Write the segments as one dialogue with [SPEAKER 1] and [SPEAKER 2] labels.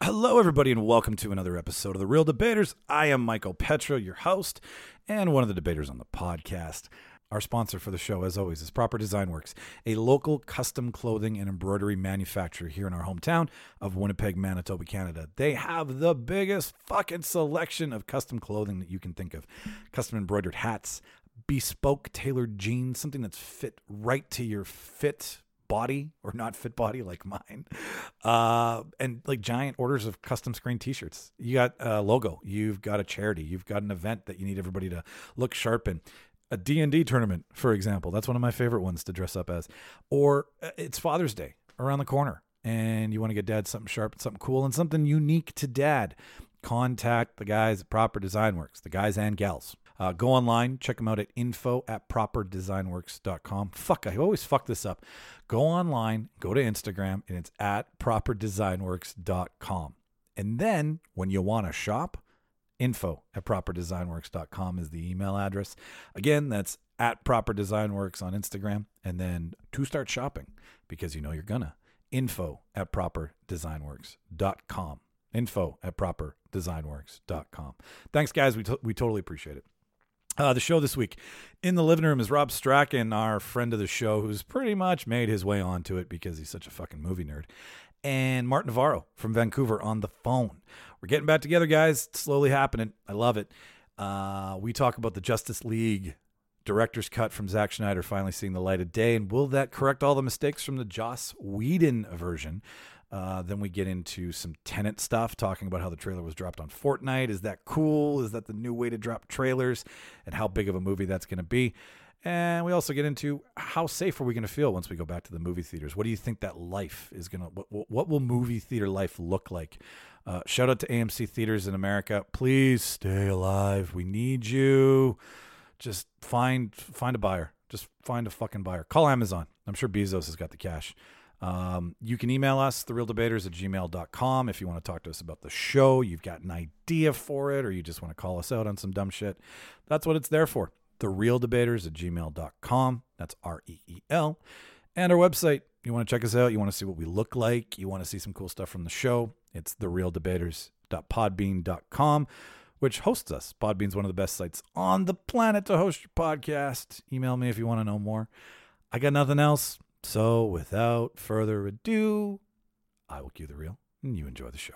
[SPEAKER 1] Hello, everybody, and welcome to another episode of The Real Debaters. I am Michael Petra, your host, and one of the debaters on the podcast. Our sponsor for the show, as always, is Proper Design Works, a local custom clothing and embroidery manufacturer here in our hometown of Winnipeg, Manitoba, Canada. They have the biggest fucking selection of custom clothing that you can think of custom embroidered hats, bespoke tailored jeans, something that's fit right to your fit body or not fit body like mine. Uh, and like giant orders of custom screen t-shirts. You got a logo, you've got a charity, you've got an event that you need everybody to look sharp in. A D&D tournament, for example. That's one of my favorite ones to dress up as. Or uh, it's Father's Day around the corner and you want to get dad something sharp and something cool and something unique to dad. Contact the guys at Proper Design Works, the guys and gals. Uh, go online, check them out at info at properdesignworks.com. Fuck, I always fuck this up. Go online, go to Instagram, and it's at properdesignworks.com. And then when you want to shop, info at properdesignworks.com is the email address. Again, that's at properdesignworks on Instagram. And then to start shopping, because you know you're gonna, info at properdesignworks.com. Info at properdesignworks.com. Thanks, guys. We, to- we totally appreciate it. Uh, the show this week in the living room is Rob Strachan, our friend of the show, who's pretty much made his way onto it because he's such a fucking movie nerd, and Martin Navarro from Vancouver on the phone. We're getting back together, guys. It's slowly happening. I love it. Uh, we talk about the Justice League director's cut from Zack Snyder finally seeing the light of day, and will that correct all the mistakes from the Joss Whedon version? Uh, then we get into some tenant stuff, talking about how the trailer was dropped on Fortnite. Is that cool? Is that the new way to drop trailers? And how big of a movie that's going to be? And we also get into how safe are we going to feel once we go back to the movie theaters? What do you think that life is going to, what, what- what will movie theater life look like? Uh, shout out to AMC Theaters in America. Please stay alive. We need you just find find a buyer. Just find a fucking buyer. Call Amazon. I'm sure Bezos has got the cash. Um, you can email us, therealdebaters at gmail.com. If you want to talk to us about the show, you've got an idea for it, or you just want to call us out on some dumb shit. That's what it's there for. Therealdebaters at gmail.com. That's R E E L. And our website. You want to check us out. You want to see what we look like. You want to see some cool stuff from the show. It's therealdebaters.podbean.com which hosts us. Podbean's one of the best sites on the planet to host your podcast. Email me if you want to know more. I got nothing else. So without further ado, I will cue the reel and you enjoy the show.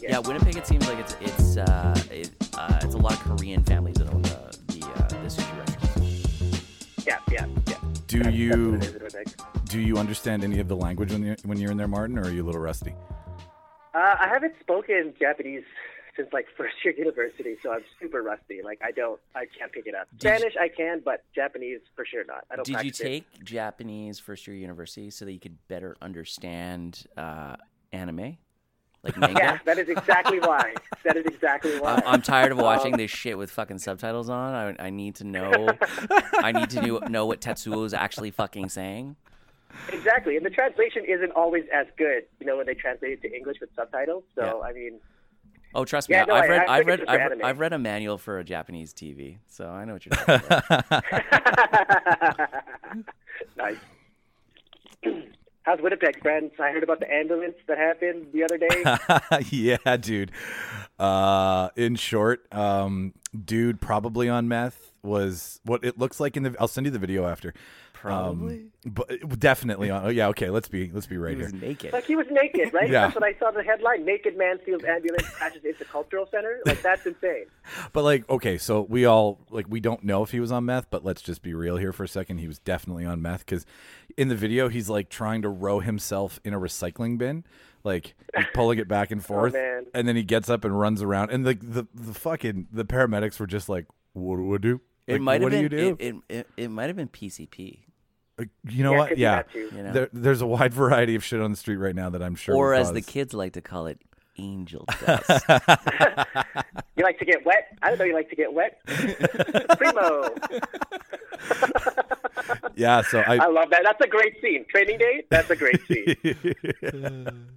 [SPEAKER 2] Yeah, Winnipeg. It seems like it's it's uh, it, uh, it's a lot of Korean families that own the the uh, the sushi restaurants.
[SPEAKER 3] Yeah, yeah, yeah.
[SPEAKER 1] Do
[SPEAKER 3] That's- that's what
[SPEAKER 1] you
[SPEAKER 3] it is in Winnipeg.
[SPEAKER 1] do you understand any of the language when you're, when you're in there, Martin, or are you a little rusty?
[SPEAKER 3] Uh, I haven't spoken Japanese since like first year university, so I'm super rusty. Like I don't, I can't pick it up.
[SPEAKER 2] Did you-
[SPEAKER 3] Spanish I can, but Japanese for sure not. I don't.
[SPEAKER 2] Did you
[SPEAKER 3] practice it.
[SPEAKER 2] take Japanese first year university so that you could better understand uh, anime, like manga?
[SPEAKER 3] Yeah, that is exactly why. That is exactly why.
[SPEAKER 2] I'm, I'm tired of watching
[SPEAKER 3] Um,
[SPEAKER 2] this shit with fucking subtitles on. I, I need to know. I need to know, know what Tetsuo is actually fucking saying.
[SPEAKER 3] Exactly, and the translation isn't always as good. You know when they translate it to English with subtitles. So
[SPEAKER 2] Yeah.
[SPEAKER 3] I mean,
[SPEAKER 2] Oh, trust me.
[SPEAKER 3] Yeah, no,
[SPEAKER 2] I've
[SPEAKER 3] I-
[SPEAKER 2] read.
[SPEAKER 3] I
[SPEAKER 2] I've
[SPEAKER 3] think
[SPEAKER 2] read.
[SPEAKER 3] it's just
[SPEAKER 2] I've,
[SPEAKER 3] anime.
[SPEAKER 2] I've read a manual for a Japanese TV, so I know what you're talking about.
[SPEAKER 3] nice. How's Winnipeg, friends? I heard about the ambulance that happened the other day.
[SPEAKER 1] yeah, dude. Uh, in short, um, dude, probably on meth was what it looks like in the. I'll send you the video after.
[SPEAKER 2] Probably.
[SPEAKER 1] um, but definitely on. oh, Yeah, okay. Let's be let's be right
[SPEAKER 2] He
[SPEAKER 1] here.
[SPEAKER 2] was naked.
[SPEAKER 3] Like he was naked, right?
[SPEAKER 1] Yeah.
[SPEAKER 3] That's what I saw the headline: "Naked man steals ambulance crashes into cultural center." Like that's insane.
[SPEAKER 1] But like, okay, so we all like we don't know if he was on meth, but let's just be real here for a second. He was definitely on meth because in the video he's like trying to row himself in a recycling bin, like he's pulling it back and forth,
[SPEAKER 3] man.
[SPEAKER 1] and then he gets up and runs around, and like the, the fucking the paramedics were just like, "What do I do?
[SPEAKER 2] It
[SPEAKER 1] Like,
[SPEAKER 2] might have
[SPEAKER 1] what
[SPEAKER 2] been.
[SPEAKER 1] do you do?"
[SPEAKER 2] It, it, it, it might have been PCP.
[SPEAKER 1] Uh, You know
[SPEAKER 3] Yeah,
[SPEAKER 1] what?
[SPEAKER 3] could be
[SPEAKER 1] Yeah.
[SPEAKER 3] that too.
[SPEAKER 2] You know?
[SPEAKER 1] There, there's a wide variety of shit on the street right now that I'm sure.
[SPEAKER 2] or
[SPEAKER 1] will
[SPEAKER 2] as the
[SPEAKER 1] cause-
[SPEAKER 2] kids like to call it, angel dust.
[SPEAKER 3] You like to get wet? I don't know. You like to get wet? Primo.
[SPEAKER 1] Yeah. So I,
[SPEAKER 3] I love that. That's a great scene. Training day. That's a great scene.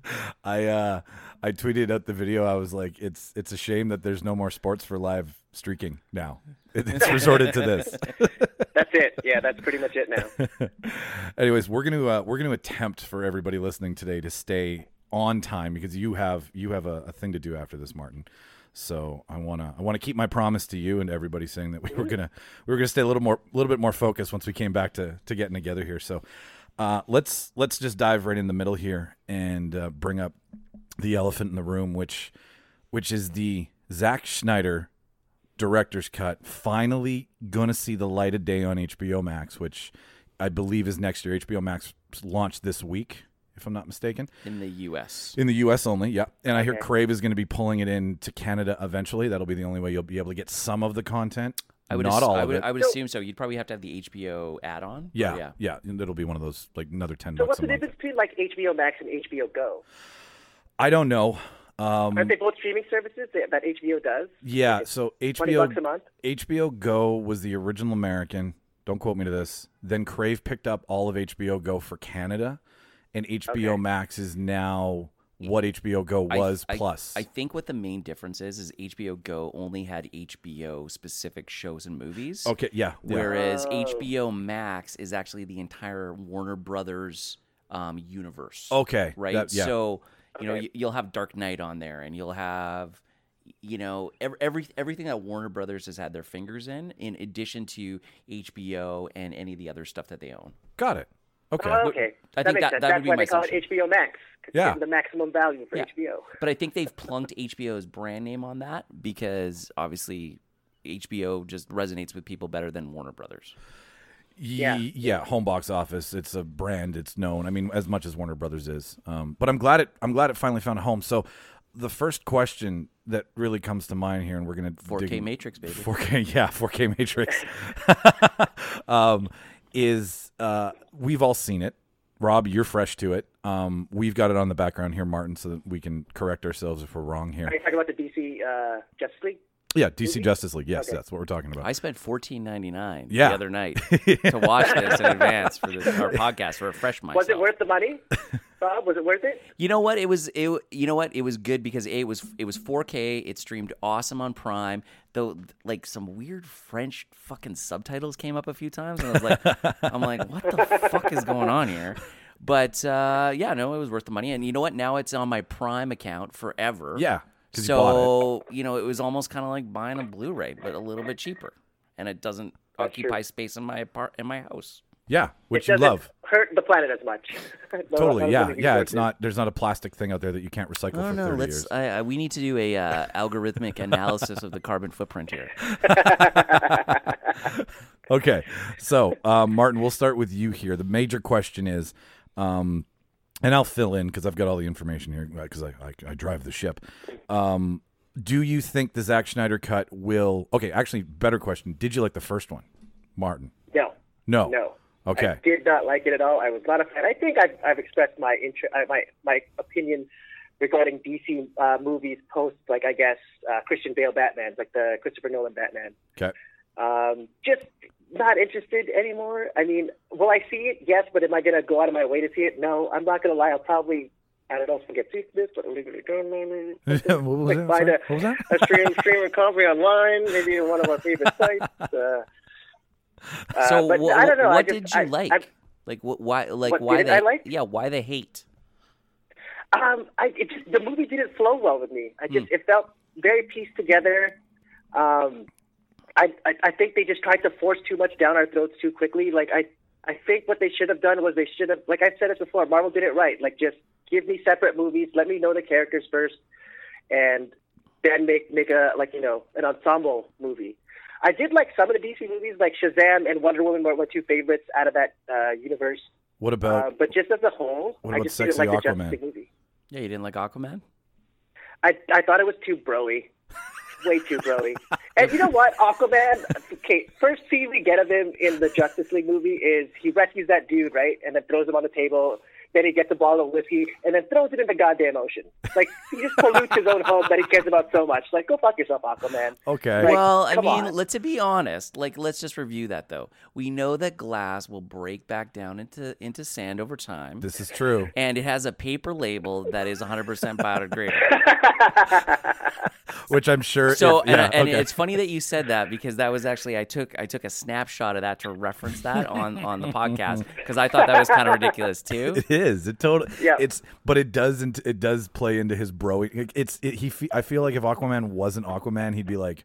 [SPEAKER 1] I uh I tweeted out the video. I was like, it's it's a shame that there's no more sports for live streaking now. It- It's resorted to this.
[SPEAKER 3] That's it. Yeah, that's pretty much it now.
[SPEAKER 1] Anyways, we're gonna uh, we're gonna attempt for everybody listening today to stay on time because you have you have a, a thing to do after this, Martin. So I wanna I wanna keep my promise to you and to everybody saying that we were gonna we were gonna stay a little more a little bit more focused once we came back to to getting together here. So uh, let's let's just dive right in the middle here and uh, bring up the elephant in the room, which which is the Zack Schneider director's cut finally gonna see the light of day on HBO Max, which I believe is next year. HBO Max launched this week, if I'm not mistaken,
[SPEAKER 2] in the U.S.
[SPEAKER 1] in the U.S. only. Yeah, and I hear
[SPEAKER 3] Okay.
[SPEAKER 1] Crave is going to be pulling it in to Canada eventually. That'll be the only way you'll be able to get some of the content.
[SPEAKER 2] I would
[SPEAKER 1] not
[SPEAKER 2] ass-
[SPEAKER 1] all
[SPEAKER 2] I
[SPEAKER 1] of
[SPEAKER 2] would,
[SPEAKER 1] it.
[SPEAKER 2] I would
[SPEAKER 3] So-
[SPEAKER 2] assume so. You'd probably have to have the HBO add-on. but
[SPEAKER 1] yeah,
[SPEAKER 2] yeah.
[SPEAKER 1] yeah, and It'll be one of those like another ten
[SPEAKER 3] So
[SPEAKER 1] bucks
[SPEAKER 3] what's
[SPEAKER 1] a
[SPEAKER 3] the
[SPEAKER 1] month.
[SPEAKER 3] difference between like HBO Max and HBO Go?
[SPEAKER 1] I don't know. Um,
[SPEAKER 3] Aren't they both streaming services that, that HBO does?
[SPEAKER 1] yeah, so
[SPEAKER 3] Twenty
[SPEAKER 1] HBO
[SPEAKER 3] bucks a month.
[SPEAKER 1] HBO Go was the original American. Don't quote me to this. Then Crave picked up all of HBO Go for Canada, and HBO
[SPEAKER 3] Okay.
[SPEAKER 1] Max is now what HBO Go
[SPEAKER 2] I-
[SPEAKER 1] was
[SPEAKER 2] I,
[SPEAKER 1] plus.
[SPEAKER 2] I think what the main difference is is HBO Go only had HBO specific shows and movies.
[SPEAKER 1] okay, yeah, yeah.
[SPEAKER 2] Whereas
[SPEAKER 3] Oh.
[SPEAKER 2] HBO Max is actually the entire Warner Brothers um, universe.
[SPEAKER 1] okay,
[SPEAKER 2] Right.
[SPEAKER 1] that- yeah.
[SPEAKER 2] So you know
[SPEAKER 3] Okay.
[SPEAKER 2] y- you'll have Dark Knight on there, and you'll have you know ev- every everything that Warner Brothers has had their fingers in, in addition to HBO and any of the other stuff that they own.
[SPEAKER 1] got it. Okay,
[SPEAKER 3] Oh, okay,
[SPEAKER 2] I
[SPEAKER 3] that
[SPEAKER 2] think
[SPEAKER 3] makes
[SPEAKER 2] that-
[SPEAKER 3] sense.
[SPEAKER 2] that would
[SPEAKER 3] That's
[SPEAKER 2] be
[SPEAKER 3] why
[SPEAKER 2] my
[SPEAKER 3] they call it
[SPEAKER 2] assumption.
[SPEAKER 3] HBO Max. 'cause
[SPEAKER 1] Yeah.
[SPEAKER 3] it's the maximum value for
[SPEAKER 2] Yeah.
[SPEAKER 3] HBO.
[SPEAKER 2] But I think they've plunked HBO's brand name on that because obviously HBO just resonates with people better than Warner Brothers.
[SPEAKER 1] yeah, yeah. Home box office. It's a brand. It's known. I mean, as much as Warner Brothers is. Um, but I'm glad it. I'm glad it finally found a home. So, the first question that really comes to mind here, and we're gonna
[SPEAKER 2] 4K
[SPEAKER 1] dig-
[SPEAKER 2] Matrix, baby.
[SPEAKER 1] 4K, yeah, 4K Matrix. um, is uh, we've all seen it. Rob, you're fresh to it. Um, we've got it on the background here, Martin, so that we can correct ourselves if we're wrong here.
[SPEAKER 3] Are you talking about the DC uh, Justice League?
[SPEAKER 1] Yeah, DC Justice League. Yes,
[SPEAKER 3] Mm-hmm. Okay.
[SPEAKER 1] that's what we're talking about.
[SPEAKER 2] I spent fourteen ninety nine
[SPEAKER 1] Yeah.
[SPEAKER 2] the other night to watch this in advance for this, our podcast to refresh myself.
[SPEAKER 3] Was it worth the money, Bob? Was it worth it?
[SPEAKER 2] You know what? It was it. You know what? It was good because a it was it was 4K. It streamed awesome on Prime. Though, like some weird French fucking subtitles came up a few times, and I was like, I'm like, what the fuck is going on here? But uh, yeah, no, it was worth the money. And you know what? Now it's on my Prime account forever.
[SPEAKER 1] yeah, because you bought
[SPEAKER 2] So you, know, it was almost kind of like buying a Blu-ray, but a little bit cheaper, and it doesn't occupy space in my apart in my house.
[SPEAKER 1] it. Yeah, which
[SPEAKER 3] it
[SPEAKER 1] you
[SPEAKER 3] doesn't
[SPEAKER 1] love.
[SPEAKER 3] hurt the planet as much. No, I
[SPEAKER 1] Totally.
[SPEAKER 3] was
[SPEAKER 1] Yeah,
[SPEAKER 3] gonna be
[SPEAKER 1] yeah. It's
[SPEAKER 3] joking.
[SPEAKER 1] not. There's not a plastic thing out there that you can't recycle
[SPEAKER 2] Oh
[SPEAKER 1] for
[SPEAKER 2] no,
[SPEAKER 1] 30
[SPEAKER 2] let's.
[SPEAKER 1] years.
[SPEAKER 2] I, I, we need to do a uh, algorithmic analysis of the carbon footprint here.
[SPEAKER 1] Okay, so uh, Martin, we'll start with you here. The major question is, um, and I'll fill in because I've got all the information here because I, I I drive the ship. Um, do you think the Zack Schneider cut will? Okay, actually, better question. Did you like the first one, Martin?
[SPEAKER 3] No,
[SPEAKER 1] No.
[SPEAKER 3] no.
[SPEAKER 1] Okay.
[SPEAKER 3] I did not like it at all. I was not a fan. I think I've, I've expressed my interest, uh, my my opinion regarding DC uh, movies post, like I guess uh, Christian Bale Batman, like the Christopher Nolan Batman.
[SPEAKER 1] Okay.
[SPEAKER 3] Um, just not interested anymore. I mean, will I see it? Yes, but am I going to go out of my way to see it? No, I'm not going to lie. I'll probably. I don't know if I get see this, but
[SPEAKER 1] What was
[SPEAKER 3] Like,
[SPEAKER 1] that? Sorry,
[SPEAKER 3] find a-
[SPEAKER 1] what was that?
[SPEAKER 3] a stream stream recovery online, maybe in one of our favorite sites. Uh, uh,
[SPEAKER 2] so,
[SPEAKER 3] but
[SPEAKER 2] wha-
[SPEAKER 3] I don't know. I
[SPEAKER 2] what
[SPEAKER 3] just-
[SPEAKER 2] did you
[SPEAKER 3] I-
[SPEAKER 2] like?
[SPEAKER 3] I-
[SPEAKER 2] like, what? Why? Like,
[SPEAKER 3] What
[SPEAKER 2] why
[SPEAKER 3] did
[SPEAKER 2] the?
[SPEAKER 3] I like?
[SPEAKER 2] Yeah, why the hate?
[SPEAKER 3] Um, I it just, the movie didn't flow well with me. I
[SPEAKER 1] Hmm.
[SPEAKER 3] just it felt very pieced together. Um, I, I I think they just tried to force too much down our throats too quickly. Like I I think what they should have done was they should have like I've said this before. Marvel did it right. Like just give me separate movies. Let me know the characters first, and then make make a like you know an ensemble movie. I did like some of the DC movies, like Shazam and Wonder Woman, were my two favorites out of that uh, universe.
[SPEAKER 1] What
[SPEAKER 3] Uh,
[SPEAKER 1] about?
[SPEAKER 3] but just as a whole,
[SPEAKER 1] What
[SPEAKER 3] I
[SPEAKER 1] about
[SPEAKER 3] just
[SPEAKER 1] Sexy
[SPEAKER 3] didn't like the
[SPEAKER 1] Aquaman?
[SPEAKER 3] Justice League movie.
[SPEAKER 2] Yeah, you didn't like Aquaman.
[SPEAKER 3] I I thought it was too broy, way too broy. And you know what, Aquaman? Okay, first scene we get of him in the Justice League movie is he rescues that dude, right, and then throws him on the table. Then he gets a bottle of whiskey and then throws it in the goddamn ocean. Like he just pollutes his own home that he cares about so much. Like go fuck yourself, Aquaman.
[SPEAKER 1] Okay.
[SPEAKER 3] Like,
[SPEAKER 2] well, I
[SPEAKER 3] come
[SPEAKER 2] mean,
[SPEAKER 3] on.
[SPEAKER 2] let's to be honest. Like, let's just review that though. We know that glass will break back down into into sand over time,
[SPEAKER 1] This is true.
[SPEAKER 2] and it has a paper label that is 100 percent biodegradable.
[SPEAKER 1] Which I'm sure.
[SPEAKER 2] So,
[SPEAKER 1] if-
[SPEAKER 2] and,
[SPEAKER 1] yeah,
[SPEAKER 2] and
[SPEAKER 1] okay.
[SPEAKER 2] it's funny that you said that because that was actually I took I took a snapshot of that to reference that on on the podcast because I thought that was kind of ridiculous too.
[SPEAKER 1] It is. It totally.
[SPEAKER 3] Yeah.
[SPEAKER 1] It's but it doesn't. It does play into his bro. It's it, he. fe- I feel like if Aquaman wasn't Aquaman, he'd be like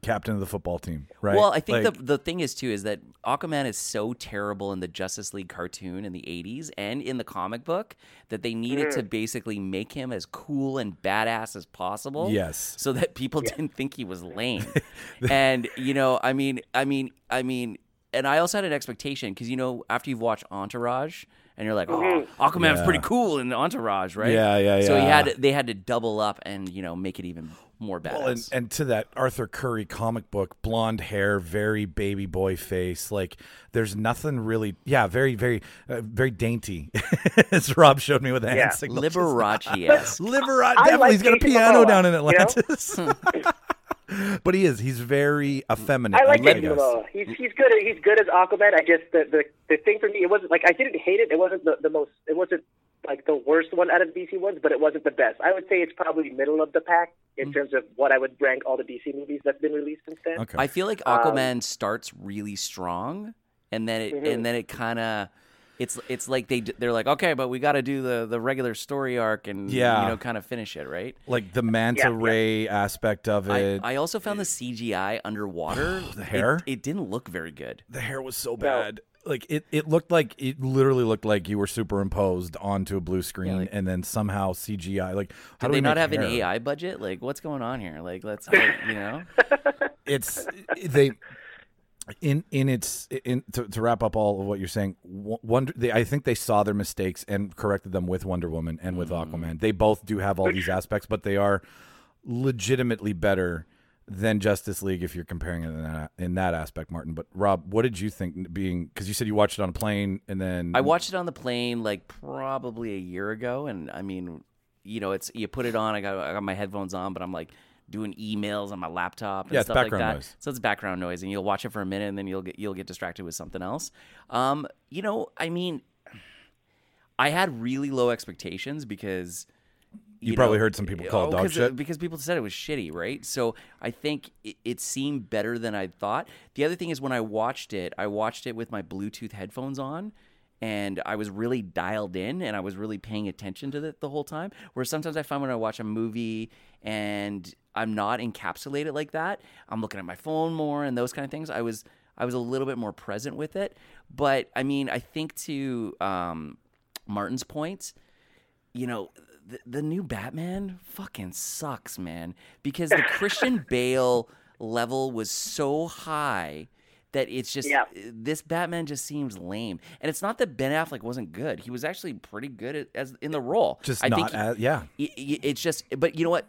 [SPEAKER 1] captain of the football team, right?
[SPEAKER 2] Well, I think
[SPEAKER 1] Like,
[SPEAKER 2] the the thing is too is that Aquaman is so terrible in the Justice League cartoon in the '80s and in the comic book that they needed to basically make him as cool and badass as possible.
[SPEAKER 1] Yes.
[SPEAKER 2] so that people didn't think he was lame. and you know, I mean, I mean, I mean, and I also had an expectation because you know after you've watched Entourage. And you're like, oh, Aquaman's
[SPEAKER 1] Yeah.
[SPEAKER 2] pretty cool in Entourage, right?
[SPEAKER 1] Yeah, yeah,
[SPEAKER 2] So he
[SPEAKER 1] yeah.
[SPEAKER 2] had they had to double up and you know make it even more badass.
[SPEAKER 1] Well, and, and to that Arthur Curry comic book, blonde hair, very baby boy face. Like, there's nothing really. Yeah, very, very, uh, very dainty. As Rob showed me with a
[SPEAKER 3] Yeah.
[SPEAKER 1] hand signal.
[SPEAKER 2] Liberace esque.
[SPEAKER 1] Liberace.
[SPEAKER 3] I
[SPEAKER 1] Definitely,
[SPEAKER 3] like
[SPEAKER 1] he's got a
[SPEAKER 3] Jason
[SPEAKER 1] piano
[SPEAKER 3] Momoa,
[SPEAKER 1] down in
[SPEAKER 3] you know?
[SPEAKER 1] Atlantis. but he is. He's very effeminate.
[SPEAKER 3] I like
[SPEAKER 1] love
[SPEAKER 3] Jason
[SPEAKER 1] you guys.
[SPEAKER 3] Momoa. He's he's good. He's good as Aquaman. I guess the, the the thing for me, it wasn't like I didn't hate it. It wasn't the, the most. It wasn't like the worst one out of DC ones, but it wasn't the best. I would say it's probably middle of the pack in terms of what I would rank all the DC movies that's been released since then.
[SPEAKER 1] Mm. Okay.
[SPEAKER 2] I feel like Aquaman starts really strong, and then it and then it kind of. It's, it's like they d- they're like okay, but we got to do the, the regular story arc and
[SPEAKER 1] Yeah.
[SPEAKER 2] you know kind of finish it right.
[SPEAKER 1] like the manta
[SPEAKER 3] Yeah, yeah.
[SPEAKER 1] ray aspect of
[SPEAKER 2] I,
[SPEAKER 1] it.
[SPEAKER 2] I also found the CGI underwater.
[SPEAKER 1] the
[SPEAKER 2] it-
[SPEAKER 1] hair?
[SPEAKER 2] It, didn't look very good.
[SPEAKER 1] the hair was so bad. Like it, it looked like it literally looked like you were superimposed onto a blue screen
[SPEAKER 2] like-
[SPEAKER 1] and then somehow CGI. Like, how do
[SPEAKER 2] Did
[SPEAKER 1] we
[SPEAKER 2] they not
[SPEAKER 1] make
[SPEAKER 2] have an
[SPEAKER 1] hair?
[SPEAKER 2] AI budget? Like what's going on here? Like let's like, you know.
[SPEAKER 1] It's they in in its in to, to wrap up all of what you're saying. Wo- Wonder, they, I think they saw their mistakes and corrected them with Wonder Woman and with
[SPEAKER 2] Mm.
[SPEAKER 1] Aquaman. They both do have all these aspects, but they are legitimately better than Justice League if you're comparing it in that, in that aspect, Martin. But Rob, what did you think? Being because you said you watched it on a plane and then
[SPEAKER 2] I watched it on the plane like probably a year ago, and I mean, you know, it's you put it on. I got I got my headphones on, but I'm like doing emails on my laptop and
[SPEAKER 1] Yeah, it's
[SPEAKER 2] stuff like
[SPEAKER 1] background
[SPEAKER 2] that.
[SPEAKER 1] noise.
[SPEAKER 2] So it's background noise, and you'll watch it for a minute, and then you'll get you'll get distracted with something else. Um, you know, I mean, I had really low expectations because oh,
[SPEAKER 1] You probably heard some people call it dog
[SPEAKER 2] 'cause-
[SPEAKER 1] shit.
[SPEAKER 2] because people said it was shitty, right? So I think it, it seemed better than I thought. The other thing is when I watched it, I watched it with my Bluetooth headphones on. And I was really dialed in, and I was really paying attention to it the whole time. Where sometimes I find when I watch a movie and I'm not encapsulated like that, I'm looking at my phone more and those kind of things. I was I was a little bit more present with it. But I mean, I think to um, Martin's point, you know, the, the new Batman fucking sucks, man, because the Christian Bale level was so high that it's just eh,
[SPEAKER 3] Yeah.
[SPEAKER 2] this Batman just seems lame. And it's not that Ben Affleck wasn't good; he was actually pretty good at, as in the role.
[SPEAKER 1] just
[SPEAKER 2] I
[SPEAKER 1] not
[SPEAKER 2] think he-
[SPEAKER 1] as, yeah.
[SPEAKER 2] y- y- it's just but you know what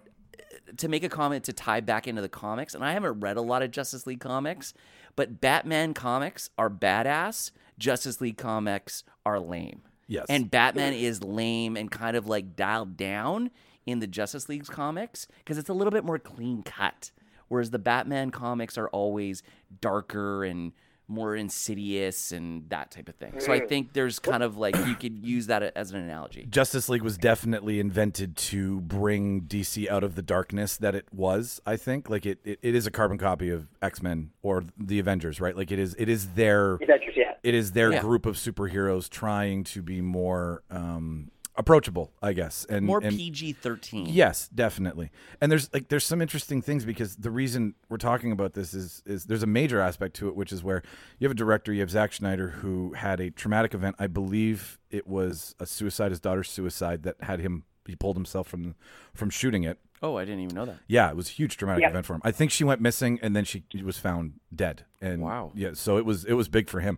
[SPEAKER 2] to make a comment to tie back into the comics and i haven't read a lot of justice league comics but batman comics are badass justice league comics are lame
[SPEAKER 1] Yes.
[SPEAKER 2] and batman is lame and kind of like dialed down in the justice league's comics because it's a little bit more clean cut whereas the batman comics are always darker and more insidious and that type of thing so i think there's kind of like you could use that as an analogy
[SPEAKER 1] Justice League was definitely invented to bring DC out of the darkness that it was. I think like it, it, it is a carbon copy of X Men or the Avengers, right? Like it is it is their
[SPEAKER 3] Avengers, yeah.
[SPEAKER 1] it is their
[SPEAKER 2] Yeah.
[SPEAKER 1] group of superheroes trying to be more um, approachable, I guess, and
[SPEAKER 2] more
[SPEAKER 1] and,
[SPEAKER 2] PG thirteen.
[SPEAKER 1] Yes, definitely. And there's like there's some interesting things because the reason we're talking about this is is there's a major aspect to it, which is where you have a director, you have Zack Schneider, who had a traumatic event. I believe it was a suicide, his daughter's suicide, that had him. He pulled himself from from shooting it.
[SPEAKER 2] Oh, I didn't even know that.
[SPEAKER 1] Yeah, it was a huge traumatic
[SPEAKER 3] Yeah.
[SPEAKER 1] event for him. I think she went missing and then she was found dead. And
[SPEAKER 2] Wow.
[SPEAKER 1] Yeah, so it was it was big for him.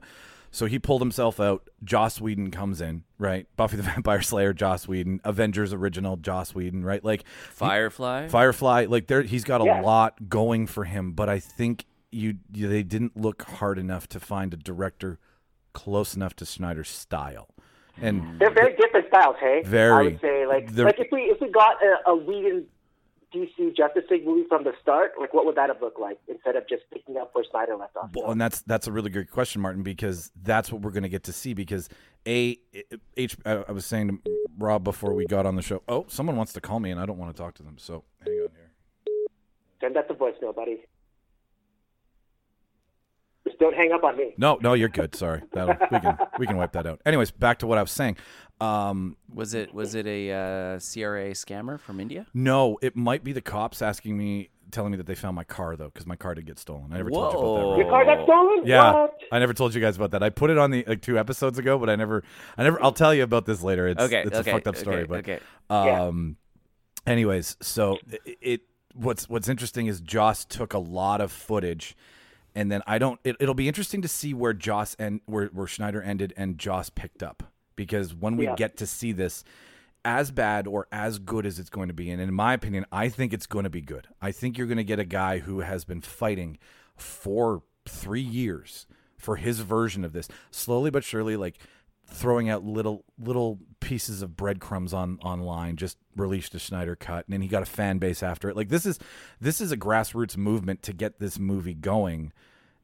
[SPEAKER 1] So he pulled himself out. Joss Whedon comes in, right? Buffy the Vampire Slayer, Joss Whedon, Avengers original, Joss Whedon, right? Like
[SPEAKER 2] Firefly.
[SPEAKER 1] Firefly, like there, he's got a
[SPEAKER 3] Yeah.
[SPEAKER 1] lot going for him, but I think you, you they didn't look hard enough to find a director close enough to Snyder's style. And
[SPEAKER 3] They're very different styles, hey? I
[SPEAKER 1] Very.
[SPEAKER 3] would say like
[SPEAKER 1] They're-
[SPEAKER 3] like if we if we got a, a Whedon DC Justice League movie from the start, like what would that have looked like instead of just picking up where Snyder left off?
[SPEAKER 1] Well, and that's that's a really good question, Martin, because that's what we're going to get to see. Because a h, uh, I I was saying to Rob before we got on the show. Oh, someone wants to call me, and I don't want to talk to them. So hang on here.
[SPEAKER 3] Send that to voicemail, buddy. Just don't hang up on me.
[SPEAKER 1] No, no, you're good. Sorry, That'll, we can we can wipe that out. Anyways, back to what I was saying. Um,
[SPEAKER 2] Was it was it a uh, CRA scammer from India?
[SPEAKER 1] no, it might be the cops asking me, telling me that they found my car though, because my car did get stolen. I never told you about that.
[SPEAKER 2] Whoa.
[SPEAKER 1] Rob.
[SPEAKER 3] Your car got stolen?
[SPEAKER 1] Yeah,
[SPEAKER 3] What?
[SPEAKER 1] I never told you guys about that. I put it on the like two episodes ago, but I never, I never. I'll tell you about this later. It's,
[SPEAKER 2] Okay,
[SPEAKER 1] it's
[SPEAKER 2] okay,
[SPEAKER 1] a fucked up story,
[SPEAKER 2] okay,
[SPEAKER 1] but
[SPEAKER 2] okay.
[SPEAKER 3] Yeah.
[SPEAKER 1] um, anyways, so it, it what's what's interesting is Joss took a lot of footage, and then I don't. It, it'll be interesting to see where Joss and where where Schneider ended and Joss picked up because when we
[SPEAKER 3] Yeah.
[SPEAKER 1] get to see this. As bad or as good as it's going to be. And in my opinion, I think it's going to be good. I think you're going to get a guy who has been fighting for three years for his version of this slowly but surely like throwing out little little pieces of breadcrumbs on online just released the Schneider cut and then he got a fan base after it like this is this is a grassroots movement to get this movie going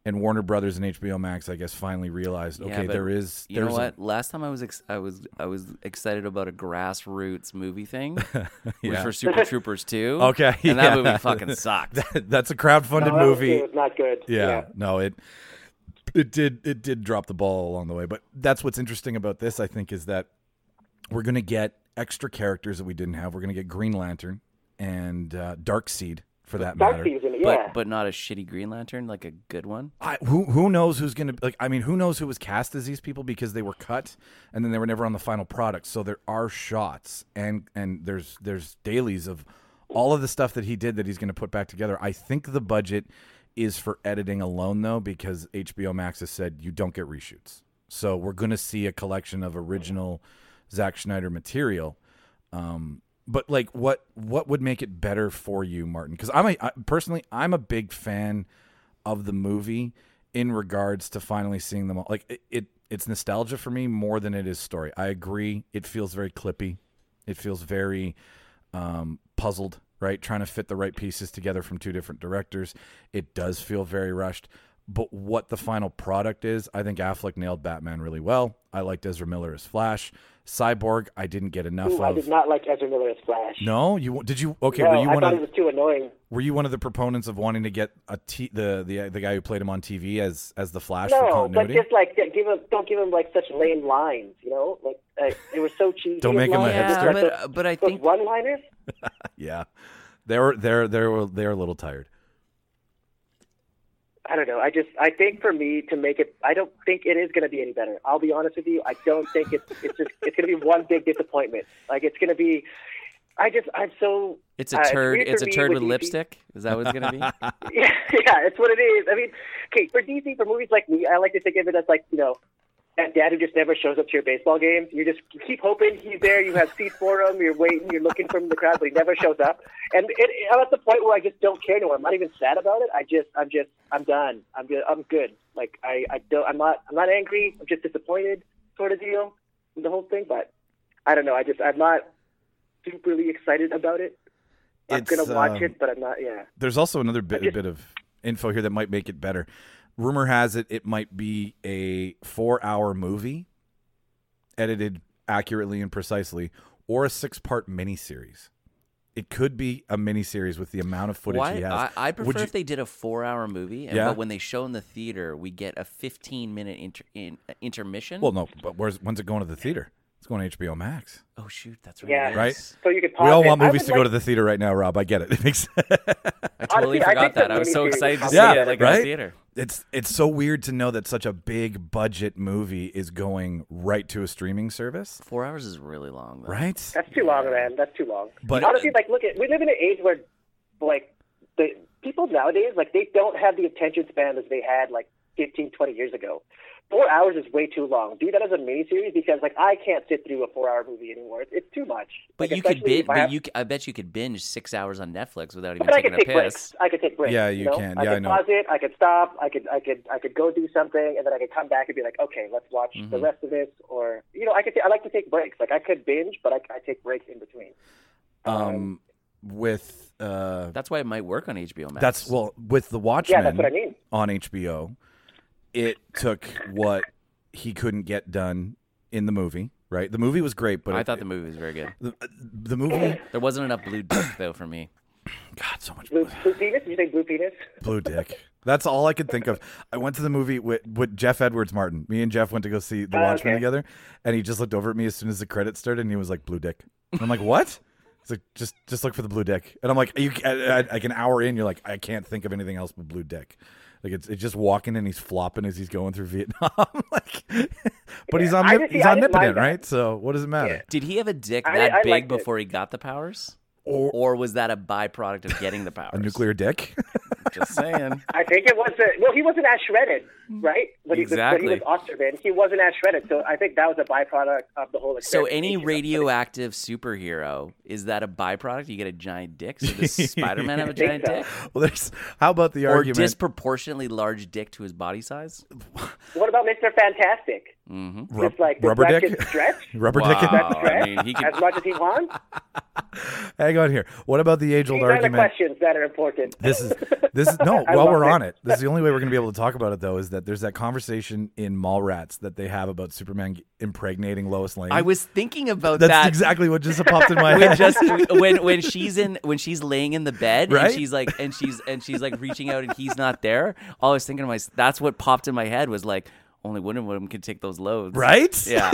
[SPEAKER 1] and Warner Brothers and HBO Max I guess finally realized
[SPEAKER 2] Yeah,
[SPEAKER 1] okay
[SPEAKER 2] but
[SPEAKER 1] there is
[SPEAKER 2] You know
[SPEAKER 1] there's
[SPEAKER 2] what? Last time I was ex- I was I was excited about a grassroots movie thing, which
[SPEAKER 1] Yeah.
[SPEAKER 2] were Super Troopers too.
[SPEAKER 1] Okay,
[SPEAKER 2] and
[SPEAKER 1] yeah.
[SPEAKER 2] that movie fucking sucked.
[SPEAKER 1] a, that's a crowdfunded
[SPEAKER 3] No, Oh, that was-
[SPEAKER 1] movie
[SPEAKER 3] It was not good.
[SPEAKER 1] yeah, no it it did it did drop the ball along the way but that's what's interesting about this i think is that we're gonna get extra characters that we didn't have we're gonna get green lantern and uh, dark seed for that matter
[SPEAKER 3] Darkseid was in it, yeah.
[SPEAKER 2] But but not a shitty Green Lantern, like a good one.
[SPEAKER 1] I, who who knows who's gonna like? I mean, who knows who was cast as these people because they were cut and then they were never on the final product. So there are shots and and there's there's dailies of all of the stuff that he did that he's gonna put back together. I think the budget is for editing alone though because HBO Max has said you don't get reshoots. So we're gonna see a collection of original Zack Schneider material. Um, but like, what what would make it better for you, Martin? Because I'm a I, personally, I'm a big fan of the movie in regards to finally seeing them all. Like it, it it's nostalgia for me more than it is story. I agree. It feels very clippy. It feels very um, puzzled, right? Trying to fit the right pieces together from two different directors. It does feel very rushed. But what the final product is, I think Affleck nailed Batman really well. I liked Ezra Miller as Flash. Cyborg, I didn't get enough
[SPEAKER 3] Ooh, I
[SPEAKER 1] of.
[SPEAKER 3] did not like Ezra Miller as Flash.
[SPEAKER 1] No, you did you okay?
[SPEAKER 3] No,
[SPEAKER 1] were you
[SPEAKER 3] I
[SPEAKER 1] one
[SPEAKER 3] thought
[SPEAKER 1] of
[SPEAKER 3] it was too annoying.
[SPEAKER 1] were you one of the proponents of wanting to get a t- the the the guy who played him on TV as as the Flash for
[SPEAKER 3] No, but
[SPEAKER 1] continuity?
[SPEAKER 3] just like yeah, give him, don't give him like such lame lines. You know, like uh, they were so cheesy.
[SPEAKER 1] Don't
[SPEAKER 3] his
[SPEAKER 1] make him a
[SPEAKER 3] lines,
[SPEAKER 1] Yeah,
[SPEAKER 3] like,
[SPEAKER 2] but
[SPEAKER 3] those-
[SPEAKER 2] but I
[SPEAKER 3] those
[SPEAKER 2] think
[SPEAKER 3] one-liners.
[SPEAKER 1] yeah, they were they're they were they were a little tired.
[SPEAKER 3] I don't know. I just I think for me to make it, I don't think it is going to be any better. I'll be honest with you. I don't think it's it's just it's going to be one big disappointment. Like it's going to be. I just I'm so.
[SPEAKER 2] it's
[SPEAKER 3] uh,
[SPEAKER 2] a turd.
[SPEAKER 3] weird
[SPEAKER 2] It's
[SPEAKER 3] for
[SPEAKER 2] a
[SPEAKER 3] me
[SPEAKER 2] turd with
[SPEAKER 3] DC
[SPEAKER 2] lipstick. Is that what it's gonna be?
[SPEAKER 3] yeah, yeah, it's what it is. I mean, okay, for DC, for movies like me, I like to think of it as like you know that dad who just never shows up to your baseball games. You just you keep hoping he's there. You have seats for him. You're waiting. You're looking for him in the crowd, but he never shows up. And it, I'm at the point where I just don't care anymore. I'm not even sad about it. I just I'm just I'm done. I'm good. I'm good. Like I I don't I'm not I'm not angry. I'm just disappointed, sort of deal, with the whole thing. But I don't know. I just I'm not superly excited about it. I'm
[SPEAKER 1] It's,
[SPEAKER 3] gonna watch
[SPEAKER 1] um,
[SPEAKER 3] it, but I'm not. Yeah.
[SPEAKER 1] There's also another bit,
[SPEAKER 3] just-
[SPEAKER 1] bit of info here that might make it better. Rumor has it it might be a four hour movie, edited accurately and precisely, or a six part miniseries. It could be a miniseries with the amount of footage
[SPEAKER 2] Why?
[SPEAKER 1] he has.
[SPEAKER 2] I, I
[SPEAKER 1] Would
[SPEAKER 2] prefer
[SPEAKER 1] you-
[SPEAKER 2] if they did a four-hour movie, and,
[SPEAKER 1] Yeah.
[SPEAKER 2] but when they show in the theater, we get a fifteen-minute inter, in, uh, intermission.
[SPEAKER 1] Well, no, but where's when's it going to the theater? It's going to HBO Max.
[SPEAKER 2] oh shoot, that's right.
[SPEAKER 3] Yeah.
[SPEAKER 2] it
[SPEAKER 1] Right?
[SPEAKER 2] is.
[SPEAKER 3] So you could pause
[SPEAKER 1] We all
[SPEAKER 3] it.
[SPEAKER 1] want
[SPEAKER 3] Oh, I
[SPEAKER 1] movies
[SPEAKER 3] would
[SPEAKER 1] to
[SPEAKER 3] like-
[SPEAKER 1] go to the theater right now, Rob. I get it. It makes
[SPEAKER 2] I totally
[SPEAKER 3] Honestly, I
[SPEAKER 2] forgot
[SPEAKER 3] think
[SPEAKER 2] that.
[SPEAKER 3] the
[SPEAKER 2] I was so
[SPEAKER 3] miniseries
[SPEAKER 2] excited to
[SPEAKER 3] is
[SPEAKER 2] see
[SPEAKER 1] yeah,
[SPEAKER 2] it like in
[SPEAKER 1] right?
[SPEAKER 2] the theater.
[SPEAKER 1] It's it's so weird to know that such a big budget movie is going right to a streaming service,
[SPEAKER 2] Four hours is really long, though.
[SPEAKER 1] right?
[SPEAKER 3] That's too long, man. That's too long.
[SPEAKER 1] But-
[SPEAKER 3] honestly, like, look at we live in an age where, like, the people nowadays, like, they don't have the attention span as they had like 15, 20 years ago. four hours is way too long. Do that as a miniseries because like I can't sit through a four-hour movie anymore. It's, it's too much.
[SPEAKER 2] But
[SPEAKER 3] Like,
[SPEAKER 2] you could
[SPEAKER 3] especially
[SPEAKER 2] binge.
[SPEAKER 3] if I
[SPEAKER 2] But
[SPEAKER 3] have-
[SPEAKER 2] you, c- I bet you could binge six hours on Netflix without even
[SPEAKER 3] But I
[SPEAKER 2] taking
[SPEAKER 3] could
[SPEAKER 2] a
[SPEAKER 3] take
[SPEAKER 2] piss.
[SPEAKER 3] breaks. I could take breaks.
[SPEAKER 1] Yeah, you
[SPEAKER 3] know?
[SPEAKER 1] can.
[SPEAKER 3] I
[SPEAKER 1] Yeah,
[SPEAKER 3] could
[SPEAKER 1] I know.
[SPEAKER 3] pause it. I could stop. I could, I could, I could go do something, and then I could come back and be like, okay, let's watch
[SPEAKER 1] Mm-hmm.
[SPEAKER 3] the rest of this. Or you know, I could. ta- I like to take breaks. Like I could binge, but I, I take breaks in between.
[SPEAKER 1] Um, with uh,
[SPEAKER 2] That's why it might work on HBO Max.
[SPEAKER 1] that's well with the Watchmen
[SPEAKER 3] Yeah, that's what I mean.
[SPEAKER 1] on HBO. It took what he couldn't get done in the movie. Right, the movie was great, but
[SPEAKER 2] I
[SPEAKER 1] it-
[SPEAKER 2] thought the movie was very good.
[SPEAKER 1] the, the movie
[SPEAKER 2] There wasn't enough blue dick though for me.
[SPEAKER 1] God so much
[SPEAKER 3] Blue, blue penis? Did you say blue penis?
[SPEAKER 1] Blue Dick. That's all I could think of. I went to the movie with, with Jeff Edwards Martin. Me and Jeff went to go see The
[SPEAKER 3] Oh,
[SPEAKER 1] Watchmen
[SPEAKER 3] okay.
[SPEAKER 1] together, and he just looked over at me as soon as the credits started, and he was like, "Blue Dick." And I'm like, "What?" He's like, "Just, just look for the blue dick." And I'm like, "You, I, I, like an hour in, you're like, I can't think of anything else but blue dick." Like it's, it's just walking and he's flopping as he's going through Vietnam. like, but he's
[SPEAKER 3] Yeah, I
[SPEAKER 1] omnip-
[SPEAKER 3] just-
[SPEAKER 1] he's
[SPEAKER 3] I didn't mind
[SPEAKER 1] omnipotent,
[SPEAKER 3] that.
[SPEAKER 1] right? So what does it matter?
[SPEAKER 2] Did he have a dick
[SPEAKER 3] I-
[SPEAKER 2] that
[SPEAKER 3] I
[SPEAKER 2] big
[SPEAKER 3] liked it.
[SPEAKER 2] before he got the powers?
[SPEAKER 1] Or
[SPEAKER 2] Or was that a byproduct of getting the powers?
[SPEAKER 1] a nuclear dick?
[SPEAKER 2] Just saying.
[SPEAKER 3] I think it was. A, well, he wasn't as shredded,
[SPEAKER 1] Mm-hmm.
[SPEAKER 3] right? When
[SPEAKER 2] Exactly.
[SPEAKER 3] He was, when he was Osterman, he wasn't as shredded. So I think that was a byproduct of the whole.
[SPEAKER 2] So any
[SPEAKER 3] experimentation.
[SPEAKER 2] radioactive superhero is that a byproduct? You get a giant dick. So does Spider-Man have a giant
[SPEAKER 3] so.
[SPEAKER 2] dick?
[SPEAKER 1] well, there's how about the
[SPEAKER 2] Or
[SPEAKER 1] argument?
[SPEAKER 2] disproportionately large dick to his body size?
[SPEAKER 3] What about Mister Fantastic?
[SPEAKER 2] Mm-hmm.
[SPEAKER 1] Rub-
[SPEAKER 3] Just like does
[SPEAKER 1] rubber
[SPEAKER 3] that
[SPEAKER 1] dick,
[SPEAKER 3] get stretched?
[SPEAKER 1] rubber dick. and-
[SPEAKER 2] Wow. I
[SPEAKER 3] Stretched
[SPEAKER 2] mean, he can.
[SPEAKER 3] as much as he wants.
[SPEAKER 1] Hang on here. What about the age old
[SPEAKER 3] These are the
[SPEAKER 1] argument?
[SPEAKER 3] questions that are important.
[SPEAKER 1] This is this is no.
[SPEAKER 3] I
[SPEAKER 1] while
[SPEAKER 3] love
[SPEAKER 1] we're
[SPEAKER 3] it.
[SPEAKER 1] on it, this is the only way we're going to be able to talk about it though. Is that there's that conversation in Mallrats that they have about Superman g- impregnating Lois Lane.
[SPEAKER 2] I was thinking about
[SPEAKER 1] That's
[SPEAKER 2] that.
[SPEAKER 1] exactly what just popped in my
[SPEAKER 2] when
[SPEAKER 1] head.
[SPEAKER 2] just when when she's in when she's laying in the bed
[SPEAKER 1] Right?
[SPEAKER 2] and she's like and she's and she's like reaching out and he's not there. All I was thinking to myself, that's what popped in my head was like only one of them can take those loads,
[SPEAKER 1] Right?
[SPEAKER 2] Yeah,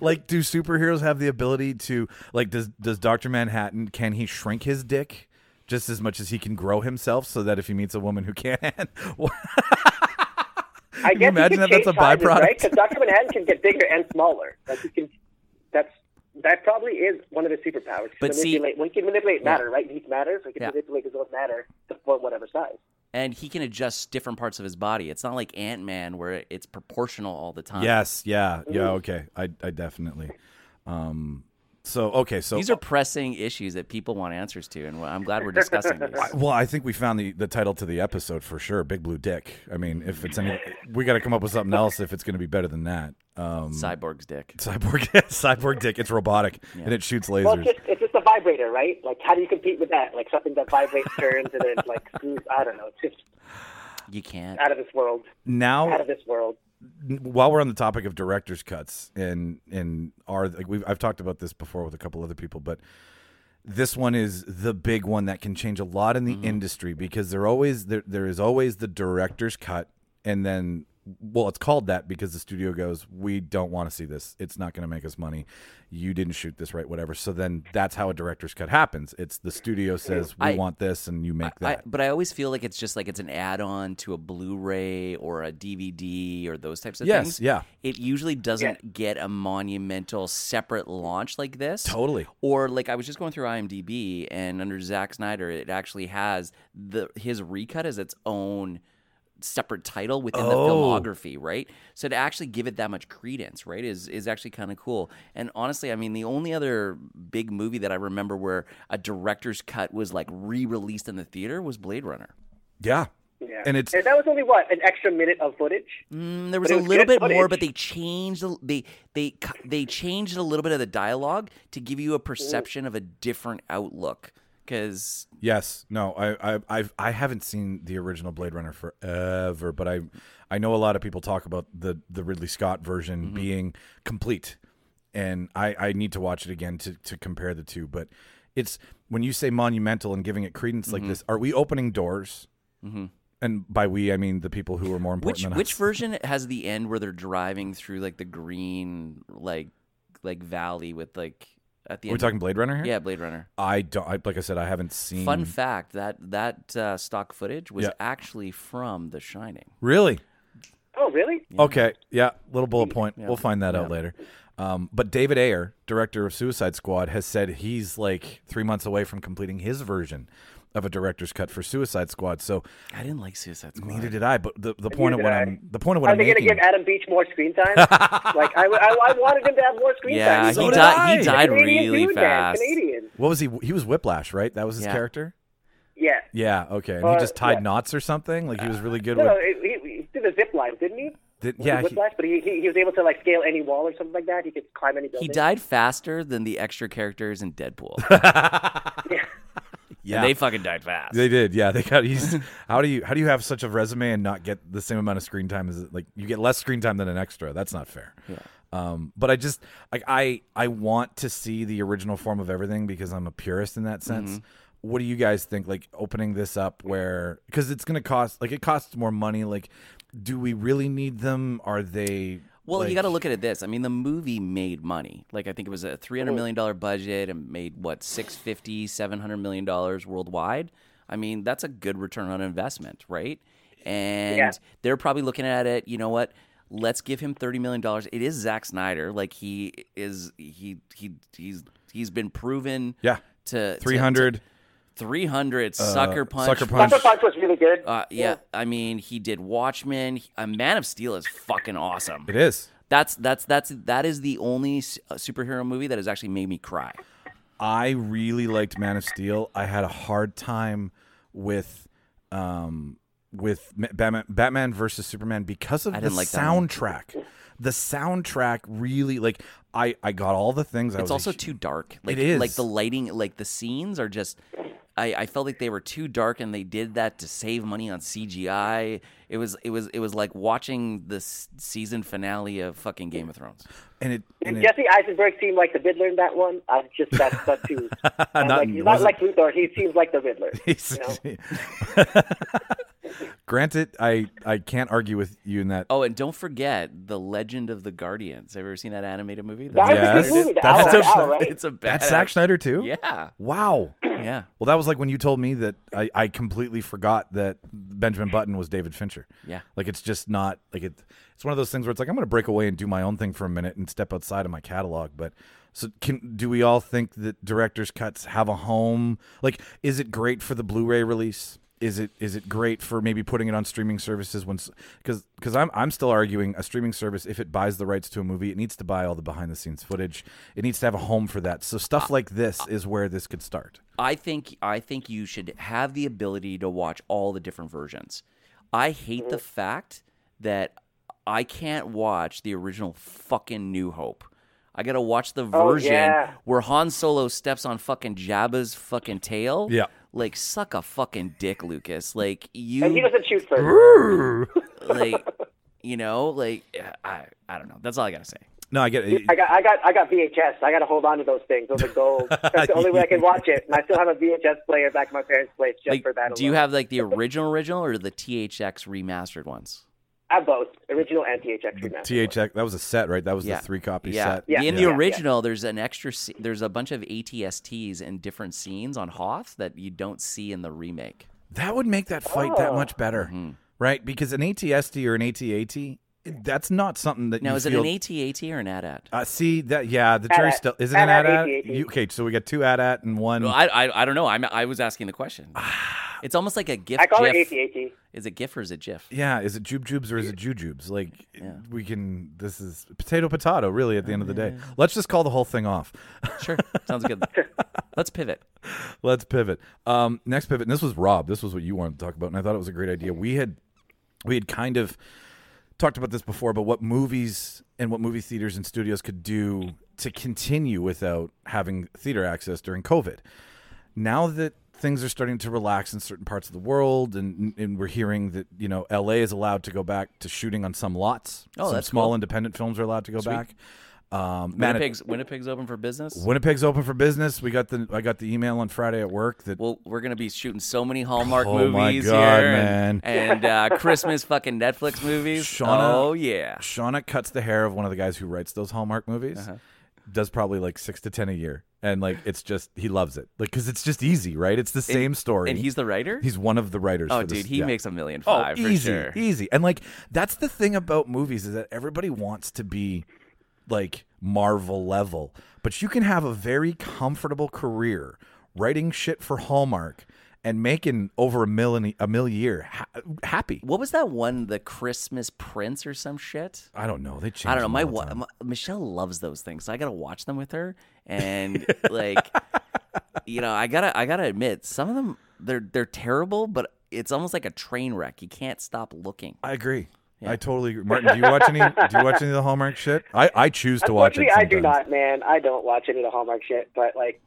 [SPEAKER 1] Like, do superheroes have the ability to like? Does does Doctor Manhattan can he shrink his dick just as much as he can grow himself so that if he meets a woman who can,
[SPEAKER 3] I guess
[SPEAKER 1] imagine
[SPEAKER 3] you
[SPEAKER 1] that
[SPEAKER 3] could
[SPEAKER 1] that's a
[SPEAKER 3] change sizes,
[SPEAKER 1] byproduct?
[SPEAKER 3] right? Because Doctor Manhattan can get bigger and smaller. Like you can, that's that probably is one of his superpowers. He can
[SPEAKER 2] But see-
[SPEAKER 3] manipulate- we can manipulate matter, right? Heat matter, so he can
[SPEAKER 2] Yeah.
[SPEAKER 3] manipulate his own matter to form whatever size.
[SPEAKER 2] and he can adjust different parts of his body. It's not like Ant Man where it's proportional all the time.
[SPEAKER 1] yes, yeah, yeah, okay, I I definitely. Um, so okay, so
[SPEAKER 2] These are pressing issues that people want answers to, and I'm glad we're discussing these.
[SPEAKER 1] Well, I think we found the, the title to the episode for sure. Big blue dick. I mean, if it's any, we got to come up with something else if it's going to be better than that. Um,
[SPEAKER 2] Cyborg's dick.
[SPEAKER 1] cyborg, cyborg dick. It's robotic and it shoots
[SPEAKER 3] Well, it's
[SPEAKER 1] lasers.
[SPEAKER 3] just, it's just a vibrator, right? Like, how do you compete with that? Like something that vibrates, turns, and then like screws. I don't know. It's just
[SPEAKER 2] You can't.
[SPEAKER 3] out of this world. Out
[SPEAKER 1] Now,
[SPEAKER 3] of this world.
[SPEAKER 1] while we're on the topic of director's cuts and and are like we've I've talked about this before with a couple other people, but this one is the big one that can change a lot in the
[SPEAKER 2] Mm-hmm.
[SPEAKER 1] industry because there always there there is always the director's cut and then well it's called that because the studio goes we don't want to see this it's not going to make us money you didn't shoot this right whatever so then that's how a director's cut happens it's the studio says we
[SPEAKER 2] I-
[SPEAKER 1] want this and you make
[SPEAKER 2] I,
[SPEAKER 1] that
[SPEAKER 2] but I always feel like it's just like it's an add-on to a Blu-ray or a DVD or those types of
[SPEAKER 1] Yes,
[SPEAKER 2] things.
[SPEAKER 1] yeah.
[SPEAKER 2] It usually doesn't get a monumental separate launch like this.
[SPEAKER 1] totally
[SPEAKER 2] Or like I was just going through IMDb and under Zack Snyder, it actually has the his recut as its own separate title within the
[SPEAKER 1] Oh.
[SPEAKER 2] filmography, right? So to actually give it that much credence, right, is is actually kind of cool. And honestly, I mean, the only other big movie that I remember where a director's cut was like re-released in the theater was Blade Runner.
[SPEAKER 1] yeah
[SPEAKER 3] Yeah.
[SPEAKER 1] And it's-
[SPEAKER 3] that was only what an extra minute of footage.
[SPEAKER 2] Mm, there was
[SPEAKER 3] it
[SPEAKER 2] a
[SPEAKER 3] was
[SPEAKER 2] little bit
[SPEAKER 3] good
[SPEAKER 2] more,
[SPEAKER 3] footage.
[SPEAKER 2] but they changed the, they they cu- they changed a little bit of the dialogue to give you a perception of a different outlook. Because
[SPEAKER 1] Yes. No. I I I've, I haven't seen the original Blade Runner forever, but I I know a lot of people talk about the the Ridley Scott version
[SPEAKER 2] Mm-hmm.
[SPEAKER 1] being complete, and I I need to watch it again to to compare the two. But it's when you say monumental and giving it credence
[SPEAKER 2] Mm-hmm.
[SPEAKER 1] like this, are we opening doors? And by we, I mean the people who are more important
[SPEAKER 2] which
[SPEAKER 1] than
[SPEAKER 2] which
[SPEAKER 1] us.
[SPEAKER 2] version has the end where they're driving through like the green like like valley with like at the
[SPEAKER 1] Are we
[SPEAKER 2] end?
[SPEAKER 1] talking Blade Runner here?
[SPEAKER 2] yeah, Blade Runner.
[SPEAKER 1] I don't. I, like I said, I haven't seen.
[SPEAKER 2] Fun fact that that uh, stock footage was
[SPEAKER 1] Yeah.
[SPEAKER 2] actually from The Shining.
[SPEAKER 1] really.
[SPEAKER 3] Oh, really?
[SPEAKER 1] Okay, yeah, little bullet point. We'll find that out later. Um, but David Ayer, director of Suicide Squad, has said he's like three months away from completing his version, of a director's cut for Suicide Squad. So
[SPEAKER 2] I didn't like Suicide Squad.
[SPEAKER 1] neither did I. But the, the point of
[SPEAKER 3] did
[SPEAKER 1] what
[SPEAKER 3] I.
[SPEAKER 1] I'm the point of what
[SPEAKER 3] Are
[SPEAKER 1] I'm
[SPEAKER 3] they going to
[SPEAKER 1] making.
[SPEAKER 3] give Adam Beach more screen time? like I, I, I wanted him to have more screen
[SPEAKER 2] yeah,
[SPEAKER 3] time.
[SPEAKER 2] he,
[SPEAKER 1] So did
[SPEAKER 2] died,
[SPEAKER 1] I.
[SPEAKER 2] he died
[SPEAKER 3] Canadian
[SPEAKER 2] really
[SPEAKER 3] dude, man,
[SPEAKER 2] fast.
[SPEAKER 3] Canadian.
[SPEAKER 1] what was he? He was Whiplash, right? That was his
[SPEAKER 2] Yeah.
[SPEAKER 1] character.
[SPEAKER 3] Yeah.
[SPEAKER 1] Yeah. Okay. And he
[SPEAKER 3] Uh,
[SPEAKER 1] just tied
[SPEAKER 3] yeah.
[SPEAKER 1] knots or something. Like he was really good
[SPEAKER 3] No, no,
[SPEAKER 1] with.
[SPEAKER 3] he, he did a zip line, didn't he?
[SPEAKER 1] Did,
[SPEAKER 3] Yeah,
[SPEAKER 1] yeah. he-
[SPEAKER 3] Whiplash, but he, he, he was able to like scale any wall or something like that. He could climb any
[SPEAKER 2] He
[SPEAKER 3] building.
[SPEAKER 2] died faster than the extra characters in Deadpool.
[SPEAKER 1] yeah.
[SPEAKER 2] And they fucking died fast.
[SPEAKER 1] They did, yeah. They got. He's, how do you how do you have such a resume and not get the same amount of screen time as like you get less screen time than an extra? That's not fair. Yeah. Um, but I just like I I want to see the original form of everything because I'm a purist in that
[SPEAKER 2] Mm-hmm.
[SPEAKER 1] sense. What do you guys think? Like opening this up where because it's gonna cost like it costs more money. Like, do we really need them? Are they?
[SPEAKER 2] Well,
[SPEAKER 1] like-
[SPEAKER 2] you got to look at it this. I mean, the movie made money. Like I think it was a three hundred million dollar budget and made what 650 700 million dollars worldwide. I mean, that's a good return on investment, right? And
[SPEAKER 3] Yeah.
[SPEAKER 2] they're probably looking at it. You know what? Let's give him thirty million dollars. It is Zack Snyder. Like he is. He he he's he's been proven.
[SPEAKER 1] Yeah.
[SPEAKER 2] To
[SPEAKER 1] three hundred. Uh,
[SPEAKER 2] Three hundred sucker punch.
[SPEAKER 1] Sucker
[SPEAKER 3] Sucker
[SPEAKER 1] punch.
[SPEAKER 3] Punch. was really good.
[SPEAKER 2] Uh, yeah, I mean, he did Watchmen. He- A Man of Steel is fucking awesome.
[SPEAKER 1] It is.
[SPEAKER 2] That's that's that's that is the only s- uh, superhero movie that has actually made me cry.
[SPEAKER 1] I really liked Man of Steel. I had a hard time with um with Ma- Batman, Batman versus Superman because of
[SPEAKER 2] I
[SPEAKER 1] the
[SPEAKER 2] didn't like that one.
[SPEAKER 1] soundtrack. The soundtrack really like I I got all the things. I was
[SPEAKER 2] It's
[SPEAKER 1] a
[SPEAKER 2] also
[SPEAKER 1] hu-
[SPEAKER 2] too dark. Like
[SPEAKER 1] is.
[SPEAKER 2] like the lighting, like the scenes are just. I, I felt like they were too dark, and they did that to save money on CGI. It was it was it was like watching the s- season finale of fucking Game of Thrones.
[SPEAKER 1] and it and
[SPEAKER 3] And
[SPEAKER 1] it,
[SPEAKER 3] Jesse Eisenberg seemed like the Riddler in that one. I just that's that too. I'm
[SPEAKER 1] Not-
[SPEAKER 3] like, he's not
[SPEAKER 1] wasn't-
[SPEAKER 3] like Luthor. He seems like the Riddler.
[SPEAKER 1] He's- Granted, I I can't argue with you in that.
[SPEAKER 2] Oh, and don't forget the Legend of the Guardians. Have you ever seen that animated movie?
[SPEAKER 3] That was
[SPEAKER 1] Yes.
[SPEAKER 3] a good movie. The
[SPEAKER 1] That's
[SPEAKER 3] Owl, the
[SPEAKER 1] actually-
[SPEAKER 3] Owl, right?
[SPEAKER 2] It's a bad.
[SPEAKER 1] That's Zack Snyder too.
[SPEAKER 2] Yeah,
[SPEAKER 1] Wow.
[SPEAKER 2] yeah,
[SPEAKER 1] Well, that was like when you told me that I, I completely forgot that Benjamin Button was David Fincher.
[SPEAKER 2] Yeah.
[SPEAKER 1] Like it's just not like it. It's one of those things where it's like I'm going to break away and do my own thing for a minute and step outside of my catalog. But so can do we all think that director's cuts have a home? Like, is it great for the Blu-ray release? Is it is it great for maybe putting it on streaming services once? Because because I'm I'm still arguing a streaming service if it buys the rights to a movie, it needs to buy all the behind the scenes footage. It needs to have a home for that. So stuff
[SPEAKER 2] Uh,
[SPEAKER 1] like this is where this could start.
[SPEAKER 2] I think I think you should have the ability to watch all the different versions. I hate
[SPEAKER 3] Mm-hmm.
[SPEAKER 2] the fact that I can't watch the original fucking New Hope. I gotta watch the
[SPEAKER 3] Oh,
[SPEAKER 2] version
[SPEAKER 3] yeah.
[SPEAKER 2] where Han Solo steps on fucking Jabba's fucking tail.
[SPEAKER 1] Yeah.
[SPEAKER 2] Like suck a fucking dick, Lucas. Like you
[SPEAKER 3] and he doesn't shoot first.
[SPEAKER 2] like you know, like I I don't know. That's all I gotta say.
[SPEAKER 1] No, I get it.
[SPEAKER 3] I got, I got, I got VHS. I got to hold on to those things. Those are gold. That's the only way I can watch it. And I still have a VHS player back in my parents' place just
[SPEAKER 2] Like,
[SPEAKER 3] for that.
[SPEAKER 2] do you
[SPEAKER 3] alone.
[SPEAKER 2] have like the original original or the THX remastered ones?
[SPEAKER 3] I have both original and THX remaster.
[SPEAKER 1] THX. That was a set, right? That was the three copy
[SPEAKER 2] yeah.
[SPEAKER 1] set.
[SPEAKER 3] Yeah.
[SPEAKER 2] In
[SPEAKER 3] Yeah.
[SPEAKER 2] the original, there's an extra. sce- There's a bunch of ATSTs in different scenes on Hoth that you don't see in the remake.
[SPEAKER 1] That would make that fight that
[SPEAKER 3] Oh.
[SPEAKER 1] much better, right? Because an ATSD or an ATAT, that's not something that
[SPEAKER 2] Now,
[SPEAKER 1] you
[SPEAKER 2] is it
[SPEAKER 1] feel.
[SPEAKER 2] an ATAT or an AT-AT?
[SPEAKER 1] uh, see that? Yeah, the jury
[SPEAKER 3] AT-AT.
[SPEAKER 1] still is it an AT
[SPEAKER 3] AT-AT?
[SPEAKER 1] AT? You- Okay, so we got two AT AT and one.
[SPEAKER 2] No, I, I I don't know. I'm I was asking the question.
[SPEAKER 1] Ah.
[SPEAKER 2] It's almost like a GIF.
[SPEAKER 3] I call
[SPEAKER 2] GIF.
[SPEAKER 3] it ATAT.
[SPEAKER 2] Is it GIF or is it GIF?
[SPEAKER 1] yeah, is it Jube Jubes or is it Jujubes? Like we can. This is potato potato, really. At the end of the day, let's just call the whole thing off.
[SPEAKER 2] Sure, sounds good. Let's pivot.
[SPEAKER 1] Let's pivot. Um, next pivot, and this was Rob. This was what you wanted to talk about, and I thought it was a great idea. We had we had kind of talked about this before, but what movies and what movie theaters and studios could do to continue without having theater access during COVID. Now that things are starting to relax in certain parts of the world, and and we're hearing that you know LA is allowed to go back to shooting on some lots.
[SPEAKER 2] Oh,
[SPEAKER 1] some
[SPEAKER 2] that's
[SPEAKER 1] small
[SPEAKER 2] cool.
[SPEAKER 1] independent films are allowed to go back. Um, Manit-
[SPEAKER 2] Winnipeg's Winnipeg's open for business.
[SPEAKER 1] Winnipeg's open for business. We got the I got the email on Friday at work that
[SPEAKER 2] well, we're gonna be shooting so many Hallmark
[SPEAKER 1] Oh
[SPEAKER 2] movies
[SPEAKER 1] my God,
[SPEAKER 2] here,
[SPEAKER 1] man.
[SPEAKER 2] and, and uh, Christmas fucking Netflix movies.
[SPEAKER 1] Shauna-
[SPEAKER 2] oh yeah, Uh-huh.
[SPEAKER 1] Shauna cuts the hair of one of the guys who writes those Hallmark movies. Does probably like six to ten a year, and like it's just he loves it, like because it's just easy, right? It's the same story,
[SPEAKER 2] and he's the writer.
[SPEAKER 1] he's one of the writers.
[SPEAKER 2] oh
[SPEAKER 1] for this-
[SPEAKER 2] dude, he
[SPEAKER 1] yeah.
[SPEAKER 2] makes a million
[SPEAKER 1] Oh,
[SPEAKER 2] five for
[SPEAKER 1] easy,
[SPEAKER 2] sure.
[SPEAKER 1] easy, and like that's the thing about movies is that everybody wants to be like Marvel level, but you can have a very comfortable career writing shit for Hallmark and making over a million a mill a year ha- happy.
[SPEAKER 2] What was that one? The Christmas Prince or some shit?
[SPEAKER 1] I don't know. They changed.
[SPEAKER 2] I don't know.
[SPEAKER 1] them
[SPEAKER 2] My,
[SPEAKER 1] all the
[SPEAKER 2] wa-
[SPEAKER 1] time.
[SPEAKER 2] my Michelle loves those things, so I gotta watch them with her. And like, you know, I gotta I gotta admit, some of them they're they're terrible, but it's almost like a train wreck. You can't stop looking.
[SPEAKER 1] I agree. I totally agree. Martin, do you watch any? do you watch any of the Hallmark shit? I, I choose to watch it.
[SPEAKER 3] Unfortunately, I do
[SPEAKER 1] sometimes.
[SPEAKER 3] not, man. I don't watch any of the Hallmark shit, but like,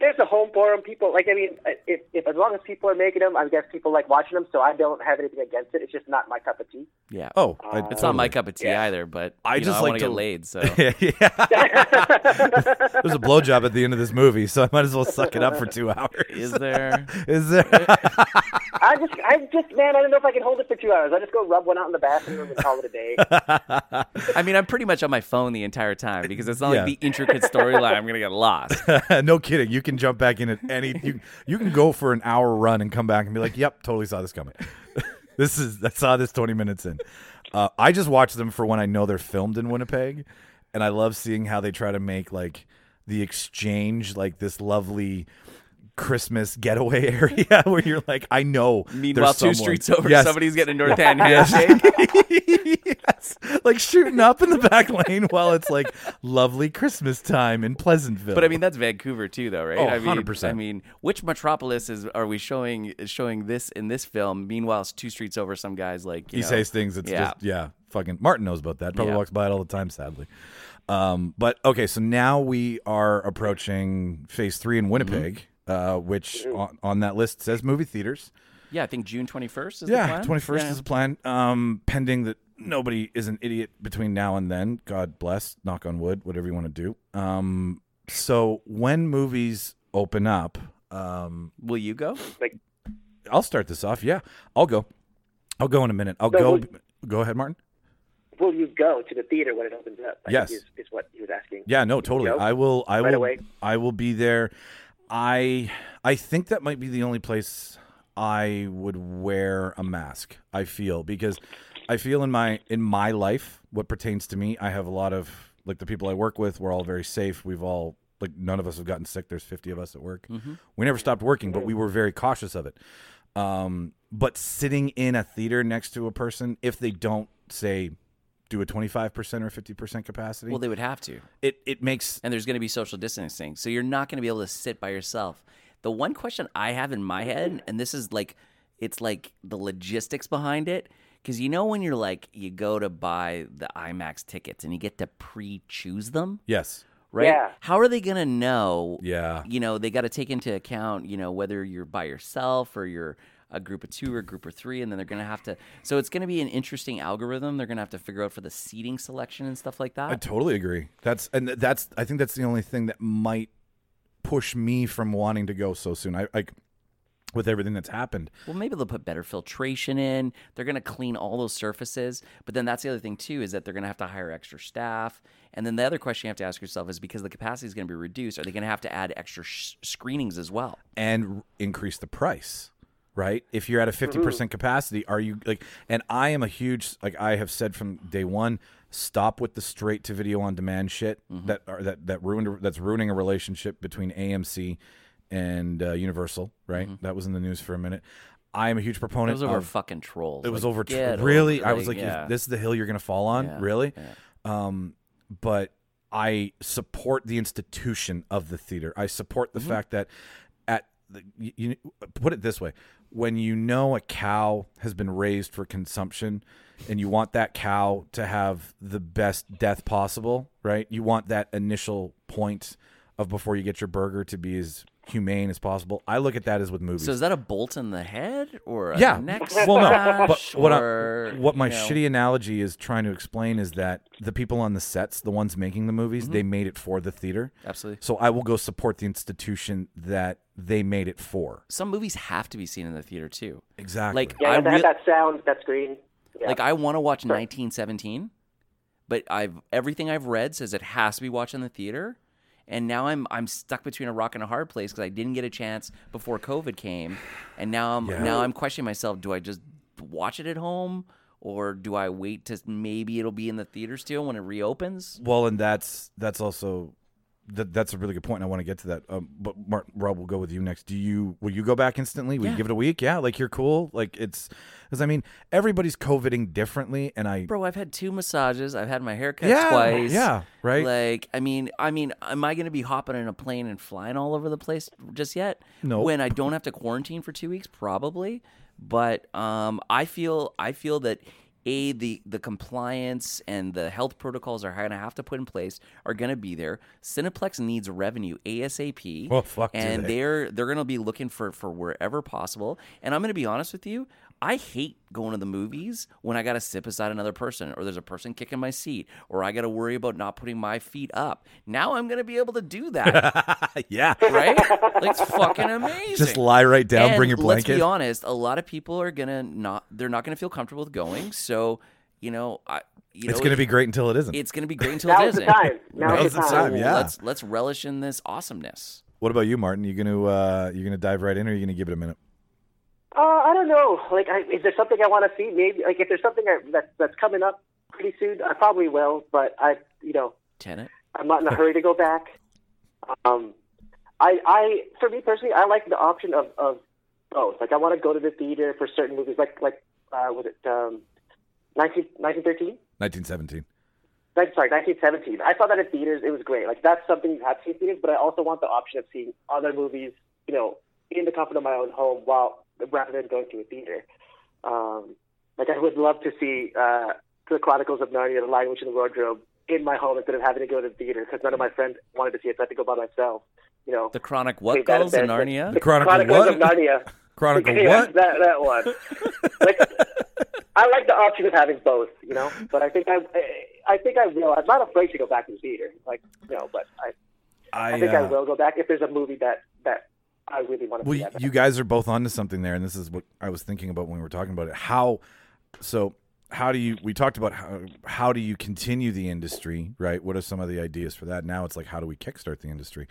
[SPEAKER 3] there's a home for 'em. People like, I mean, uh, if, if as long as people are making them, I guess people like watching them. So I don't have anything against it. It's just not my cup of tea.
[SPEAKER 2] Yeah.
[SPEAKER 1] Oh, I
[SPEAKER 2] It's
[SPEAKER 1] totally.
[SPEAKER 2] not my cup of tea either, but
[SPEAKER 1] I
[SPEAKER 2] you know,
[SPEAKER 1] just
[SPEAKER 2] I
[SPEAKER 1] like
[SPEAKER 2] want
[SPEAKER 1] to-
[SPEAKER 2] get laid. So
[SPEAKER 1] yeah. There's a blowjob at the end of this movie, so I might as well suck it up for two hours.
[SPEAKER 2] is there?
[SPEAKER 1] Is there?
[SPEAKER 3] I just, I just, man, I don't know if I can hold it for two hours. I just go rub one out in the bathroom and call it a day.
[SPEAKER 2] I mean, I'm pretty much on my phone the entire time because it's not
[SPEAKER 1] Yeah.
[SPEAKER 2] like the intricate storyline. I'm gonna get lost.
[SPEAKER 1] no kidding. You can jump back in at any. You, you can go for an hour run and come back and be like, "Yep, totally saw this coming." this is I saw this twenty minutes in. Uh, I just watch them for when I know they're filmed in Winnipeg, and I love seeing how they try to make like the exchange like this lovely. Christmas getaway area where you're like, I know. there's
[SPEAKER 2] Meanwhile, two
[SPEAKER 1] someone.
[SPEAKER 2] streets over,
[SPEAKER 1] Yes.
[SPEAKER 2] somebody's getting a North End handshake.
[SPEAKER 1] yes. Like shooting up in the back lane while it's like lovely Christmas time in Pleasantville.
[SPEAKER 2] But I mean, that's Vancouver too, though, right?
[SPEAKER 1] Oh,
[SPEAKER 2] I mean,
[SPEAKER 1] 100%.
[SPEAKER 2] I mean, which metropolis is are we showing is showing this in this film? Meanwhile, it's two streets over. Some guys like you
[SPEAKER 1] he
[SPEAKER 2] know,
[SPEAKER 1] says things. It's
[SPEAKER 2] Yeah.
[SPEAKER 1] just yeah. Fucking Martin knows about that. Probably
[SPEAKER 2] Yeah.
[SPEAKER 1] walks by it all the time. Sadly, um, but okay. So now we are approaching phase three in Winnipeg,
[SPEAKER 2] Mm-hmm.
[SPEAKER 1] uh, which on, on that list says movie theaters.
[SPEAKER 2] yeah, I think June twenty first is the
[SPEAKER 1] Yeah,
[SPEAKER 2] plan?
[SPEAKER 1] twenty first
[SPEAKER 2] Yeah.
[SPEAKER 1] is the plan. Um, pending that nobody is an idiot between now and then. God bless. Knock on wood. Whatever you want to do. Um, so when movies open up, um,
[SPEAKER 2] Will you go?
[SPEAKER 1] I'll start this off. Yeah, I'll go. I'll go in a minute. I'll
[SPEAKER 3] So
[SPEAKER 1] go.
[SPEAKER 3] we-
[SPEAKER 1] Go ahead, Martin.
[SPEAKER 3] Will you go to the theater when it opens up? I
[SPEAKER 1] Yes.
[SPEAKER 3] think is, is what he was asking.
[SPEAKER 1] Yeah, no, totally.
[SPEAKER 3] Joe?
[SPEAKER 1] I will. I
[SPEAKER 3] Right
[SPEAKER 1] will.
[SPEAKER 3] away.
[SPEAKER 1] I will be there. I I think that might be the only place I would wear a mask. I feel because I feel in my in my life what pertains to me. I have a lot of like the people I work with. We're all very safe. We've all like none of us have gotten sick. There's 50 of us at work.
[SPEAKER 3] Mm-hmm.
[SPEAKER 1] We never stopped working, but we were very cautious of it. Um, but sitting in a theater next to a person, if they don't say do a 25% or 50% capacity,
[SPEAKER 2] Well, they would have to,
[SPEAKER 1] it it makes
[SPEAKER 2] and there's going to be social distancing, so you're not going to be able to sit by yourself. The one question I have in my head, and this is like, it's like the logistics behind it, because you know when you're like, you go to buy the IMAX tickets and you get to pre-choose them.
[SPEAKER 1] yes,
[SPEAKER 2] right?
[SPEAKER 3] Yeah.
[SPEAKER 2] How are they going to know?
[SPEAKER 1] yeah,
[SPEAKER 2] You know, they got to take into account, you know, whether you're by yourself or you're a group of two or a group of three, and then they're going to have to. So it's going to be an interesting algorithm. They're going to have to figure out for the seating selection and stuff like
[SPEAKER 1] I
[SPEAKER 2] that.
[SPEAKER 1] totally agree. That's and th- that's I think that's the only thing that might push me from wanting to go so soon. I like with everything that's happened.
[SPEAKER 2] well, maybe they'll put better filtration in. They're going to clean all those surfaces. But then that's the other thing, too, is that they're going to have to hire extra staff. And then the other question you have to ask yourself is because the capacity is going to be reduced, are they going to have to add extra sh- screenings as well?
[SPEAKER 1] and r- increase the price right if you're at a
[SPEAKER 2] Mm-hmm.
[SPEAKER 1] 50% percent capacity are you like and i am a huge like i have said from day one stop with the straight to video on demand shit
[SPEAKER 2] Mm-hmm.
[SPEAKER 1] that are that that ruined that's ruining a relationship between amc and uh, universal right that was in the news for a minute i am a huge
[SPEAKER 2] It
[SPEAKER 1] proponent
[SPEAKER 2] Mm-hmm. was over
[SPEAKER 1] of,
[SPEAKER 2] fucking trolls.
[SPEAKER 1] um, it was
[SPEAKER 2] Like,
[SPEAKER 1] over tr-
[SPEAKER 2] get
[SPEAKER 1] really
[SPEAKER 2] over
[SPEAKER 1] i
[SPEAKER 2] it.
[SPEAKER 1] was like "Is-
[SPEAKER 2] yeah.
[SPEAKER 1] this is the hill you're gonna fall on
[SPEAKER 2] Yeah,
[SPEAKER 1] really
[SPEAKER 2] yeah.
[SPEAKER 1] um but i support the institution of the theater i support the
[SPEAKER 2] Mm-hmm.
[SPEAKER 1] fact that at the, you, you put it this way when you know a cow has been raised for consumption and you want that cow to have the best death possible right you want that initial point of before you get your burger to be as humane as possible i look at that as with movies
[SPEAKER 2] So is that a bolt in the head or a
[SPEAKER 1] yeah.
[SPEAKER 2] neck
[SPEAKER 1] well, no. But
[SPEAKER 2] slash
[SPEAKER 1] what,
[SPEAKER 2] or,
[SPEAKER 1] I, what my
[SPEAKER 2] you know,
[SPEAKER 1] shitty analogy is trying to explain is that the people on the sets, the ones making the movies, they made it for the theater.
[SPEAKER 2] Mm-hmm. Absolutely.
[SPEAKER 1] So I will go support the institution that they made it for.
[SPEAKER 2] Some movies have to be seen in the theater too.
[SPEAKER 1] Exactly.
[SPEAKER 2] Like
[SPEAKER 3] Yeah,
[SPEAKER 2] I
[SPEAKER 3] they
[SPEAKER 2] real-
[SPEAKER 3] have that sound, that screen. Yeah.
[SPEAKER 2] like I want to watch 1917, but I've everything I've read says it has to be watched in the theater, and now I'm I'm stuck between a rock and a hard place because I didn't get a chance before COVID came, and now I'm
[SPEAKER 1] Yeah.
[SPEAKER 2] now I'm questioning myself: Do I just watch it at home, or do I wait to maybe it'll be in the theater still when it reopens?
[SPEAKER 1] Well, and that's that's also that that's a really good point. And I want to get to that. Um, but Mark, Rob, we'll go with you next. Do you will you go back instantly? Will you
[SPEAKER 2] Yeah.
[SPEAKER 1] give it a week? Yeah, like you're cool. Like it's because I mean everybody's coveting differently, and I
[SPEAKER 2] Bro, I've had two massages. I've had my haircut
[SPEAKER 1] Yeah,
[SPEAKER 2] twice.
[SPEAKER 1] yeah, right.
[SPEAKER 2] Like, I mean, I mean, am I going to be hopping in a plane and flying all over the place just yet?
[SPEAKER 1] Nope.
[SPEAKER 2] When I don't have to quarantine for two weeks, probably. But um, I feel, I feel that a the the compliance and the health protocols are going to have to put in place are going to be there. Cineplex needs revenue asap.
[SPEAKER 1] Well, fuck, do
[SPEAKER 2] and
[SPEAKER 1] they.
[SPEAKER 2] they're they're going to be looking for for wherever possible. And I'm going to be honest with you, I hate going to the movies when I got to sit beside another person, or there's a person kicking my seat, or I got to worry about not putting my feet up. Now I'm going to be able to do that,
[SPEAKER 1] yeah,
[SPEAKER 2] right? Like it's fucking amazing.
[SPEAKER 1] just lie right down,
[SPEAKER 2] And
[SPEAKER 1] bring your blanket.
[SPEAKER 2] Let's be honest. A lot of people are gonna not. They're not gonna feel comfortable with going. So, you know, I. You
[SPEAKER 1] it's
[SPEAKER 2] know,
[SPEAKER 1] gonna
[SPEAKER 2] it-
[SPEAKER 1] be great until it isn't.
[SPEAKER 2] It's gonna be great until it
[SPEAKER 3] Now's the
[SPEAKER 2] isn't.
[SPEAKER 3] time. Now's
[SPEAKER 1] Now's
[SPEAKER 3] the
[SPEAKER 1] the
[SPEAKER 3] time.
[SPEAKER 1] time. yeah.
[SPEAKER 2] Let's let's relish in this awesomeness.
[SPEAKER 1] What about you, Martin? You gonna uh, you gonna dive right in, or you gonna give it a minute?
[SPEAKER 3] Uh, I don't know. Like, I, is there something I want to see? Maybe like if there's something I, that that's coming up pretty soon, I probably will. But I, you know,
[SPEAKER 2] Tenet.
[SPEAKER 3] I'm not in a hurry to go back. Um, I, I, for me personally, I like the option of, of both. Like, I want to go to the theater for certain movies, like like uh, was it um, 19, 1913?
[SPEAKER 1] 1917.
[SPEAKER 3] Like, sorry, 1917. I saw that in theaters. It was great. Like, that's something you have to see in theaters. But I also want the option of seeing other movies, you know, in the comfort of my own home, while rather than going to a theater. Um, like, I would love to see uh, the Chronicles of Narnia: The Lion, Witch, and the Wardrobe in my home instead of having to go to the theater because none of my friends wanted to see it, so I had to go by myself. You know,
[SPEAKER 2] The chronic
[SPEAKER 3] Wait,
[SPEAKER 2] what
[SPEAKER 3] that
[SPEAKER 2] girls in
[SPEAKER 3] embarrassment.
[SPEAKER 2] Narnia?
[SPEAKER 1] The Chronicle
[SPEAKER 3] Chronicles
[SPEAKER 1] what?
[SPEAKER 3] of Narnia.
[SPEAKER 1] Chronicle
[SPEAKER 3] Yeah,
[SPEAKER 1] what?
[SPEAKER 3] That that one. like, I like the option of having both, you know. But I think I, I think I will. I'm not afraid to go back to the theater, like you know. But I, I think I
[SPEAKER 1] uh,
[SPEAKER 3] will go back if there's a movie that that I really want to
[SPEAKER 1] Well,
[SPEAKER 3] see.
[SPEAKER 1] y-
[SPEAKER 3] that
[SPEAKER 1] you guys are both onto something there, and this is what I was thinking about when we were talking about it. How, so, how do you? We talked about how how do you continue the industry, right? What are some of the ideas for that? Now it's like, how do we kickstart the industry?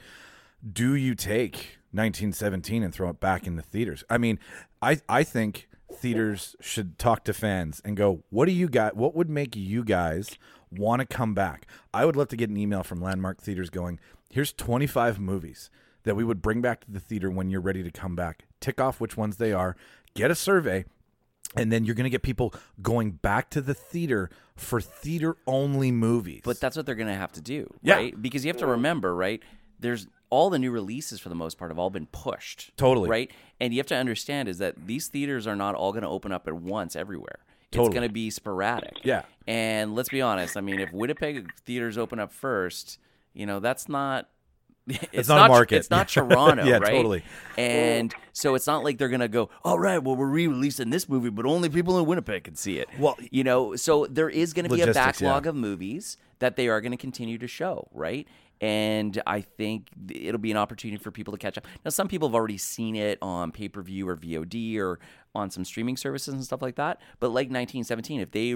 [SPEAKER 1] Do you take 1917 and throw it back in the theaters? I mean, I I think theaters should talk to fans and go, what do you got? What would make you guys want to come back? I would love to get an email from Landmark Theaters going, here's 25 movies that we would bring back to the theater when you're ready to come back. Tick off which ones they are, get a survey, and then you're going to get people going back to the theater for theater only movies.
[SPEAKER 2] But that's what they're going to have to do,
[SPEAKER 1] Yeah.
[SPEAKER 2] right? Because you have to remember, right? There's all the new releases for the most part have all been pushed.
[SPEAKER 1] Totally.
[SPEAKER 2] Right? And you have to understand is that these theaters are not all going to open up at once everywhere.
[SPEAKER 1] Totally.
[SPEAKER 2] It's going to be sporadic.
[SPEAKER 1] Yeah.
[SPEAKER 2] And let's be honest, I mean if Winnipeg theaters open up first, you know, that's not it's,
[SPEAKER 1] not a market.
[SPEAKER 2] It's not Toronto,
[SPEAKER 1] Yeah,
[SPEAKER 2] right?
[SPEAKER 1] totally.
[SPEAKER 2] And so it's not like they're gonna go, all right, well, we're re-releasing this movie, but only people in Winnipeg can see it.
[SPEAKER 1] Well-
[SPEAKER 2] you know, so there is gonna be a
[SPEAKER 1] Logistics, yeah.
[SPEAKER 2] backlog of movies that they are gonna continue to show, right? And I think it'll be an opportunity for people to catch up. Now, some people have already seen it on pay per view or VOD or on some streaming services and stuff like that. But like 1917, if they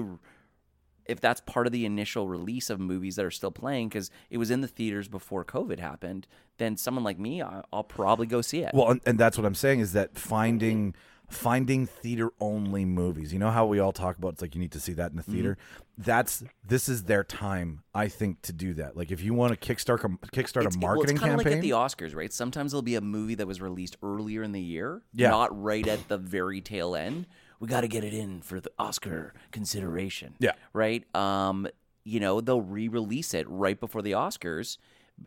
[SPEAKER 2] if that's part of the initial release of movies that are still playing because it was in the theaters before COVID happened, then someone like me, I- I'll probably go see it.
[SPEAKER 1] Well, and, and that's what I'm saying is that finding finding theater only movies. You know how we all talk about it's like you need to see that in the theater.
[SPEAKER 2] Mm-hmm.
[SPEAKER 1] That's this is their time, I think, to do that. Like if you want to kickstart a, kickstart a
[SPEAKER 2] it- well,
[SPEAKER 1] marketing
[SPEAKER 2] it's kinda
[SPEAKER 1] campaign,
[SPEAKER 2] like at the Oscars, right? Sometimes there'll be a movie that was released earlier in the year,
[SPEAKER 1] Yeah.
[SPEAKER 2] not right at the very tail end. We got to get it in for the Oscar consideration.
[SPEAKER 1] Yeah.
[SPEAKER 2] Right? Um, you know, they'll re-release it right before the Oscars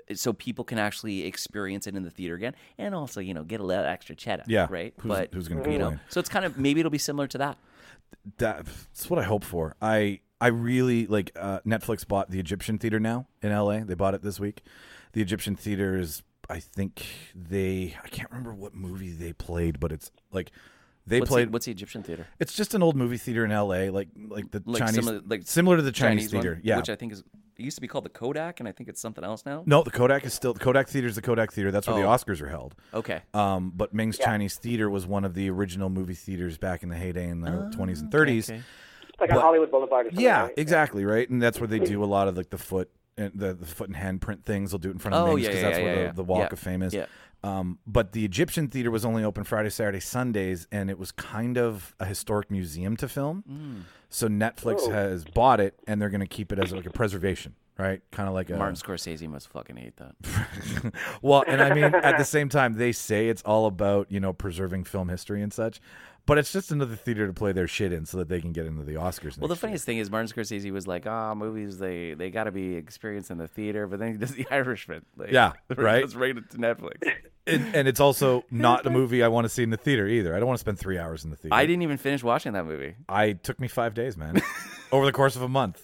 [SPEAKER 2] b- so people can actually experience it in the theater again and also, you know, get a little extra cheddar,
[SPEAKER 1] yeah,
[SPEAKER 2] right?
[SPEAKER 1] Who's,
[SPEAKER 2] but
[SPEAKER 1] who's going to
[SPEAKER 2] you
[SPEAKER 1] complain?
[SPEAKER 2] know, so it's kind of maybe it'll be similar to that.
[SPEAKER 1] that, that's what I hope for. I I really like uh, Netflix bought the Egyptian Theater now in LA. They bought it this week. The Egyptian Theater is I think they I can't remember what movie they played, but it's like they
[SPEAKER 2] What's,
[SPEAKER 1] played
[SPEAKER 2] the, what's the Egyptian theater?
[SPEAKER 1] It's just an old movie theater in L.A., like like the
[SPEAKER 2] Like
[SPEAKER 1] Chinese,
[SPEAKER 2] similar- like
[SPEAKER 1] similar to the Chinese,
[SPEAKER 2] one,
[SPEAKER 1] theater. yeah.
[SPEAKER 2] which I think is it used to be called the Kodak, and I think it's something else now.
[SPEAKER 1] no, the Kodak is still the Kodak theater is the Kodak theater. That's where the
[SPEAKER 2] Oh.
[SPEAKER 1] Oscars are held.
[SPEAKER 2] Okay,
[SPEAKER 1] Um, but Ming's Chinese Theater was one of the original movie theaters back in the heyday in the 20s and 30s.
[SPEAKER 2] Ah, okay.
[SPEAKER 3] It's like on
[SPEAKER 1] but-
[SPEAKER 3] Hollywood Boulevard. Or something,
[SPEAKER 1] Yeah,
[SPEAKER 3] right?
[SPEAKER 1] exactly, right? And that's where they do a lot of like the foot and the, the foot and hand print things. They'll do it in front of
[SPEAKER 2] Oh,
[SPEAKER 1] Ming's
[SPEAKER 2] yeah, yeah,
[SPEAKER 1] that's
[SPEAKER 2] yeah,
[SPEAKER 1] where the,
[SPEAKER 2] yeah.
[SPEAKER 1] the Walk
[SPEAKER 2] Yeah.
[SPEAKER 1] of Fame is.
[SPEAKER 2] Yeah.
[SPEAKER 1] Um, but the Egyptian Theater was only open Friday, Saturday, Sundays, and it was kind of a historic
[SPEAKER 2] Mm.
[SPEAKER 1] museum to film. So Netflix has bought it, and they're going to keep it as like a preservation, right? Kind of like a
[SPEAKER 2] Martin Scorsese must fucking hate that.
[SPEAKER 1] well, and I mean, at the same time, they say it's all about you know preserving film history and such, but it's just another theater to play their shit in so that they can get into the Oscars.
[SPEAKER 2] Well, the
[SPEAKER 1] next year.
[SPEAKER 2] funniest thing is Martin Scorsese was like, "Ah, movies they they got to be experienced in the theater," but then he does The Irishman. Like,
[SPEAKER 1] Yeah, right?
[SPEAKER 2] It's rated to Netflix.
[SPEAKER 1] and, and it's also not a movie I want to see in the theater either. I don't want to spend three hours in the theater.
[SPEAKER 2] I didn't even finish watching that movie.
[SPEAKER 1] I took me five days, man, over the course of a month.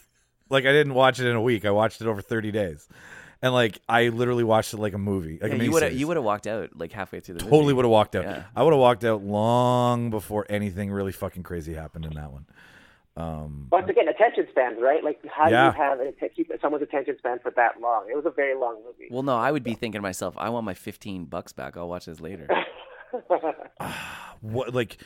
[SPEAKER 1] Like I didn't watch it in a week. I watched it over thirty days, and like I literally watched it like a movie. Like
[SPEAKER 2] Yeah,
[SPEAKER 1] a
[SPEAKER 2] you would have
[SPEAKER 1] miniseries.
[SPEAKER 2] you would have walked out like halfway through the
[SPEAKER 1] totally
[SPEAKER 2] movie.
[SPEAKER 1] would have walked out.
[SPEAKER 2] Yeah.
[SPEAKER 1] I would have walked out long before anything really fucking crazy happened in that one.
[SPEAKER 3] Once again, attention spans, right? Like how
[SPEAKER 1] Yeah.
[SPEAKER 3] do you have an, atten- keep someone's attention span for that long? It was a very long movie.
[SPEAKER 2] Well, no, I would be thinking to myself, "I want my fifteen bucks back. I'll watch this later."
[SPEAKER 1] What like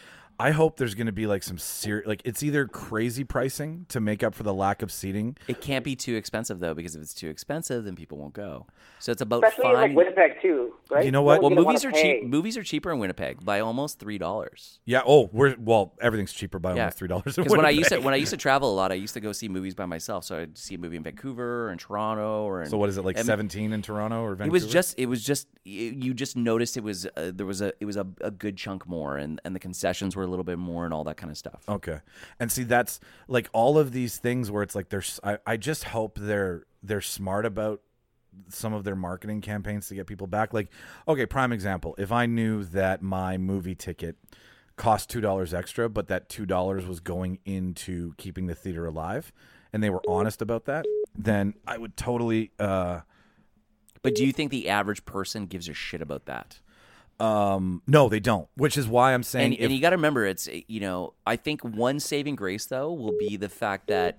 [SPEAKER 1] I hope there's going to be like some serious like it's either crazy pricing to make up for the lack of seating.
[SPEAKER 2] it can't be too expensive though, because if it's too expensive, then people won't go. So it's about
[SPEAKER 3] Especially in like
[SPEAKER 2] finding.
[SPEAKER 3] Winnipeg too, right?
[SPEAKER 1] You know what?
[SPEAKER 3] No
[SPEAKER 2] well,
[SPEAKER 3] one's gonna
[SPEAKER 2] movies are
[SPEAKER 3] wanna
[SPEAKER 2] cheap.
[SPEAKER 3] pay.
[SPEAKER 2] Movies are cheaper in Winnipeg by almost three dollars.
[SPEAKER 1] Yeah. Oh, we're well, everything's cheaper by
[SPEAKER 2] Yeah.
[SPEAKER 1] almost three dollars.
[SPEAKER 2] Because when I used to when I used to travel a lot, I used to go see movies by myself. So I'd see a movie in Vancouver or in Toronto or in,
[SPEAKER 1] so what is it like
[SPEAKER 2] and
[SPEAKER 1] seventeen in Toronto or
[SPEAKER 2] It
[SPEAKER 1] Vancouver?
[SPEAKER 2] was just it was just y- you just noticed it was uh, there was a it was a, a good chunk more and and the concessions were a little bit more and all that kind of stuff.
[SPEAKER 1] Okay. And see that's like all of these things where it's like there's I, I just hope they're they're smart about some of their marketing campaigns to get people back. Like, okay, prime example. If I knew that my movie ticket cost two dollars extra, but that two dollars was going into keeping the theater alive and they were honest about that, then I would totally uh
[SPEAKER 2] But do you think the average person gives a shit about that?
[SPEAKER 1] um no they don't. Which is why I'm saying
[SPEAKER 2] And
[SPEAKER 1] if-
[SPEAKER 2] and you got to remember it's uh, you know I think one saving grace though will be the fact that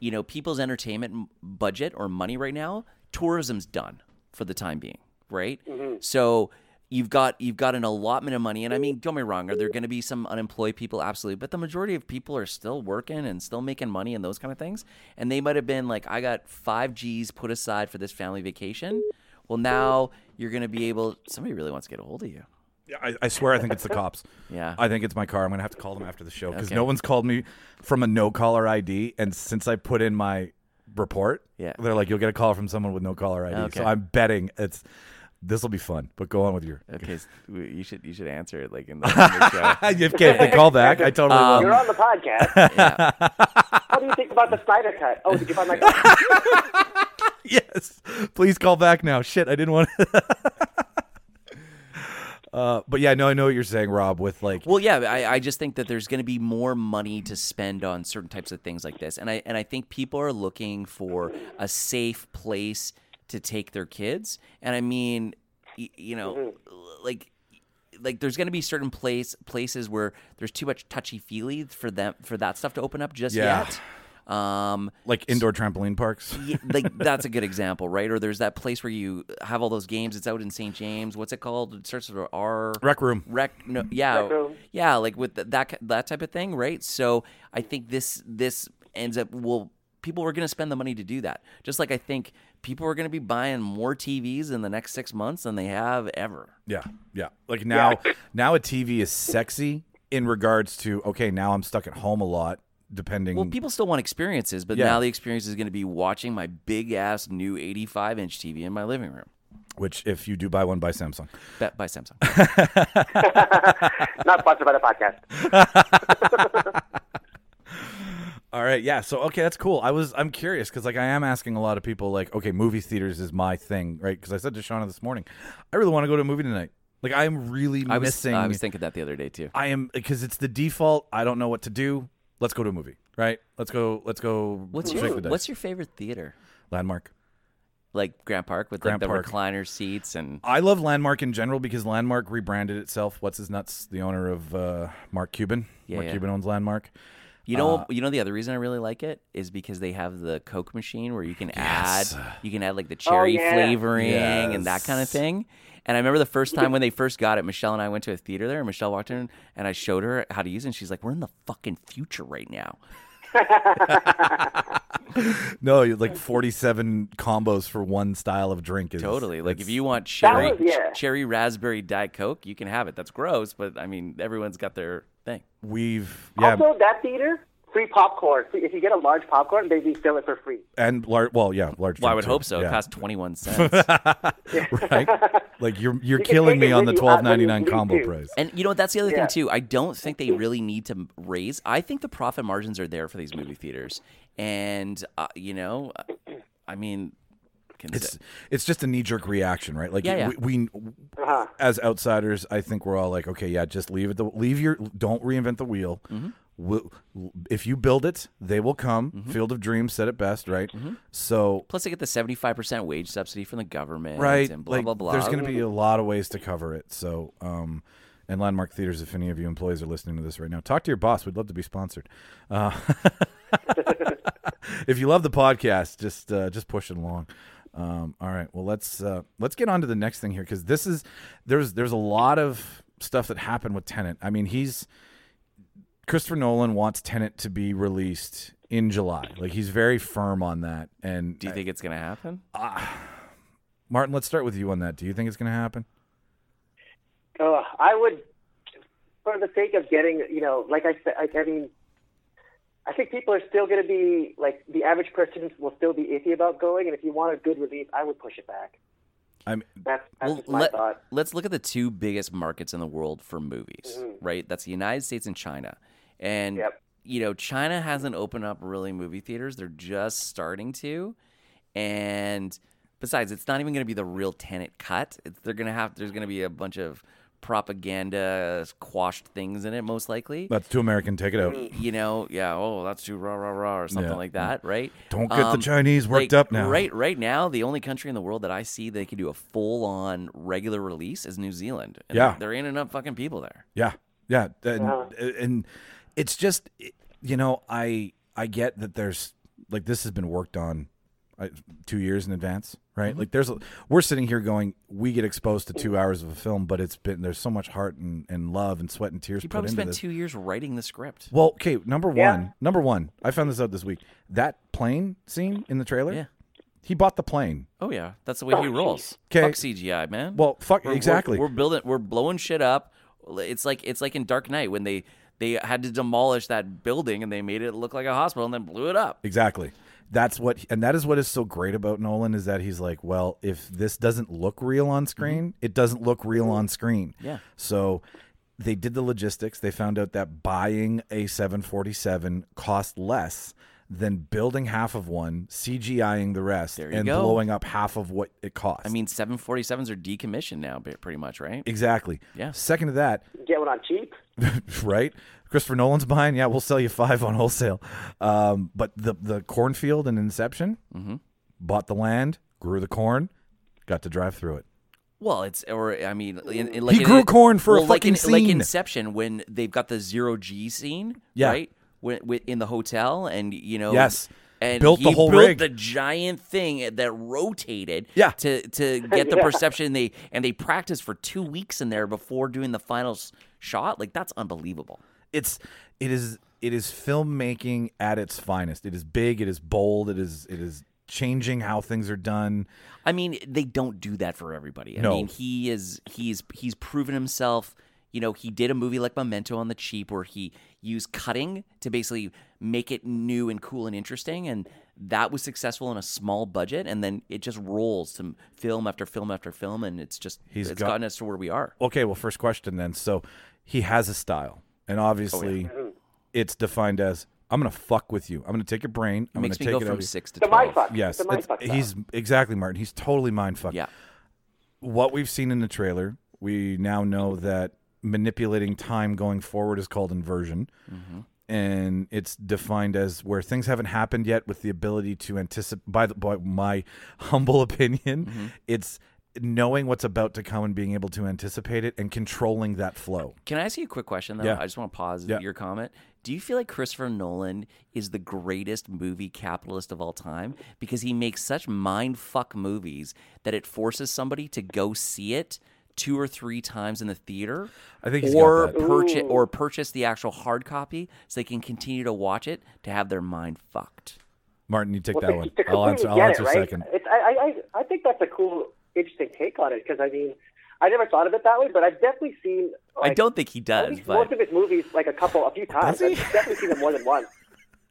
[SPEAKER 2] you know people's entertainment m- budget or money right now tourism's done for the time being, right? So you've got you've got an allotment of money and I mean don't get me wrong are there going to be some unemployed people absolutely but the majority of people are still working and still making money and those kind of things and they might have been like I got 5 Gs put aside for this family vacation. Well now you're going to be able somebody really wants to get a hold of you.
[SPEAKER 1] I, I swear I think it's the cops.
[SPEAKER 2] Yeah.
[SPEAKER 1] I think it's my car. I'm gonna have to call them after the show because
[SPEAKER 2] Okay.
[SPEAKER 1] no one's called me from a no caller ID, and since I put in my report,
[SPEAKER 2] Yeah.
[SPEAKER 1] they're like, you'll get a call from someone with no caller ID.
[SPEAKER 2] Okay.
[SPEAKER 1] So I'm betting it's this will be fun. But go on with your.
[SPEAKER 2] Okay, s- w- you should you should answer it like in the, in the show.
[SPEAKER 1] if, if they call back, I totally
[SPEAKER 2] Um,
[SPEAKER 1] will.
[SPEAKER 3] You're on the podcast.
[SPEAKER 2] Yeah.
[SPEAKER 3] How do you think about the Snyder cut? Oh, did you find my cut?
[SPEAKER 1] Yes, please call back now. Shit, I didn't want. to. Uh, but yeah, no, I know what you're saying, Rob. With like,
[SPEAKER 2] Well, yeah, I, I just think that there's going to be more money to spend on certain types of things like this, and I and I think people are looking for a safe place to take their kids, and I mean, y- you know, like. Like there's going to be certain place places where there's too much touchy feely for them for that stuff to open up just
[SPEAKER 1] Yeah.
[SPEAKER 2] yet. Um,
[SPEAKER 1] like indoor trampoline parks.
[SPEAKER 2] Yeah, like that's a good example, right? Or there's that place where you have all those games. It's out in St. James. What's it called? It starts with a R.
[SPEAKER 1] Rec room.
[SPEAKER 2] Rec. No, yeah,
[SPEAKER 3] Rec room.
[SPEAKER 2] yeah, like with th- that ki- that type of thing, right? So I think this this ends up well, people are going to spend the money to do that. Just like I think people are going to be buying more TVs in the next six months than they have ever.
[SPEAKER 1] Yeah, yeah. Like now, now a TV is sexy in regards to okay. Now I'm stuck at home a lot. Depending,
[SPEAKER 2] Well, people still want experiences, but
[SPEAKER 1] Yeah.
[SPEAKER 2] now the experience is going to be watching my big ass new 85 inch TV in my living room,
[SPEAKER 1] which if you do buy one, by Samsung.
[SPEAKER 2] bet by Samsung.
[SPEAKER 3] Not sponsored by the podcast.
[SPEAKER 1] All right, yeah. So okay, that's cool. I was I'm curious because like I am asking a lot of people like okay, movie theaters is my thing, right? Because I said to Shauna this morning, I really want to go to a movie tonight. Like I am really
[SPEAKER 2] I was
[SPEAKER 1] missing.
[SPEAKER 2] I was thinking that the other day too.
[SPEAKER 1] I am because it's the default. I don't know what to do. Let's go to a movie, right? Let's go. Let's go.
[SPEAKER 2] What's
[SPEAKER 1] shake
[SPEAKER 2] your
[SPEAKER 1] the dice.
[SPEAKER 2] What's your favorite theater?
[SPEAKER 1] landmark?
[SPEAKER 2] Like Grand Park with
[SPEAKER 1] Grant
[SPEAKER 2] like the
[SPEAKER 1] Park.
[SPEAKER 2] recliner seats and
[SPEAKER 1] I love Landmark in general because Landmark rebranded itself. What's his nuts? The owner of uh, Mark Cuban.
[SPEAKER 2] Yeah,
[SPEAKER 1] Mark
[SPEAKER 2] yeah.
[SPEAKER 1] Cuban owns Landmark.
[SPEAKER 2] you know
[SPEAKER 1] Uh,
[SPEAKER 2] you know the other reason I really like it is because they have the Coke machine where you can add you can add like the cherry
[SPEAKER 3] Oh, yeah.
[SPEAKER 2] flavoring and that kind of thing. And I remember the first time when they first got it, Michelle and I went to a theater there, and Michelle walked in and I showed her how to use it. And she's like, "We're in the fucking future right now."
[SPEAKER 1] No, you- like forty-seven combos for one style of drink. Is,
[SPEAKER 2] Totally. Like if
[SPEAKER 1] it's-
[SPEAKER 2] you want cherry
[SPEAKER 3] was- yeah.
[SPEAKER 2] cherry raspberry diet Coke, you can have it. That's gross, but I mean, everyone's got their thing.
[SPEAKER 1] we've yeah
[SPEAKER 3] Also, that theater free popcorn. Free- If you get a large popcorn, they refill it for free.
[SPEAKER 1] and large. Well, yeah, large.
[SPEAKER 2] Well, I
[SPEAKER 1] drink,
[SPEAKER 2] would
[SPEAKER 1] too.
[SPEAKER 2] hope so. It
[SPEAKER 1] Yeah.
[SPEAKER 2] costs twenty one cents.
[SPEAKER 1] right? Like you're you're
[SPEAKER 3] You can
[SPEAKER 1] killing me
[SPEAKER 3] take it
[SPEAKER 1] on the
[SPEAKER 3] with you out
[SPEAKER 1] twelve
[SPEAKER 3] when
[SPEAKER 1] ninety
[SPEAKER 3] you
[SPEAKER 1] nine
[SPEAKER 3] leave,
[SPEAKER 1] combo
[SPEAKER 3] too.
[SPEAKER 1] price.
[SPEAKER 2] And you know that's the other
[SPEAKER 3] Yeah.
[SPEAKER 2] thing too. I don't think they really need to m- raise. I think the profit margins are there for these movie theaters, and uh, you know, uh, I mean, can
[SPEAKER 1] It's it's just a knee jerk reaction, right? Like
[SPEAKER 2] Yeah, yeah.
[SPEAKER 1] we, we
[SPEAKER 3] Uh-huh.
[SPEAKER 1] as outsiders, I think we're all like, okay, yeah, just leave it. The, leave your don't reinvent the wheel. We'll, if you build it, they will come. Field of Dreams said it best, right? So
[SPEAKER 2] plus they get the seventy five percent wage subsidy from the government,
[SPEAKER 1] right,
[SPEAKER 2] And blah
[SPEAKER 1] like,
[SPEAKER 2] blah blah.
[SPEAKER 1] There's going to be a lot of ways to cover it. So, um, and Landmark Theaters, if any of you employees are listening to this right now, talk to your boss. We'd love to be sponsored. Uh, if you love the podcast, just uh, just push it along. Um, all right, well let's uh, let's get on to the next thing here because this is there's there's a lot of stuff that happened with Tenant. I mean, he's Christopher Nolan wants Tenant to be released in July. Like he's very firm on that. And
[SPEAKER 2] Do you think it's going to happen?
[SPEAKER 1] Martin, let's start with you on that. Do you think it's going to happen?
[SPEAKER 3] Uh, I would, for the sake of getting, you know, like I said, like, I mean, I think people are still going to be like the average person will still be iffy about going, and if you want a good release, I would push it back.
[SPEAKER 1] I'm
[SPEAKER 3] That's that's
[SPEAKER 2] Well,
[SPEAKER 3] just my
[SPEAKER 2] let,
[SPEAKER 3] thought.
[SPEAKER 2] us look at the two biggest markets in the world for movies, right? That's the United States and China. And,
[SPEAKER 3] Mm-hmm. Yep.
[SPEAKER 2] you know, China hasn't opened up really movie theaters, they're just starting to. And besides, it's not even going to be the real tenant cut. It's, they're going to have, there's going to be a bunch of propaganda quashed things in it, most likely.
[SPEAKER 1] that's too American. Take it out.
[SPEAKER 2] you know, yeah, oh, that's too rah, rah, rah, or something
[SPEAKER 1] Yeah.
[SPEAKER 2] like that, right? Um,
[SPEAKER 1] Don't get the Chinese worked up now.
[SPEAKER 2] Right, right now, the only country in the world that I see they can do a full on regular release is New Zealand. And
[SPEAKER 1] Yeah.
[SPEAKER 2] There ain't enough fucking people there.
[SPEAKER 1] Yeah, yeah, and,
[SPEAKER 3] Yeah.
[SPEAKER 1] and it's just you know I I get that there's like this has been worked on uh, two years in advance, right?
[SPEAKER 3] Mm-hmm.
[SPEAKER 1] Like there's a, we're sitting here going we get exposed to two hours of a film, but it's been there's so much heart and, and love and sweat and tears
[SPEAKER 2] He
[SPEAKER 1] put
[SPEAKER 2] probably
[SPEAKER 1] into
[SPEAKER 2] spent
[SPEAKER 1] this.
[SPEAKER 2] two years writing the script.
[SPEAKER 1] well, okay, number one,
[SPEAKER 3] Yeah.
[SPEAKER 1] number one, I found this out this week. That plane scene in the trailer,
[SPEAKER 2] Yeah.
[SPEAKER 1] he bought the plane.
[SPEAKER 2] Oh, yeah. That's the way he rolls.
[SPEAKER 1] 'Kay.
[SPEAKER 2] Fuck CGI, man.
[SPEAKER 1] Well, fuck,
[SPEAKER 2] We're- we're-
[SPEAKER 1] exactly.
[SPEAKER 2] We're, building, we're blowing shit up. It's like it's like in Dark Knight when they they had to demolish that building and they made it look like a hospital and then blew it up.
[SPEAKER 1] Exactly. That's what, and that is what is so great about Nolan is that he's like, well, if this doesn't look real on screen, it doesn't look real on screen.
[SPEAKER 2] Mm-hmm. Yeah.
[SPEAKER 1] So they did the logistics. They found out that buying a 747 cost less than building half of one, CGIing the rest,
[SPEAKER 2] you
[SPEAKER 1] and
[SPEAKER 2] go.
[SPEAKER 1] blowing up half of what it costs.
[SPEAKER 2] I mean, 747s are decommissioned now, ba- pretty much, right?
[SPEAKER 1] exactly.
[SPEAKER 2] Yeah.
[SPEAKER 1] Second to that,
[SPEAKER 3] Get one on cheap.
[SPEAKER 1] right? Christopher Nolan's behind. Yeah, we'll sell you five on wholesale. Um, but the the cornfield and Inception
[SPEAKER 2] Mm-hmm.
[SPEAKER 1] bought the land, grew the corn, got to drive through it.
[SPEAKER 2] Well, it's or I mean, in, in, like in-
[SPEAKER 1] grew corn for a
[SPEAKER 2] well, like in,
[SPEAKER 1] fucking
[SPEAKER 2] Like
[SPEAKER 1] scene.
[SPEAKER 2] Inception, when they've got the zero G scene,
[SPEAKER 1] Yeah.
[SPEAKER 2] right? When, with, in the hotel, and you know,
[SPEAKER 1] Yes.
[SPEAKER 2] and
[SPEAKER 1] Built
[SPEAKER 2] he
[SPEAKER 1] the whole
[SPEAKER 2] built
[SPEAKER 1] rig.
[SPEAKER 2] the giant thing that rotated,
[SPEAKER 1] Yeah.
[SPEAKER 2] to to get the perception they and they practiced for two weeks in there before doing the final s- shot. Like that's unbelievable.
[SPEAKER 1] It's it is it is filmmaking at its finest. It is big. It is bold. It is it is changing how things are done.
[SPEAKER 2] I mean, they don't do that for everybody. I
[SPEAKER 1] No.
[SPEAKER 2] mean, he is he's he's proven himself. You know, he did a movie like Memento on the cheap, where he used cutting to basically make it new and cool and interesting, and that was successful in a small budget. And then it just rolls to film after film after film, and it's just
[SPEAKER 1] He's
[SPEAKER 2] it's
[SPEAKER 1] got-
[SPEAKER 2] gotten us to where we are.
[SPEAKER 1] Okay, well, first question then. So he has a style, and obviously,
[SPEAKER 2] Oh,
[SPEAKER 1] it's defined as I'm gonna fuck with you. I'm gonna take your brain. I'm
[SPEAKER 2] makes me
[SPEAKER 1] gonna
[SPEAKER 2] go
[SPEAKER 1] take it
[SPEAKER 2] from
[SPEAKER 1] over.
[SPEAKER 2] six to
[SPEAKER 3] The
[SPEAKER 2] twelve.
[SPEAKER 3] mind fuck.
[SPEAKER 1] Yes,
[SPEAKER 3] The
[SPEAKER 1] it's-
[SPEAKER 3] mind fuck.
[SPEAKER 1] he's exactly Martin. He's totally mind fucked.
[SPEAKER 2] Yeah,
[SPEAKER 1] what we've seen in the trailer, we now know that manipulating time going forward is called inversion. And it's defined as where things haven't happened yet with the ability to anticipate, by, the, by my humble opinion, it's knowing what's about to come and being able to anticipate it and controlling that flow.
[SPEAKER 2] Can I ask you a quick question though?
[SPEAKER 1] Yeah.
[SPEAKER 2] I just want to pause
[SPEAKER 1] Yeah.
[SPEAKER 2] your comment. Do you feel like Christopher Nolan is the greatest movie capitalist of all time because he makes such mind fuck movies that it forces somebody to go see it two or three times in the theater
[SPEAKER 1] I think he's got
[SPEAKER 2] or
[SPEAKER 1] that.
[SPEAKER 2] purchase or purchase the actual hard copy so they can continue to watch it to have their mind fucked.
[SPEAKER 1] Martin, you take
[SPEAKER 3] Well,
[SPEAKER 1] that
[SPEAKER 3] to-
[SPEAKER 1] one. I'll answer,
[SPEAKER 3] to completely
[SPEAKER 1] I'll
[SPEAKER 3] get
[SPEAKER 1] answer
[SPEAKER 3] it, right?
[SPEAKER 1] second.
[SPEAKER 3] It's, I, I, I think that's a cool, interesting take on it because I mean, I never thought of it that way, but I've definitely seen.
[SPEAKER 2] I
[SPEAKER 3] Like,
[SPEAKER 2] don't think he
[SPEAKER 3] at
[SPEAKER 2] does,
[SPEAKER 3] least most
[SPEAKER 2] but
[SPEAKER 3] of his movies like a couple, a few times. I've definitely seen them more than once.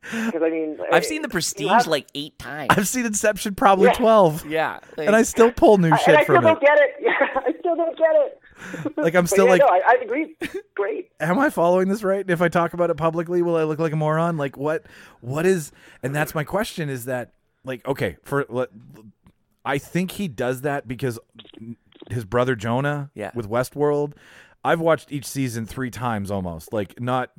[SPEAKER 3] Because I mean,
[SPEAKER 2] I've seen the Prestige
[SPEAKER 3] have-
[SPEAKER 2] like eight times.
[SPEAKER 1] I've seen Inception probably
[SPEAKER 3] Yeah.
[SPEAKER 1] twelve,
[SPEAKER 2] yeah, like,
[SPEAKER 1] and I still pull new
[SPEAKER 3] and I
[SPEAKER 1] shit
[SPEAKER 3] still
[SPEAKER 1] from it.
[SPEAKER 3] don't get it. Yeah, I still don't get it.
[SPEAKER 1] Like I'm
[SPEAKER 3] But
[SPEAKER 1] still
[SPEAKER 3] yeah,
[SPEAKER 1] like,
[SPEAKER 3] no, I, I agree. Great.
[SPEAKER 1] am I following this right? And if I talk about it publicly, will I look like a moron? Like what? What is? And that's my question: is that like okay? For let- I think he does that because his brother Jonah,
[SPEAKER 2] Yeah.
[SPEAKER 1] with Westworld. I've watched each season three times almost, like not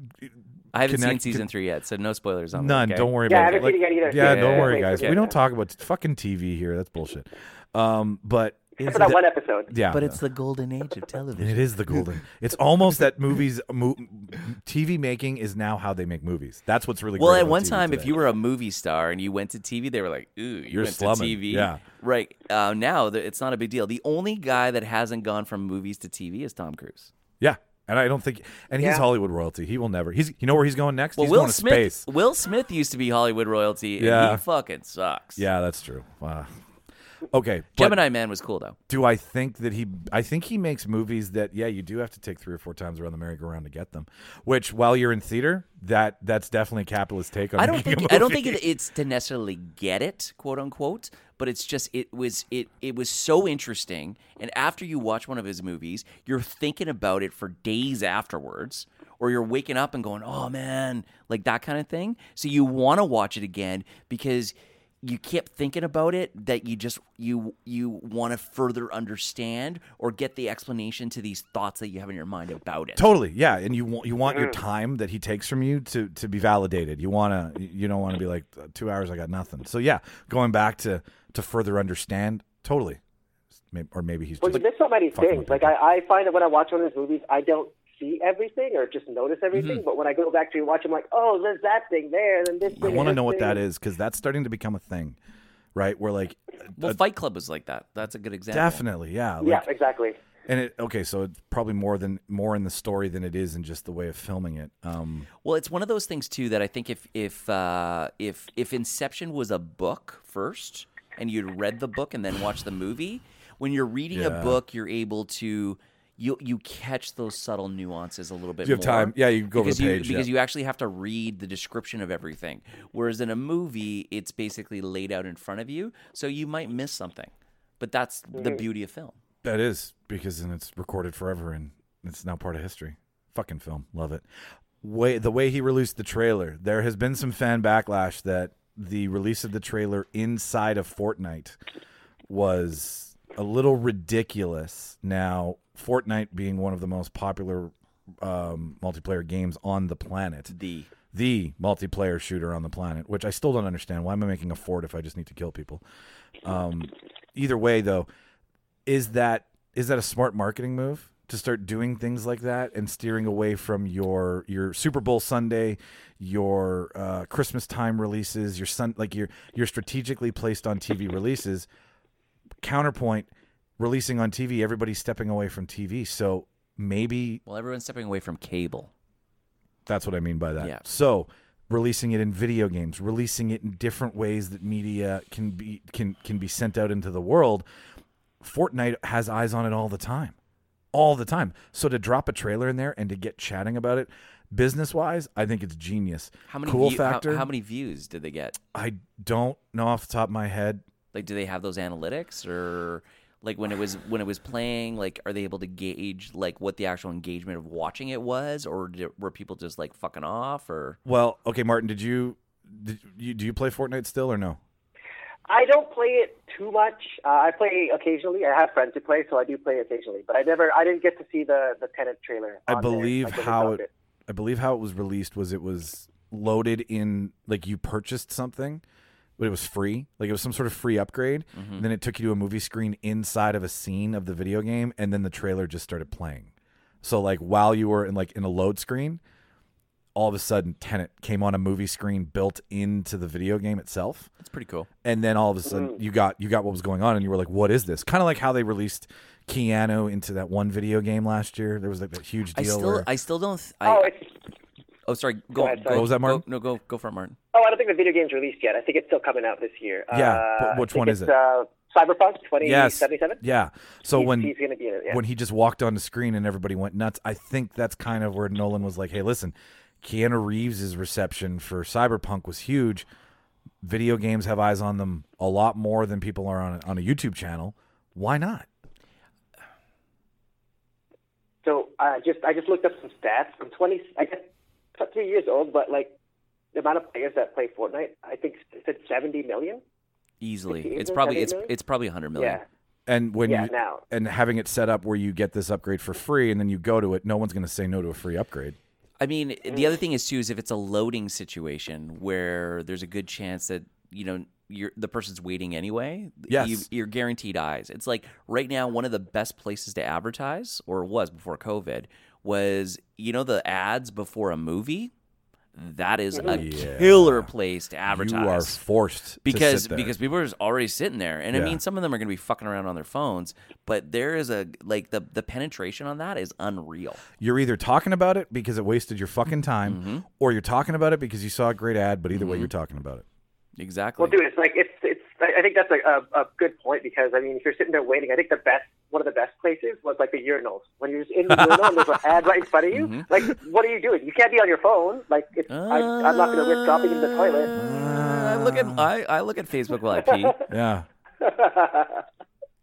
[SPEAKER 2] I haven't
[SPEAKER 1] connect-
[SPEAKER 2] seen season three yet, so no spoilers on
[SPEAKER 1] None.
[SPEAKER 2] That, Oh, okay?
[SPEAKER 1] Don't worry
[SPEAKER 3] Yeah, I
[SPEAKER 1] about it.
[SPEAKER 3] haven't seen it yet either.
[SPEAKER 1] yeah,
[SPEAKER 2] Yeah,
[SPEAKER 1] don't
[SPEAKER 2] yeah,
[SPEAKER 1] worry,
[SPEAKER 3] yeah.
[SPEAKER 1] guys.
[SPEAKER 3] Yeah.
[SPEAKER 1] We don't talk about fucking TV here. That's bullshit. Um, but
[SPEAKER 3] For that one episode.
[SPEAKER 1] yeah,
[SPEAKER 2] But it's the golden age of television.
[SPEAKER 1] it is the golden. It's almost that movies, mo- TV making is now how they make movies. That's what's really
[SPEAKER 2] Well,
[SPEAKER 1] Great
[SPEAKER 2] at
[SPEAKER 1] about
[SPEAKER 2] one
[SPEAKER 1] TV
[SPEAKER 2] time, if
[SPEAKER 1] today.
[SPEAKER 2] you were a movie star and you went to TV, they were like, "Ooh, you
[SPEAKER 1] You're
[SPEAKER 2] went
[SPEAKER 1] slumming.
[SPEAKER 2] to TV."
[SPEAKER 1] Yeah.
[SPEAKER 2] Right uh, now, th- it's not a big deal. The only guy that hasn't gone from movies to TV is Tom Cruise.
[SPEAKER 1] yeah, and I don't think, and he's
[SPEAKER 3] Yeah.
[SPEAKER 1] Hollywood royalty. He will never. He's you know where he's going next.
[SPEAKER 2] Well,
[SPEAKER 1] he's
[SPEAKER 2] Will
[SPEAKER 1] going
[SPEAKER 2] Smith.
[SPEAKER 1] to space.
[SPEAKER 2] Will Smith used to be Hollywood royalty, and
[SPEAKER 1] Yeah.
[SPEAKER 2] he fucking sucks.
[SPEAKER 1] Yeah, that's true. Wow. Okay, but
[SPEAKER 2] Gemini Man was cool though.
[SPEAKER 1] do I think that he? I think he makes movies that yeah, you do have to take three or four times around the merry-go-round to get them. Which while you're in theater, that that's definitely a capitalist take on.
[SPEAKER 2] I don't
[SPEAKER 1] making a
[SPEAKER 2] think I don't
[SPEAKER 1] movie.
[SPEAKER 2] think it, it's to necessarily get it, quote unquote, but it's just it was it it was so interesting. And after you watch one of his movies, you're thinking about it for days afterwards, or you're waking up and going, "Oh man," like that kind of thing. So you want to watch it again because you kept thinking about it that you just you you want to further understand or get the explanation to these thoughts that you have in your mind about it.
[SPEAKER 1] Totally, yeah, and you want you want your time that he takes from you to to be validated. You want to you don't want to be like "Uh, two hours I got nothing. So yeah, going back to to further understand, totally, May- or maybe he's
[SPEAKER 3] Well,
[SPEAKER 1] just
[SPEAKER 3] you miss so many
[SPEAKER 1] fucking
[SPEAKER 3] things.
[SPEAKER 1] with
[SPEAKER 3] Like I, I find that when I watch one of his movies, I don't see everything or just notice everything. But when I go back to rewatch, I'm like, oh, there's that thing there, then this.
[SPEAKER 1] Mm-hmm. I
[SPEAKER 3] thing,
[SPEAKER 1] want to
[SPEAKER 3] to
[SPEAKER 1] know what that is because that's starting to become a thing, right? Where like
[SPEAKER 2] Well, Fight Club was like that. That's a good example.
[SPEAKER 1] definitely, yeah, like,
[SPEAKER 3] Yeah, exactly.
[SPEAKER 1] And it okay, so it's probably more than more in the story than it is in just the way of filming it. Um,
[SPEAKER 2] Well, it's one of those things too that I think if if uh, if if Inception was a book first, and you'd read the book and then watch the movie, when you're reading
[SPEAKER 1] Yeah.
[SPEAKER 2] a book, you're able to you you catch those subtle nuances a little bit.
[SPEAKER 1] You have
[SPEAKER 2] more
[SPEAKER 1] time. Yeah, you go over the
[SPEAKER 2] because you,
[SPEAKER 1] page, yeah.
[SPEAKER 2] because you actually have to read the description of everything. Whereas in a movie, it's basically laid out in front of you, so you might miss something. But that's the beauty of film.
[SPEAKER 1] that is because then it's recorded forever and it's now part of history. Fucking film, love it. Way the way he released the trailer, there has been some fan backlash that the release of the trailer inside of Fortnite was a little ridiculous. Now, Fortnite being one of the most popular um, multiplayer games on the planet,
[SPEAKER 2] The
[SPEAKER 1] the multiplayer shooter on the planet, which I still don't understand. Why am I making a fort if I just need to kill people? Um, either way, though, is that is that a smart marketing move to start doing things like that and steering away from your your Super Bowl Sunday, your uh, Christmas time releases, your sun like your your strategically placed on TV releases? Counterpoint, releasing on TV, everybody's stepping away from TV, so maybe
[SPEAKER 2] well, everyone's stepping away from cable.
[SPEAKER 1] that's what I mean by that.
[SPEAKER 2] Yeah.
[SPEAKER 1] So releasing it in video games, releasing it in different ways that media can be can can be sent out into the world. Fortnite has eyes on it all the time. All the time. So to drop a trailer in there and to get chatting about it business wise, I think it's genius.
[SPEAKER 2] How many
[SPEAKER 1] cool
[SPEAKER 2] view- how-
[SPEAKER 1] factor?
[SPEAKER 2] How, many views did they get?
[SPEAKER 1] I don't know off the top of my head.
[SPEAKER 2] Like, do they have those analytics or like when it was when it was playing? Like, are they able to gauge like what the actual engagement of watching it was, or did, were people just like fucking off? Or
[SPEAKER 1] Well, okay, Martin, did you, did you do you play Fortnite still or no?
[SPEAKER 3] I don't play it too much. Uh, I play occasionally. I have friends who play, so I do play occasionally. But I never, I didn't get to see the the tenant trailer.
[SPEAKER 1] I
[SPEAKER 3] on there.
[SPEAKER 1] believe
[SPEAKER 3] never
[SPEAKER 1] how
[SPEAKER 3] found
[SPEAKER 1] it, I believe how it was released was it was loaded in like you purchased something, but it was free. Like it was some sort of free upgrade. And then it took you to a movie screen inside of a scene of the video game, and then the trailer just started playing. So like while you were in like in a load screen, all of a sudden Tenet came on a movie screen built into the video game itself
[SPEAKER 2] that's pretty cool.
[SPEAKER 1] and then all of a sudden you got you got what was going on and you were like what is this kind of like how they released keanu into that one video game last year there was like that huge
[SPEAKER 2] I
[SPEAKER 1] deal
[SPEAKER 2] still
[SPEAKER 1] where
[SPEAKER 2] I still don't. Th- I,
[SPEAKER 3] Oh,
[SPEAKER 2] oh,
[SPEAKER 3] it's,
[SPEAKER 2] sorry. Go,
[SPEAKER 3] ahead,
[SPEAKER 2] go
[SPEAKER 3] sorry.
[SPEAKER 1] What was that,
[SPEAKER 2] go-
[SPEAKER 1] Martin?
[SPEAKER 2] no, go go for it, Martin.
[SPEAKER 3] oh, I don't think the video game's released yet. I think it's still coming out this year.
[SPEAKER 1] Yeah,
[SPEAKER 3] Uh,
[SPEAKER 1] but which
[SPEAKER 3] I think
[SPEAKER 1] one is
[SPEAKER 3] it's,
[SPEAKER 1] it?
[SPEAKER 3] Uh, Cyberpunk
[SPEAKER 1] yes
[SPEAKER 3] 2077.
[SPEAKER 1] yeah so
[SPEAKER 3] He's-
[SPEAKER 1] when
[SPEAKER 3] he's gonna be in it, yeah.
[SPEAKER 1] when he just walked on the screen and everybody went nuts i think that's kind of where nolan was like hey listen Keanu Reeves' reception for Cyberpunk was huge. Video games have eyes on them a lot more than people are on on a YouTube channel. Why not?
[SPEAKER 3] So uh, just I just looked up some stats. I'm 20. I guess I'm three years old, but like the amount of players that play Fortnite, I think it said 70 million.
[SPEAKER 2] easily.
[SPEAKER 3] Fifteen
[SPEAKER 2] It's
[SPEAKER 3] million,
[SPEAKER 2] probably
[SPEAKER 3] seventeen
[SPEAKER 2] it's
[SPEAKER 3] million?
[SPEAKER 2] it's probably 100 million.
[SPEAKER 3] Yeah.
[SPEAKER 1] And when
[SPEAKER 3] Yeah,
[SPEAKER 1] you
[SPEAKER 3] now.
[SPEAKER 1] and having it set up where you get this upgrade for free and then you go to it, no one's going to say no to a free upgrade.
[SPEAKER 2] I mean, the other thing is too is if it's a loading situation where there's a good chance that you know you're the person's waiting anyway.
[SPEAKER 1] Yes.
[SPEAKER 2] you, you're guaranteed eyes. It's like right now one of the best places to advertise, or was before COVID, was you know the ads before a movie. That is a
[SPEAKER 1] Yeah.
[SPEAKER 2] killer place to advertise.
[SPEAKER 1] You are forced to
[SPEAKER 2] because
[SPEAKER 1] sit there.
[SPEAKER 2] because people are just already sitting there, and I
[SPEAKER 1] Yeah.
[SPEAKER 2] mean, some of them are going to be fucking around on their phones, but there is a like the the penetration on that is unreal.
[SPEAKER 1] you're either talking about it because it wasted your fucking time,
[SPEAKER 2] Mm-hmm.
[SPEAKER 1] or you're talking about it because you saw a great ad. But either way, you're talking about it.
[SPEAKER 2] Exactly.
[SPEAKER 3] Well, dude, it's like it's it's. I I think that's a, a a good point because I mean, if you're sitting there waiting, I think the best one of the best places was like the urinals. When you're just in the urinal, and there's an ad right in front of you.
[SPEAKER 2] Mm-hmm.
[SPEAKER 3] Like, what are you doing? You can't be on your phone. Like, it's, I, I'm not going to risk dropping in the toilet.
[SPEAKER 2] I look at I, I look at Facebook while I pee
[SPEAKER 1] Yeah,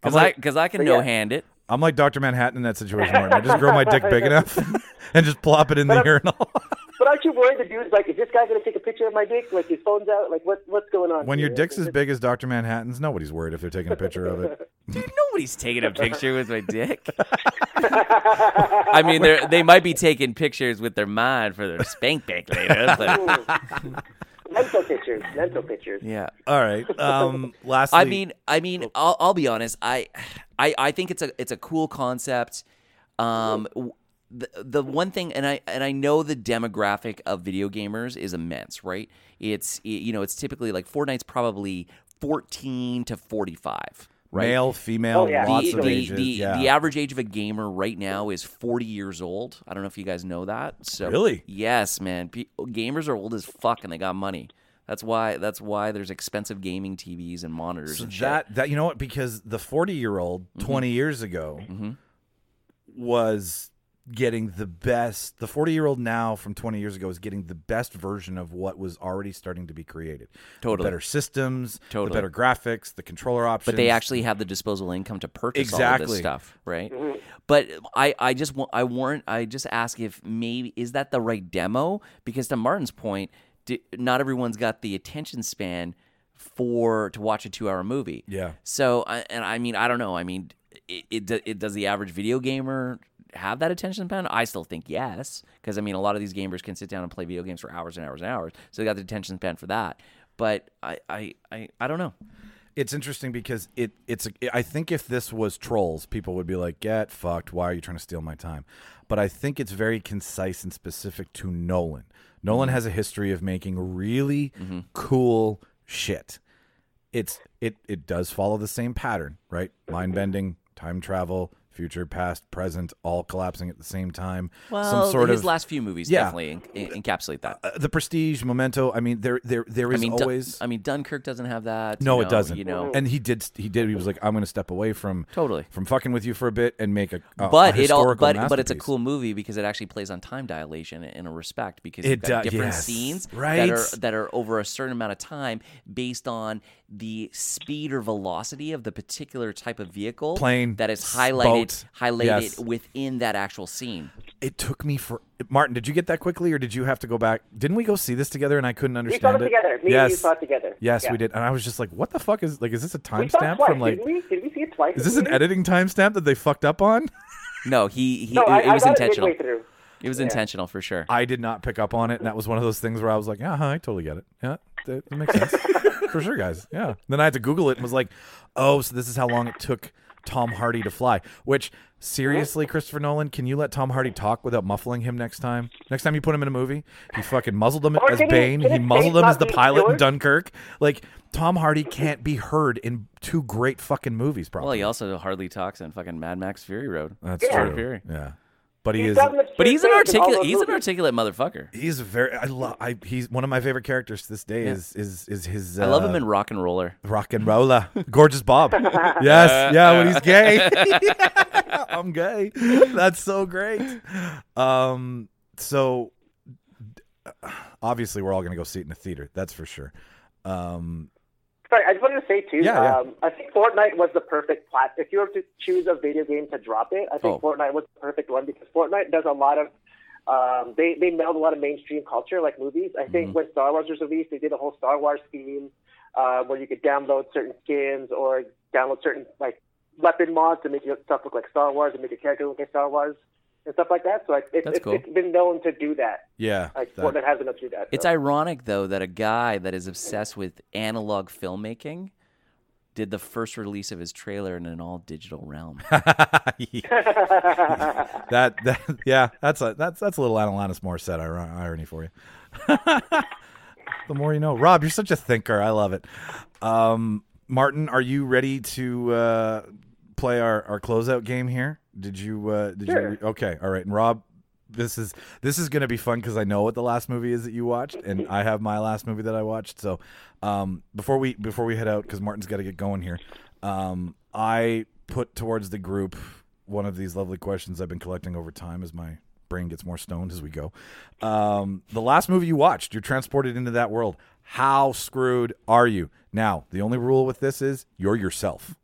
[SPEAKER 2] because I because I can
[SPEAKER 3] yeah.
[SPEAKER 2] no hand it.
[SPEAKER 1] I'm like Doctor Manhattan in that situation, Martin. I just grow my dick big enough and just plop it in the urinal.
[SPEAKER 3] But aren't you worried the dude's like, is this guy going to take a picture of my dick? Like, his phone's out. Like, what what's going on?
[SPEAKER 1] when your
[SPEAKER 3] here?
[SPEAKER 1] dick's as big as Doctor Manhattan's, nobody's worried if they're taking a picture of it.
[SPEAKER 2] Nobody's taking a picture with my dick. I mean, they they might be taking pictures with their mind for their spank bank later. But
[SPEAKER 3] mental pictures, mental pictures.
[SPEAKER 2] yeah,
[SPEAKER 1] All right. Um, lastly,
[SPEAKER 2] I mean, I mean, I'll, I'll be honest. I, I, I think it's a it's a cool concept. Um, w- the the one thing, and I and I know the demographic of video gamers is immense, right? It's y- you know, it's typically like Fortnite's probably fourteen to forty five, right?
[SPEAKER 1] male, female,
[SPEAKER 3] Oh, yeah.
[SPEAKER 1] lots
[SPEAKER 2] the,
[SPEAKER 1] of
[SPEAKER 2] the,
[SPEAKER 1] ages.
[SPEAKER 2] the,
[SPEAKER 1] yeah.
[SPEAKER 2] the average age of a gamer right now is 40 years old. I don't know if you guys know that. So
[SPEAKER 1] Really?
[SPEAKER 2] Yes, man. Pe- gamers are old as fuck and they got money. That's why that's why there's expensive gaming TVs and monitors
[SPEAKER 1] So
[SPEAKER 2] and shit.
[SPEAKER 1] that that you know what? Because the forty year old
[SPEAKER 2] Mm-hmm.
[SPEAKER 1] twenty years ago was getting the best. The forty year old now from twenty years ago is getting the best version of what was already starting to be created.
[SPEAKER 2] Totally.
[SPEAKER 1] the better systems,
[SPEAKER 2] Totally.
[SPEAKER 1] the better graphics, the controller options.
[SPEAKER 2] but they actually have the disposable income to purchase all of
[SPEAKER 1] Exactly.
[SPEAKER 2] this stuff, right? But I, I just want, I warrant, I just ask if maybe is that the right demo? Because to Martin's point, d- not everyone's got the attention span for to watch a two-hour movie.
[SPEAKER 1] Yeah.
[SPEAKER 2] So, I- and I mean, I don't know. I mean, it, it, do- it does the average video gamer have that attention span? I still think yes, because I mean, a lot of these gamers can sit down and play video games for hours and hours and hours, so they got the attention span for that. But I, I, I, I don't know.
[SPEAKER 1] It's interesting because it it's a- I think if this was trolls, people would be like, "Get fucked! Why are you trying to steal my time?" But I think it's very concise and specific to Nolan. Nolan
[SPEAKER 2] Mm-hmm.
[SPEAKER 1] has a history of making really cool shit. It's it it does follow the same pattern, right? Mind bending, time travel, future, past, present, all collapsing at the same time.
[SPEAKER 2] Well,
[SPEAKER 1] Some sort
[SPEAKER 2] his
[SPEAKER 1] of
[SPEAKER 2] last few movies
[SPEAKER 1] Yeah.
[SPEAKER 2] definitely en- en- encapsulate that.
[SPEAKER 1] uh, the Prestige, Memento. I mean, there there there
[SPEAKER 2] I
[SPEAKER 1] is
[SPEAKER 2] mean, Dun-
[SPEAKER 1] always.
[SPEAKER 2] I mean, Dunkirk doesn't have that.
[SPEAKER 1] No,
[SPEAKER 2] you
[SPEAKER 1] it
[SPEAKER 2] know,
[SPEAKER 1] doesn't.
[SPEAKER 2] You know,
[SPEAKER 1] and he did. He did. He was like, "I'm going to step away from
[SPEAKER 2] Totally.
[SPEAKER 1] from fucking with you for a bit and make a, a
[SPEAKER 2] but
[SPEAKER 1] a
[SPEAKER 2] it all,
[SPEAKER 1] historical
[SPEAKER 2] but but it's a
[SPEAKER 1] masterpiece."
[SPEAKER 2] cool movie because it actually plays on time dilation in a respect because
[SPEAKER 1] It
[SPEAKER 2] you've got
[SPEAKER 1] do-
[SPEAKER 2] different
[SPEAKER 1] yes.
[SPEAKER 2] scenes that
[SPEAKER 1] Right.
[SPEAKER 2] are that are over a certain amount of time based on the speed or velocity of the particular type of vehicle
[SPEAKER 1] Plane,
[SPEAKER 2] that is highlighted
[SPEAKER 1] boat,
[SPEAKER 2] highlighted
[SPEAKER 1] yes.
[SPEAKER 2] within that actual scene.
[SPEAKER 1] It took me for Martin. Did you get that quickly, or did you have to go back? Didn't we go see this together? And I couldn't
[SPEAKER 3] We
[SPEAKER 1] understand
[SPEAKER 3] saw it
[SPEAKER 1] it.
[SPEAKER 3] together. Me and you
[SPEAKER 1] yes,
[SPEAKER 3] saw it together.
[SPEAKER 1] yes,
[SPEAKER 3] Yeah.
[SPEAKER 1] we did. And I was just like, "What the fuck is like? Is this a
[SPEAKER 3] We saw it
[SPEAKER 1] timestamp
[SPEAKER 3] twice,
[SPEAKER 1] from like?
[SPEAKER 3] didn't we? Did we see it twice?
[SPEAKER 1] Is this an editing timestamp that they fucked up on?"
[SPEAKER 2] No, he, he
[SPEAKER 3] No,
[SPEAKER 2] it,
[SPEAKER 3] I,
[SPEAKER 2] it was
[SPEAKER 3] I got
[SPEAKER 2] intentional.
[SPEAKER 3] It midway through.
[SPEAKER 2] It was intentional for sure.
[SPEAKER 1] I did not pick up on it, and that was one of those things where I was like, "Yeah, huh, I totally get it. Yeah, that, that makes sense for sure, guys. Yeah." Then I had to Google it and was like, "Oh, so this is how long it took Tom Hardy to fly." Which seriously, Christopher Nolan, can you let Tom Hardy talk without muffling him next time? Next time you put him in a movie, he fucking muzzled him
[SPEAKER 3] Or
[SPEAKER 1] as
[SPEAKER 3] can he-
[SPEAKER 1] Bane.
[SPEAKER 3] can
[SPEAKER 1] He
[SPEAKER 3] his
[SPEAKER 1] muzzled
[SPEAKER 3] face
[SPEAKER 1] him as
[SPEAKER 3] not
[SPEAKER 1] the
[SPEAKER 3] be
[SPEAKER 1] pilot in
[SPEAKER 3] yours?
[SPEAKER 1] Dunkirk. Like Tom Hardy can't be heard in two great fucking movies. Probably.
[SPEAKER 2] Well, he also hardly talks in fucking Mad Max Fury Road.
[SPEAKER 1] That's
[SPEAKER 3] Yeah.
[SPEAKER 1] true. Yeah, but he
[SPEAKER 3] He's
[SPEAKER 1] is.
[SPEAKER 3] done the
[SPEAKER 2] But
[SPEAKER 3] same
[SPEAKER 2] he's an
[SPEAKER 3] things in all
[SPEAKER 2] articulate.
[SPEAKER 3] those
[SPEAKER 2] He's an
[SPEAKER 3] movies.
[SPEAKER 2] articulate motherfucker.
[SPEAKER 1] He's very. I love. I, he's one of my favorite characters to this day. Is is is his. Uh,
[SPEAKER 2] I love him in Rock and Roller.
[SPEAKER 1] Rock and Roller, Gorgeous Bob.
[SPEAKER 2] Uh,
[SPEAKER 1] yes, yeah, when he's gay. Yeah, I'm gay. That's so great. Um, so obviously we're all going to go see it in a theater. That's for sure. Um,
[SPEAKER 3] Sorry, I just wanted to say too.
[SPEAKER 1] Yeah, yeah.
[SPEAKER 3] Um, I think Fortnite was the perfect plat. If you were to choose a video game to drop it, I think
[SPEAKER 2] Oh.
[SPEAKER 3] Fortnite was the perfect one because Fortnite does a lot of. Um, they they meld a lot of mainstream culture like movies. I
[SPEAKER 2] Mm-hmm.
[SPEAKER 3] think when Star Wars was released, they did a whole Star Wars theme uh, where you could download certain skins or download certain like weapon mods to make your stuff look like Star Wars and make your character look like Star Wars and stuff like that. So like, it,
[SPEAKER 2] That's
[SPEAKER 3] it's
[SPEAKER 2] cool.
[SPEAKER 3] it's been known to do that.
[SPEAKER 1] yeah.
[SPEAKER 3] Like
[SPEAKER 1] that-
[SPEAKER 3] Fortnite has been known to do that.
[SPEAKER 2] It's
[SPEAKER 3] so.
[SPEAKER 2] ironic though that a guy that is obsessed with analog filmmaking did the first release of his trailer in an all digital realm.
[SPEAKER 1] that that yeah, that's a that's that's a little Alanis Morissette iron- irony for you. the more you know, Rob, you're such a thinker. I love it. Um, Martin, are you ready to uh, play our our closeout game here? Did you uh, did
[SPEAKER 3] Sure.
[SPEAKER 1] you okay? All right, and Rob. This is this is gonna be fun because I know what the last movie is that you watched, and I have my last movie that I watched. So, um, before we before we head out, because Martin's got to get going here, um, I put towards the group one of these lovely questions I've been collecting over time as my brain gets more stoned as we go. Um, the last movie you watched, you're transported into that world. How screwed are you? Now, the only rule with this is you're yourself.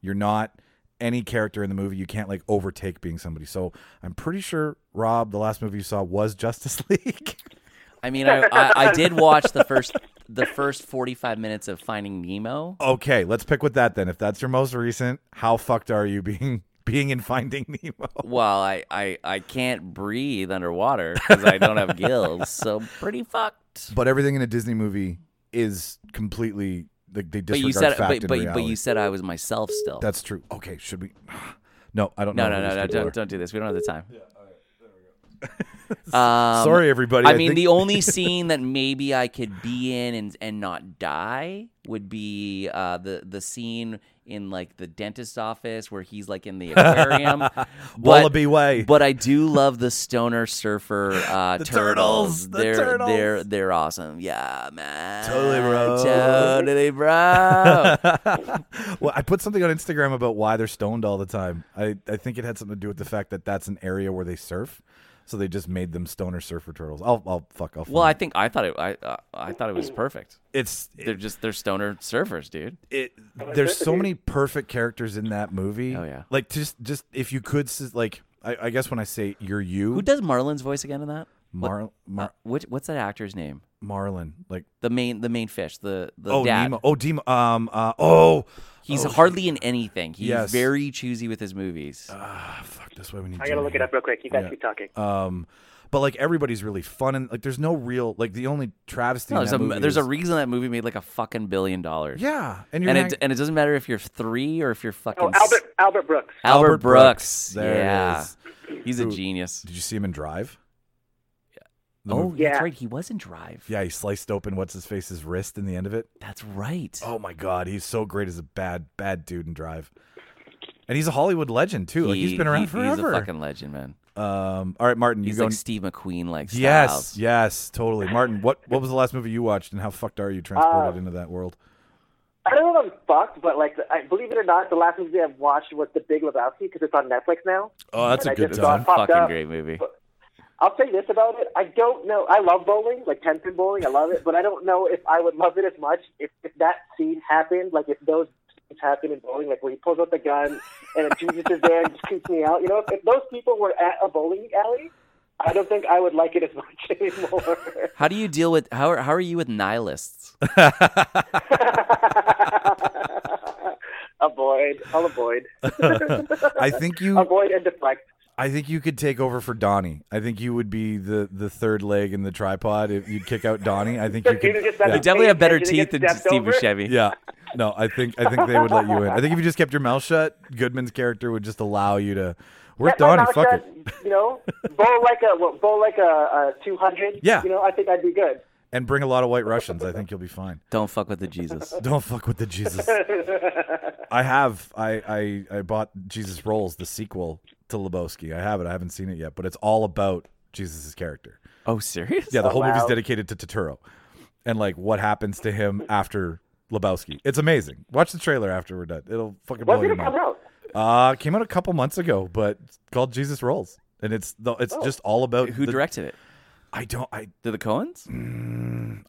[SPEAKER 1] You're not any character in the movie. You can't like overtake being somebody. So I'm pretty sure Rob, the last movie you saw was Justice League.
[SPEAKER 2] I mean, I, I, I did watch the first the first forty five minutes of Finding Nemo.
[SPEAKER 1] okay, let's pick with that then. If that's your most recent, how fucked are you being being in Finding Nemo?
[SPEAKER 2] Well, I, I, I can't breathe underwater because I don't have gills, so pretty fucked.
[SPEAKER 1] But everything in a Disney movie is completely like they
[SPEAKER 2] But
[SPEAKER 1] disregard
[SPEAKER 2] you said
[SPEAKER 1] fact
[SPEAKER 2] but
[SPEAKER 1] and
[SPEAKER 2] but, but
[SPEAKER 1] reality.
[SPEAKER 2] you said I was myself still.
[SPEAKER 1] That's true. Okay, should we? No, I don't
[SPEAKER 2] no,
[SPEAKER 1] know.
[SPEAKER 2] no,
[SPEAKER 1] who
[SPEAKER 2] no,
[SPEAKER 1] these
[SPEAKER 2] no!
[SPEAKER 1] people are.
[SPEAKER 2] Don't don't do this. We don't have the time. Yeah, all right, there we go. um,
[SPEAKER 1] Sorry, everybody.
[SPEAKER 2] I, mean,
[SPEAKER 1] think-
[SPEAKER 2] the only scene that maybe I could be in and and not die would be uh, the the scene in like the dentist's office where he's like in the aquarium. But-
[SPEAKER 1] Wallaby Way.
[SPEAKER 2] But I do love the stoner surfer uh,
[SPEAKER 1] The turtles,
[SPEAKER 2] turtles.
[SPEAKER 1] the
[SPEAKER 2] They're
[SPEAKER 1] turtles.
[SPEAKER 2] they're they're awesome. Yeah, man.
[SPEAKER 1] Totally, bro.
[SPEAKER 2] Totally, bro.
[SPEAKER 1] well, I put something on Instagram about why they're stoned all the time. I, I think it had something to do with the fact that that's an area where they surf, so they just made them stoner surfer turtles. I'll, I'll fuck off.
[SPEAKER 2] well, I think I thought it. I uh, I thought it was perfect.
[SPEAKER 1] it's
[SPEAKER 2] They're just they're stoner surfers, dude.
[SPEAKER 1] it there's so many perfect characters in that movie.
[SPEAKER 2] Oh, yeah.
[SPEAKER 1] Like just just if you could s- like I, I guess when I say you're you,
[SPEAKER 2] Who does Marlin's voice again in that?
[SPEAKER 1] Mar- Mar-
[SPEAKER 2] Which what's that actor's name?
[SPEAKER 1] Marlin, like
[SPEAKER 2] The main the main fish, the the
[SPEAKER 1] oh
[SPEAKER 2] dad.
[SPEAKER 1] Nemo, oh Demo, um uh, oh
[SPEAKER 2] He's hardly in anything. He's
[SPEAKER 1] Yes.
[SPEAKER 2] very choosy with his movies.
[SPEAKER 1] ah, fuck this way we need.
[SPEAKER 3] I gotta
[SPEAKER 1] Jimmy
[SPEAKER 3] look it
[SPEAKER 1] here.
[SPEAKER 3] up real quick. You guys
[SPEAKER 1] Yeah.
[SPEAKER 3] keep talking.
[SPEAKER 1] Um, but like everybody's really fun and like there's no real like the only travesty.
[SPEAKER 2] no,
[SPEAKER 1] in
[SPEAKER 2] there's
[SPEAKER 1] that
[SPEAKER 2] a
[SPEAKER 1] movie
[SPEAKER 2] there's a
[SPEAKER 1] is-
[SPEAKER 2] reason that movie made like a fucking billion dollars.
[SPEAKER 1] yeah, and you're
[SPEAKER 2] And
[SPEAKER 1] hang-
[SPEAKER 2] it and it doesn't matter if you're three or if you're fucking
[SPEAKER 3] Oh,
[SPEAKER 2] s-
[SPEAKER 3] Albert Albert Brooks.
[SPEAKER 2] Albert
[SPEAKER 1] Albert Brooks.
[SPEAKER 2] Brooks.
[SPEAKER 1] There it
[SPEAKER 2] yeah.
[SPEAKER 1] is.
[SPEAKER 2] He's a
[SPEAKER 1] Who-
[SPEAKER 2] genius.
[SPEAKER 1] Did you see him in Drive? The
[SPEAKER 2] Oh,
[SPEAKER 1] movie-
[SPEAKER 2] that's
[SPEAKER 3] Yeah.
[SPEAKER 2] right. He was in Drive.
[SPEAKER 1] yeah, he sliced open what's his face's wrist in the end of it.
[SPEAKER 2] That's right.
[SPEAKER 1] Oh my god, he's so great as a bad bad dude in Drive. And he's a Hollywood legend too. like he's been around
[SPEAKER 2] he- He's
[SPEAKER 1] forever.
[SPEAKER 2] a fucking legend, man.
[SPEAKER 1] um, all right, Martin, you
[SPEAKER 2] He's
[SPEAKER 1] go.
[SPEAKER 2] like Steve McQueen, like
[SPEAKER 1] yes, yes, totally. Martin, what what was the last movie you watched, and how fucked are you transported
[SPEAKER 3] Uh,
[SPEAKER 1] into that world?
[SPEAKER 3] I don't know if I'm fucked, but like, I believe it or not, the last movie I've watched was The Big Lebowski because it's on Netflix now.
[SPEAKER 1] Oh, that's
[SPEAKER 3] and
[SPEAKER 1] a
[SPEAKER 3] I
[SPEAKER 1] good
[SPEAKER 3] just
[SPEAKER 1] time.
[SPEAKER 3] got popped
[SPEAKER 2] Fucking
[SPEAKER 3] up.
[SPEAKER 2] great movie.
[SPEAKER 3] But I'll say this about it: I don't know. I love bowling, like ten pin bowling. I love it, but I don't know if I would love it as much if, if that scene happened, like if those scenes happened in bowling, like where he pulls out the gun and Jesus is there and just creeps me out. You know, if, if those people were at a bowling alley, I don't think I would like it as much anymore.
[SPEAKER 2] How do you deal with how are, how are you with nihilists?
[SPEAKER 3] avoid. I'll avoid.
[SPEAKER 1] I think you
[SPEAKER 3] avoid and deflect.
[SPEAKER 1] I think you could take over for Donnie. I think you would be the, the third leg in the tripod. If you'd kick out Donnie, I think you
[SPEAKER 3] Dude,
[SPEAKER 1] could.
[SPEAKER 3] it's just that
[SPEAKER 1] yeah.
[SPEAKER 2] You definitely have better
[SPEAKER 3] Did you
[SPEAKER 2] teeth
[SPEAKER 3] get
[SPEAKER 2] than
[SPEAKER 3] stepped
[SPEAKER 2] Steve
[SPEAKER 3] over?
[SPEAKER 2] Buscemi.
[SPEAKER 1] Yeah. No, I think I think they would let you in. I think if you just kept your mouth shut, Goodman's character would just allow you to. We're
[SPEAKER 3] Let my
[SPEAKER 1] Donnie.
[SPEAKER 3] mouth
[SPEAKER 1] Fuck
[SPEAKER 3] shut,
[SPEAKER 1] it.
[SPEAKER 3] You know, bowl like a what, bowl like a, a two hundred.
[SPEAKER 1] Yeah.
[SPEAKER 3] You know, I think I'd be good.
[SPEAKER 1] And bring a lot of white Russians. I think you'll be fine.
[SPEAKER 2] Don't fuck with the Jesus.
[SPEAKER 1] Don't fuck with the Jesus. I have. I, I I bought Jesus Rolls, the sequel to Lebowski. I have it. I haven't seen it yet, but it's all about Jesus' character.
[SPEAKER 2] Oh, serious?
[SPEAKER 1] Yeah, the
[SPEAKER 3] Oh,
[SPEAKER 1] whole movie's
[SPEAKER 3] wow.
[SPEAKER 1] dedicated to Totoro and like what happens to him after Lebowski. It's amazing. Watch the trailer after we're done. It'll fucking blow
[SPEAKER 3] When did
[SPEAKER 1] your
[SPEAKER 3] it come
[SPEAKER 1] mind.
[SPEAKER 3] out?
[SPEAKER 1] Uh, it came out a
[SPEAKER 3] Oh.
[SPEAKER 1] couple months ago, but it's called Jesus Rolls, and it's the, it's just all about
[SPEAKER 2] Who
[SPEAKER 1] the-
[SPEAKER 2] directed it?
[SPEAKER 1] I don't. I
[SPEAKER 2] Did the Coens?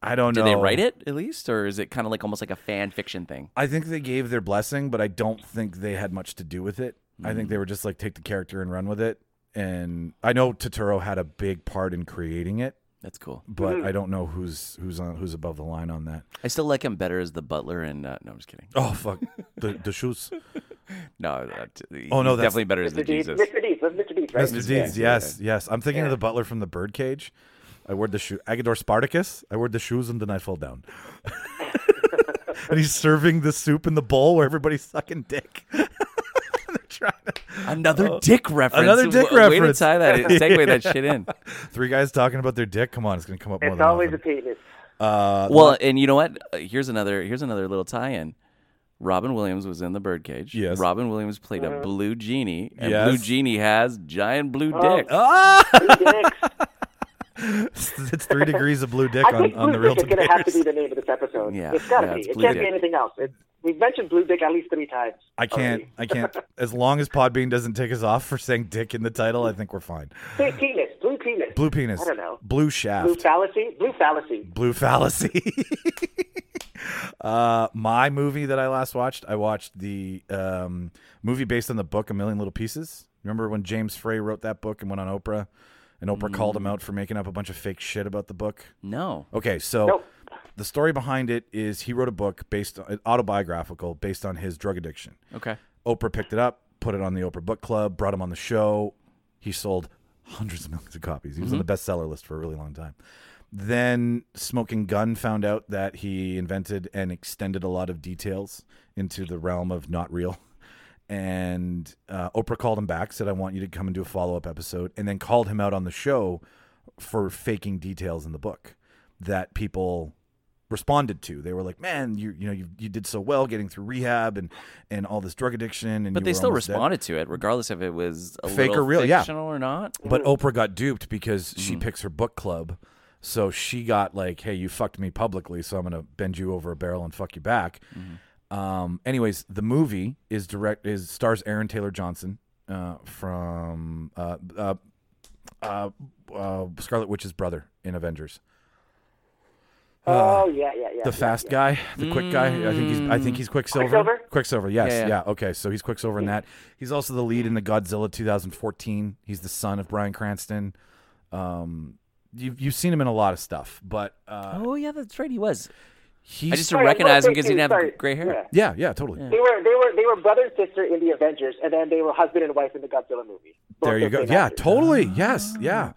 [SPEAKER 1] I don't
[SPEAKER 2] Did
[SPEAKER 1] know.
[SPEAKER 2] they write it at least, or is it kind of like almost like a fan fiction thing?
[SPEAKER 1] I think they gave their blessing, but I don't think they had much to do with it. I
[SPEAKER 2] Hmm.
[SPEAKER 1] think they were just like take the character and run with it. And I know Totoro had a big part in creating it,
[SPEAKER 2] That's cool.
[SPEAKER 1] but
[SPEAKER 3] Mm-hmm.
[SPEAKER 1] I don't know who's who's on who's above the line on that.
[SPEAKER 2] I still like him better as the butler. And uh, no, I'm just kidding.
[SPEAKER 1] Oh fuck, the the shoes.
[SPEAKER 2] No, uh, t-
[SPEAKER 1] Oh, no,
[SPEAKER 2] he's
[SPEAKER 1] that's-
[SPEAKER 2] definitely better as the
[SPEAKER 3] Mr. Deeds.
[SPEAKER 2] Jesus.
[SPEAKER 3] Mr. Deeds. That's Mr. Deeds, right?
[SPEAKER 1] Mr. Deeds, yes, yes. I'm thinking of
[SPEAKER 3] Yeah.
[SPEAKER 1] the butler from the Birdcage. I wore the shoe. Agador Spartacus. I wore the shoes and then I fell down. and he's serving the soup in the bowl where everybody's sucking dick. They're trying to.
[SPEAKER 2] Another
[SPEAKER 3] Oh.
[SPEAKER 2] dick reference.
[SPEAKER 1] another dick
[SPEAKER 2] W- Way to
[SPEAKER 1] reference.
[SPEAKER 2] tie that, segue that shit in.
[SPEAKER 1] Three guys talking about their dick. Come on, it's gonna come up more
[SPEAKER 3] It's
[SPEAKER 1] than
[SPEAKER 3] always a
[SPEAKER 1] often.
[SPEAKER 3] penis.
[SPEAKER 2] Well, and you know what? Uh, Here's another. Here's another little tie-in. Robin Williams was in the Birdcage.
[SPEAKER 1] Yes.
[SPEAKER 2] Robin Williams played
[SPEAKER 3] Uh-huh.
[SPEAKER 2] a blue genie, and
[SPEAKER 1] Yes.
[SPEAKER 2] blue genie has giant blue
[SPEAKER 3] Oh.
[SPEAKER 2] dick.
[SPEAKER 1] Ah!
[SPEAKER 3] Blue dicks.
[SPEAKER 1] it's three degrees of blue dick
[SPEAKER 3] I think
[SPEAKER 1] on, on the
[SPEAKER 3] Blue
[SPEAKER 1] real
[SPEAKER 3] Dick is going to have to
[SPEAKER 1] debaters.
[SPEAKER 3] be the name of this episode.
[SPEAKER 2] Yeah,
[SPEAKER 3] It's got to
[SPEAKER 2] yeah,
[SPEAKER 3] be.
[SPEAKER 2] it's
[SPEAKER 3] It
[SPEAKER 2] Blue
[SPEAKER 3] can't
[SPEAKER 2] Dick.
[SPEAKER 3] be anything else. It, we've mentioned Blue Dick at least three times.
[SPEAKER 1] I can't.
[SPEAKER 3] already.
[SPEAKER 1] I can't. As long as Podbean doesn't take us off for saying dick in the title, I think we're fine.
[SPEAKER 3] Big penis. Blue penis.
[SPEAKER 1] Blue penis.
[SPEAKER 3] I don't know.
[SPEAKER 1] Blue
[SPEAKER 3] Blue
[SPEAKER 1] shaft.
[SPEAKER 3] fallacy. Blue fallacy.
[SPEAKER 1] Blue fallacy. uh, my movie that I last watched, I watched the um, movie based on the book A Million Little Pieces. Remember when James Frey wrote that book and went on Oprah, and Oprah called him out for making up a bunch of fake shit about the book.
[SPEAKER 2] No.
[SPEAKER 1] Okay, so
[SPEAKER 3] Nope.
[SPEAKER 1] the story behind it is he wrote a book based on, autobiographical based on his drug addiction.
[SPEAKER 2] Okay.
[SPEAKER 1] Oprah picked it up, put it on the Oprah Book Club, brought him on the show. He sold hundreds of millions of copies. He was on the bestseller list for a really long time. Then Smoking Gun found out that he invented and extended a lot of details into the realm of not real. And uh, Oprah called him back, said, I want you to come and do a follow up episode, and then called him out on the show for faking details in the book that people responded to. They were like, "Man, you you know you, you did so well getting through rehab and and all this drug addiction." And
[SPEAKER 2] But
[SPEAKER 1] you
[SPEAKER 2] they
[SPEAKER 1] were
[SPEAKER 2] still
[SPEAKER 1] almost dead."
[SPEAKER 2] responded to it, regardless if it was a
[SPEAKER 1] Fake
[SPEAKER 2] little
[SPEAKER 1] or real, yeah. Uh,
[SPEAKER 2] fictional or not.
[SPEAKER 1] But Oprah got duped because she picks her book club. So she got like, hey, you fucked me publicly, so I'm going to bend you over a barrel and fuck you back. Um, anyways, the movie is direct is stars Aaron Taylor Johnson uh, from uh, uh, uh, uh, Scarlet Witch's brother in Avengers. Uh,
[SPEAKER 3] Oh, yeah, yeah, yeah.
[SPEAKER 1] The
[SPEAKER 3] yeah,
[SPEAKER 1] fast
[SPEAKER 3] yeah.
[SPEAKER 1] guy, the quick guy. I think he's I think he's Quicksilver.
[SPEAKER 3] Quicksilver?
[SPEAKER 1] yes,
[SPEAKER 2] Yeah,
[SPEAKER 1] yeah,
[SPEAKER 2] yeah.
[SPEAKER 1] Okay, so he's Quicksilver in that. He's also the lead in the Godzilla 2014. He's the son of Brian Cranston. Um, you've you've seen him in a lot of stuff, but uh,
[SPEAKER 2] Oh yeah, that's right. He was.
[SPEAKER 1] he's
[SPEAKER 2] I just
[SPEAKER 3] Sorry,
[SPEAKER 2] didn't recognize him
[SPEAKER 3] one
[SPEAKER 2] because he
[SPEAKER 3] thing,
[SPEAKER 2] didn't
[SPEAKER 3] sorry.
[SPEAKER 2] have gray hair.
[SPEAKER 3] Yeah.
[SPEAKER 1] yeah, yeah, totally.
[SPEAKER 3] They were they were they were brother and sister in the Avengers, and then they were husband and wife in the Godzilla movie. Both
[SPEAKER 1] There you
[SPEAKER 3] those
[SPEAKER 1] go.
[SPEAKER 3] same
[SPEAKER 1] Yeah,
[SPEAKER 3] actors.
[SPEAKER 1] totally.
[SPEAKER 2] Ah.
[SPEAKER 1] Yes, yeah.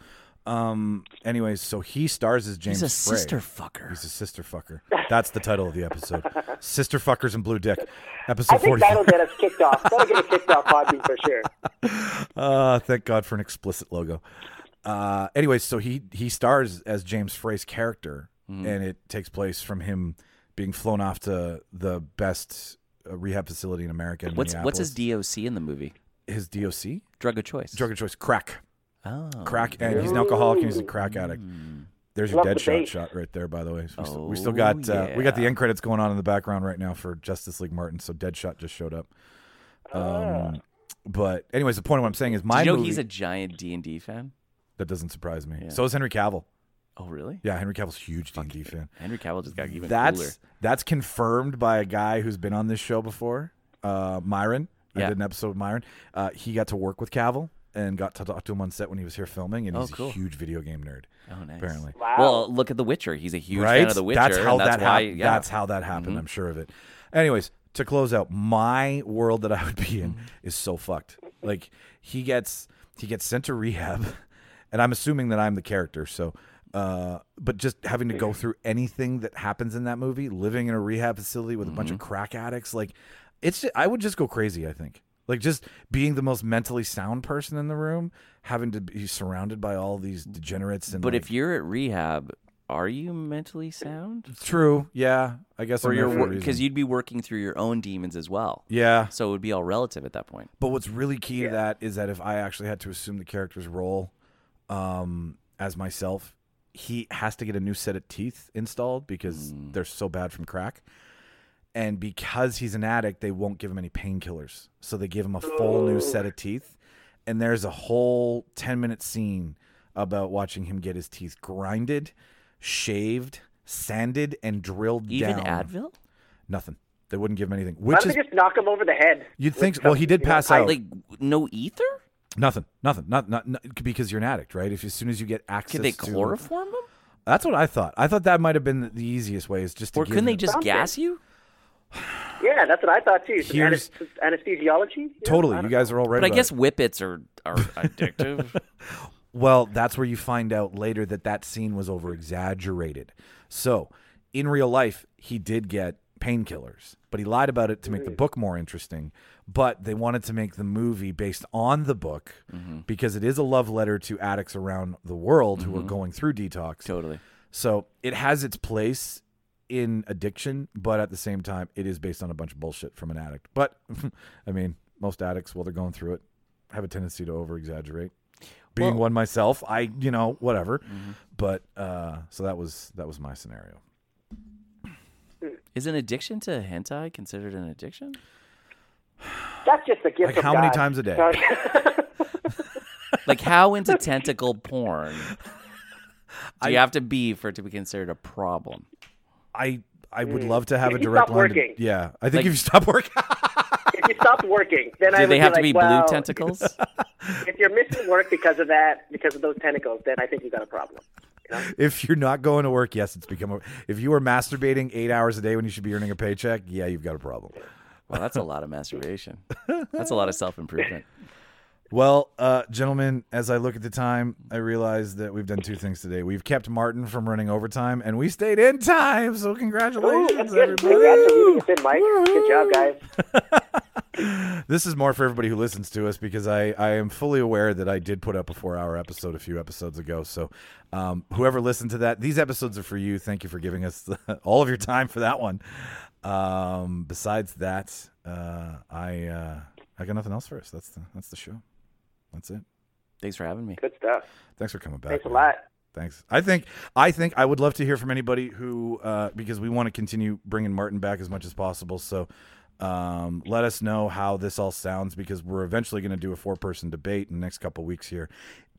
[SPEAKER 1] Um. Anyways, so he stars as James.
[SPEAKER 2] He's a
[SPEAKER 1] Frey.
[SPEAKER 2] sister fucker.
[SPEAKER 1] He's a sister fucker. That's the title of the episode. sister fuckers and blue dick.
[SPEAKER 3] I
[SPEAKER 1] Episode
[SPEAKER 3] think
[SPEAKER 1] forty-five.
[SPEAKER 3] that'll get us kicked off. That'll get us kicked off Podbean for sure.
[SPEAKER 1] Uh, thank God for an explicit logo. Uh, anyway, so he he stars as James Frey's character,
[SPEAKER 2] Hmm.
[SPEAKER 1] and it takes place from him being flown off to the best uh, rehab facility in America. In
[SPEAKER 2] What's what's his
[SPEAKER 1] Minneapolis.
[SPEAKER 2] DOC in the movie?
[SPEAKER 1] his DOC
[SPEAKER 2] Drug of choice.
[SPEAKER 1] drug of choice crack
[SPEAKER 2] Oh. Hmm.
[SPEAKER 1] crack, and he's an alcoholic and he's a crack addict. There's your
[SPEAKER 3] Love
[SPEAKER 1] dead
[SPEAKER 3] the
[SPEAKER 1] shot
[SPEAKER 3] bait.
[SPEAKER 1] shot right there, by the way. We, still, we
[SPEAKER 2] Oh,
[SPEAKER 1] still got uh, we got the
[SPEAKER 2] yeah.
[SPEAKER 1] end credits going on in the background right now for Justice League Martin. So dead shot just showed up.
[SPEAKER 3] Ah.
[SPEAKER 1] Um, but anyways, the point of what I'm saying is
[SPEAKER 2] Did
[SPEAKER 1] my
[SPEAKER 2] you know
[SPEAKER 1] movie
[SPEAKER 2] he's a giant D and D fan?
[SPEAKER 1] that doesn't surprise me.
[SPEAKER 2] Yeah.
[SPEAKER 1] So is Henry Cavill.
[SPEAKER 2] Oh really?
[SPEAKER 1] Yeah, Henry Cavill's a huge D and D fan.
[SPEAKER 2] Henry Cavill just got even
[SPEAKER 1] That's
[SPEAKER 2] cooler.
[SPEAKER 1] that's confirmed by a guy who's been on this show before, uh, Myron. I
[SPEAKER 2] Yeah.
[SPEAKER 1] did an episode with Myron. Uh, he got to work with Cavill and got to talk to him on set when he was here filming, and
[SPEAKER 2] Oh,
[SPEAKER 1] he's
[SPEAKER 2] cool.
[SPEAKER 1] a huge video game nerd.
[SPEAKER 2] Oh nice.
[SPEAKER 1] Apparently,
[SPEAKER 3] Wow.
[SPEAKER 2] Well, look at The Witcher. He's a huge
[SPEAKER 1] right?
[SPEAKER 2] fan of The Witcher.
[SPEAKER 1] that's how
[SPEAKER 2] and that's
[SPEAKER 1] that
[SPEAKER 2] why,
[SPEAKER 1] happened.
[SPEAKER 2] Yeah. Mm-hmm.
[SPEAKER 1] That's how that happened. I'm sure of it. Anyways, to close out, my world that I would be
[SPEAKER 2] Mm-hmm.
[SPEAKER 1] in is so fucked. Like he gets he gets sent to rehab, and I'm assuming that I'm the character. So, uh, but just having to go through anything that happens in that movie, living in a rehab facility with a bunch of
[SPEAKER 2] Mm-hmm.
[SPEAKER 1] crack addicts, like it's ju- I would just go crazy. I think. Like just being the most mentally sound person in the room, having to be surrounded by all these degenerates and
[SPEAKER 2] but
[SPEAKER 1] like-
[SPEAKER 2] if you're at rehab, are you mentally sound?
[SPEAKER 1] True. Yeah, I guess.
[SPEAKER 2] Or
[SPEAKER 1] I'm there for a
[SPEAKER 2] you're
[SPEAKER 1] reason.
[SPEAKER 2] because you'd be working through your own demons as well.
[SPEAKER 1] Yeah,
[SPEAKER 2] So it would be all relative at that point.
[SPEAKER 1] but what's really key to that is that if I actually had to assume the character's role, um, as myself, he has to get a new set of teeth installed because they're so bad from crack. And because he's an addict, they won't give him any painkillers, so they give him a full new set of teeth. And there's a whole ten minute scene about watching him get his teeth grinded, shaved, sanded, and drilled
[SPEAKER 2] Even
[SPEAKER 1] down.
[SPEAKER 2] Advil?
[SPEAKER 1] Nothing. They wouldn't give him anything.
[SPEAKER 3] Why
[SPEAKER 1] Which
[SPEAKER 3] don't
[SPEAKER 1] is
[SPEAKER 3] they just knock him over the head?
[SPEAKER 1] you'd
[SPEAKER 3] with
[SPEAKER 1] think. Well, he
[SPEAKER 3] something,
[SPEAKER 1] did
[SPEAKER 3] you know?
[SPEAKER 1] pass
[SPEAKER 3] I-
[SPEAKER 1] out.
[SPEAKER 2] Like no ether?
[SPEAKER 1] nothing. Nothing. Not, not not because you're an addict, right? If as soon as you get access,
[SPEAKER 2] Could they
[SPEAKER 1] to-
[SPEAKER 2] chloroform him?
[SPEAKER 1] That's what I thought. I thought that might have been the easiest way. Is just to
[SPEAKER 2] Or
[SPEAKER 1] give
[SPEAKER 2] couldn't they
[SPEAKER 1] him-
[SPEAKER 2] just
[SPEAKER 3] Something.
[SPEAKER 2] gas you?
[SPEAKER 3] Yeah, that's what I thought too. Some
[SPEAKER 1] Here's-
[SPEAKER 3] anes- anesthesiology. you know? I
[SPEAKER 1] totally?
[SPEAKER 3] don't
[SPEAKER 1] You guys are all right.
[SPEAKER 2] But I
[SPEAKER 1] about
[SPEAKER 2] guess
[SPEAKER 1] it.
[SPEAKER 2] whippets are are addictive.
[SPEAKER 1] Well, that's where you find out later that that scene was over exaggerated. So, in real life, he did get painkillers, but he lied about it to make the book more interesting. But they wanted to make the movie based on the book because it is a love letter to addicts around the world who are going through detox.
[SPEAKER 2] totally.
[SPEAKER 1] So, it has its place in addiction, but at the same time, it is based on a bunch of bullshit from an addict. But, I mean, most addicts, while they're going through it, have a tendency to over exaggerate being
[SPEAKER 2] Well-
[SPEAKER 1] one myself i you know whatever
[SPEAKER 3] Mm-hmm.
[SPEAKER 1] but uh so that was that was my scenario
[SPEAKER 2] Is an addiction to hentai considered an addiction?
[SPEAKER 3] know. That's just a gift.
[SPEAKER 1] like
[SPEAKER 3] of
[SPEAKER 1] how many
[SPEAKER 3] God.
[SPEAKER 1] times a day?
[SPEAKER 3] Sorry.
[SPEAKER 2] Like how into tentacle porn do you have to be for it to be considered a problem?
[SPEAKER 1] i i would love to have
[SPEAKER 3] If
[SPEAKER 1] a
[SPEAKER 3] you
[SPEAKER 1] direct
[SPEAKER 3] stop
[SPEAKER 1] line to-
[SPEAKER 3] working.
[SPEAKER 1] yeah i think
[SPEAKER 2] Like-
[SPEAKER 1] if you stop working
[SPEAKER 3] if you stopped working, then I
[SPEAKER 2] Do
[SPEAKER 3] would
[SPEAKER 2] they have to
[SPEAKER 3] like,
[SPEAKER 2] be
[SPEAKER 3] well,
[SPEAKER 2] blue tentacles?
[SPEAKER 3] If you're missing work because of that, because of those tentacles, then I think you got a problem.
[SPEAKER 1] if you're not going to work yes it's become a, if you are masturbating eight hours a day when you should be earning a paycheck yeah you've got a problem
[SPEAKER 2] Well, that's a lot of masturbation. That's a lot of self improvement.
[SPEAKER 1] well uh gentlemen as i look at the time i realize that we've done two things today we've kept martin from running overtime and we stayed in time so
[SPEAKER 3] Ooh,
[SPEAKER 1] congratulations
[SPEAKER 3] that's good.
[SPEAKER 1] everybody
[SPEAKER 3] Congrats on leaving us in, Mike. Good job, guys.
[SPEAKER 1] This is more for everybody who listens to us because I, I am fully aware that I did put up a four hour episode a few episodes ago. So, um, whoever listened to that, these episodes are for you. Thank you for giving us all of your time for that one. Um, besides that, uh, I uh, I got nothing else for us. That's the that's the show. That's it.
[SPEAKER 2] Thanks for having me.
[SPEAKER 3] Good stuff.
[SPEAKER 1] Thanks for coming back.
[SPEAKER 3] Thanks a
[SPEAKER 1] man.
[SPEAKER 3] lot.
[SPEAKER 1] Thanks. I think I think I would love to hear from anybody who uh, because we want to continue bringing Martin back as much as possible. So um, let us know how this all sounds because we're eventually going to do a four person debate in the next couple weeks here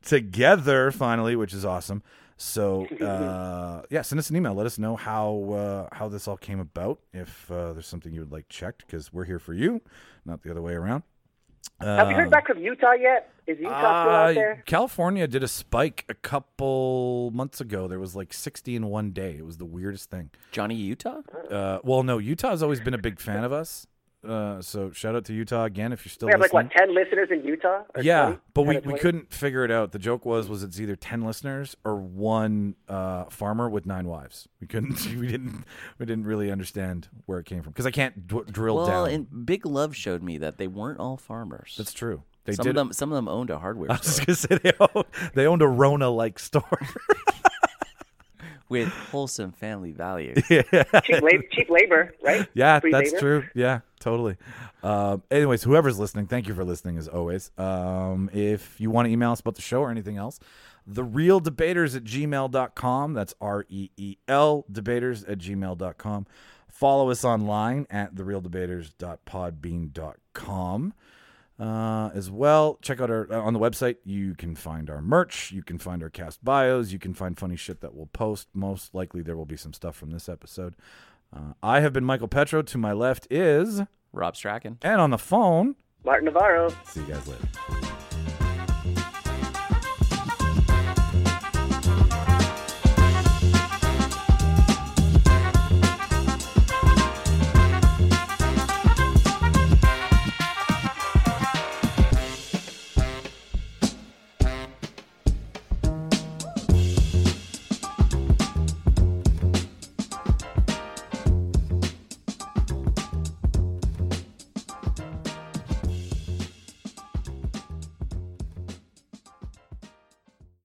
[SPEAKER 1] together finally, which is awesome. So uh, yeah, send us an email. Let us know how uh, how this all came about. If uh, there's something you would like checked, because we're here for you, not the other way around.
[SPEAKER 3] Have you heard back from Utah yet? Is Utah still
[SPEAKER 1] Uh,
[SPEAKER 3] out there?
[SPEAKER 1] California did a spike a couple months ago. There was like 60 in one day. It was the weirdest thing.
[SPEAKER 2] Johnny Utah?
[SPEAKER 1] Uh, well, no, Utah's always been a big fan of us. Uh, so shout out to Utah again if you're still
[SPEAKER 3] We have like
[SPEAKER 1] listening.
[SPEAKER 3] what ten listeners in Utah? Or
[SPEAKER 1] yeah,
[SPEAKER 3] 20?
[SPEAKER 1] but
[SPEAKER 3] 10
[SPEAKER 1] we,
[SPEAKER 3] or
[SPEAKER 1] we
[SPEAKER 3] 20?
[SPEAKER 1] couldn't figure it out. The joke was was it's either 10 listeners or one uh, farmer with nine wives. We couldn't we didn't we didn't really understand where it came from cuz I can't d- drill
[SPEAKER 2] Well,
[SPEAKER 1] down.
[SPEAKER 2] and Big Love showed me that they weren't all farmers.
[SPEAKER 1] That's true. They
[SPEAKER 2] some
[SPEAKER 1] did
[SPEAKER 2] of them some of them owned a hardware
[SPEAKER 1] I was
[SPEAKER 2] store
[SPEAKER 1] just going to say they owned, they owned a Rona like store.
[SPEAKER 2] with wholesome family values.
[SPEAKER 3] cheap, lab- cheap labor, right?
[SPEAKER 1] Yeah,
[SPEAKER 3] Free
[SPEAKER 1] that's
[SPEAKER 3] labor.
[SPEAKER 1] true. Yeah, totally. Um, anyways, whoever's listening, thank you for listening as always. Um, if you want to email us about the show or anything else, the real debaters at gmail.com. That's R E E L debaters at gmail.com. Follow us online at therealdebaters.podbean.com uh, as well. Check out our uh, on the website. You can find our merch. You can find our cast bios. You can find funny shit that we'll post. Most likely, there will be some stuff from this episode. Uh, I have been Michael Petro. To my left is
[SPEAKER 2] Rob Strachan.
[SPEAKER 1] and on the phone.
[SPEAKER 3] Martin Navarro.
[SPEAKER 1] See you guys later.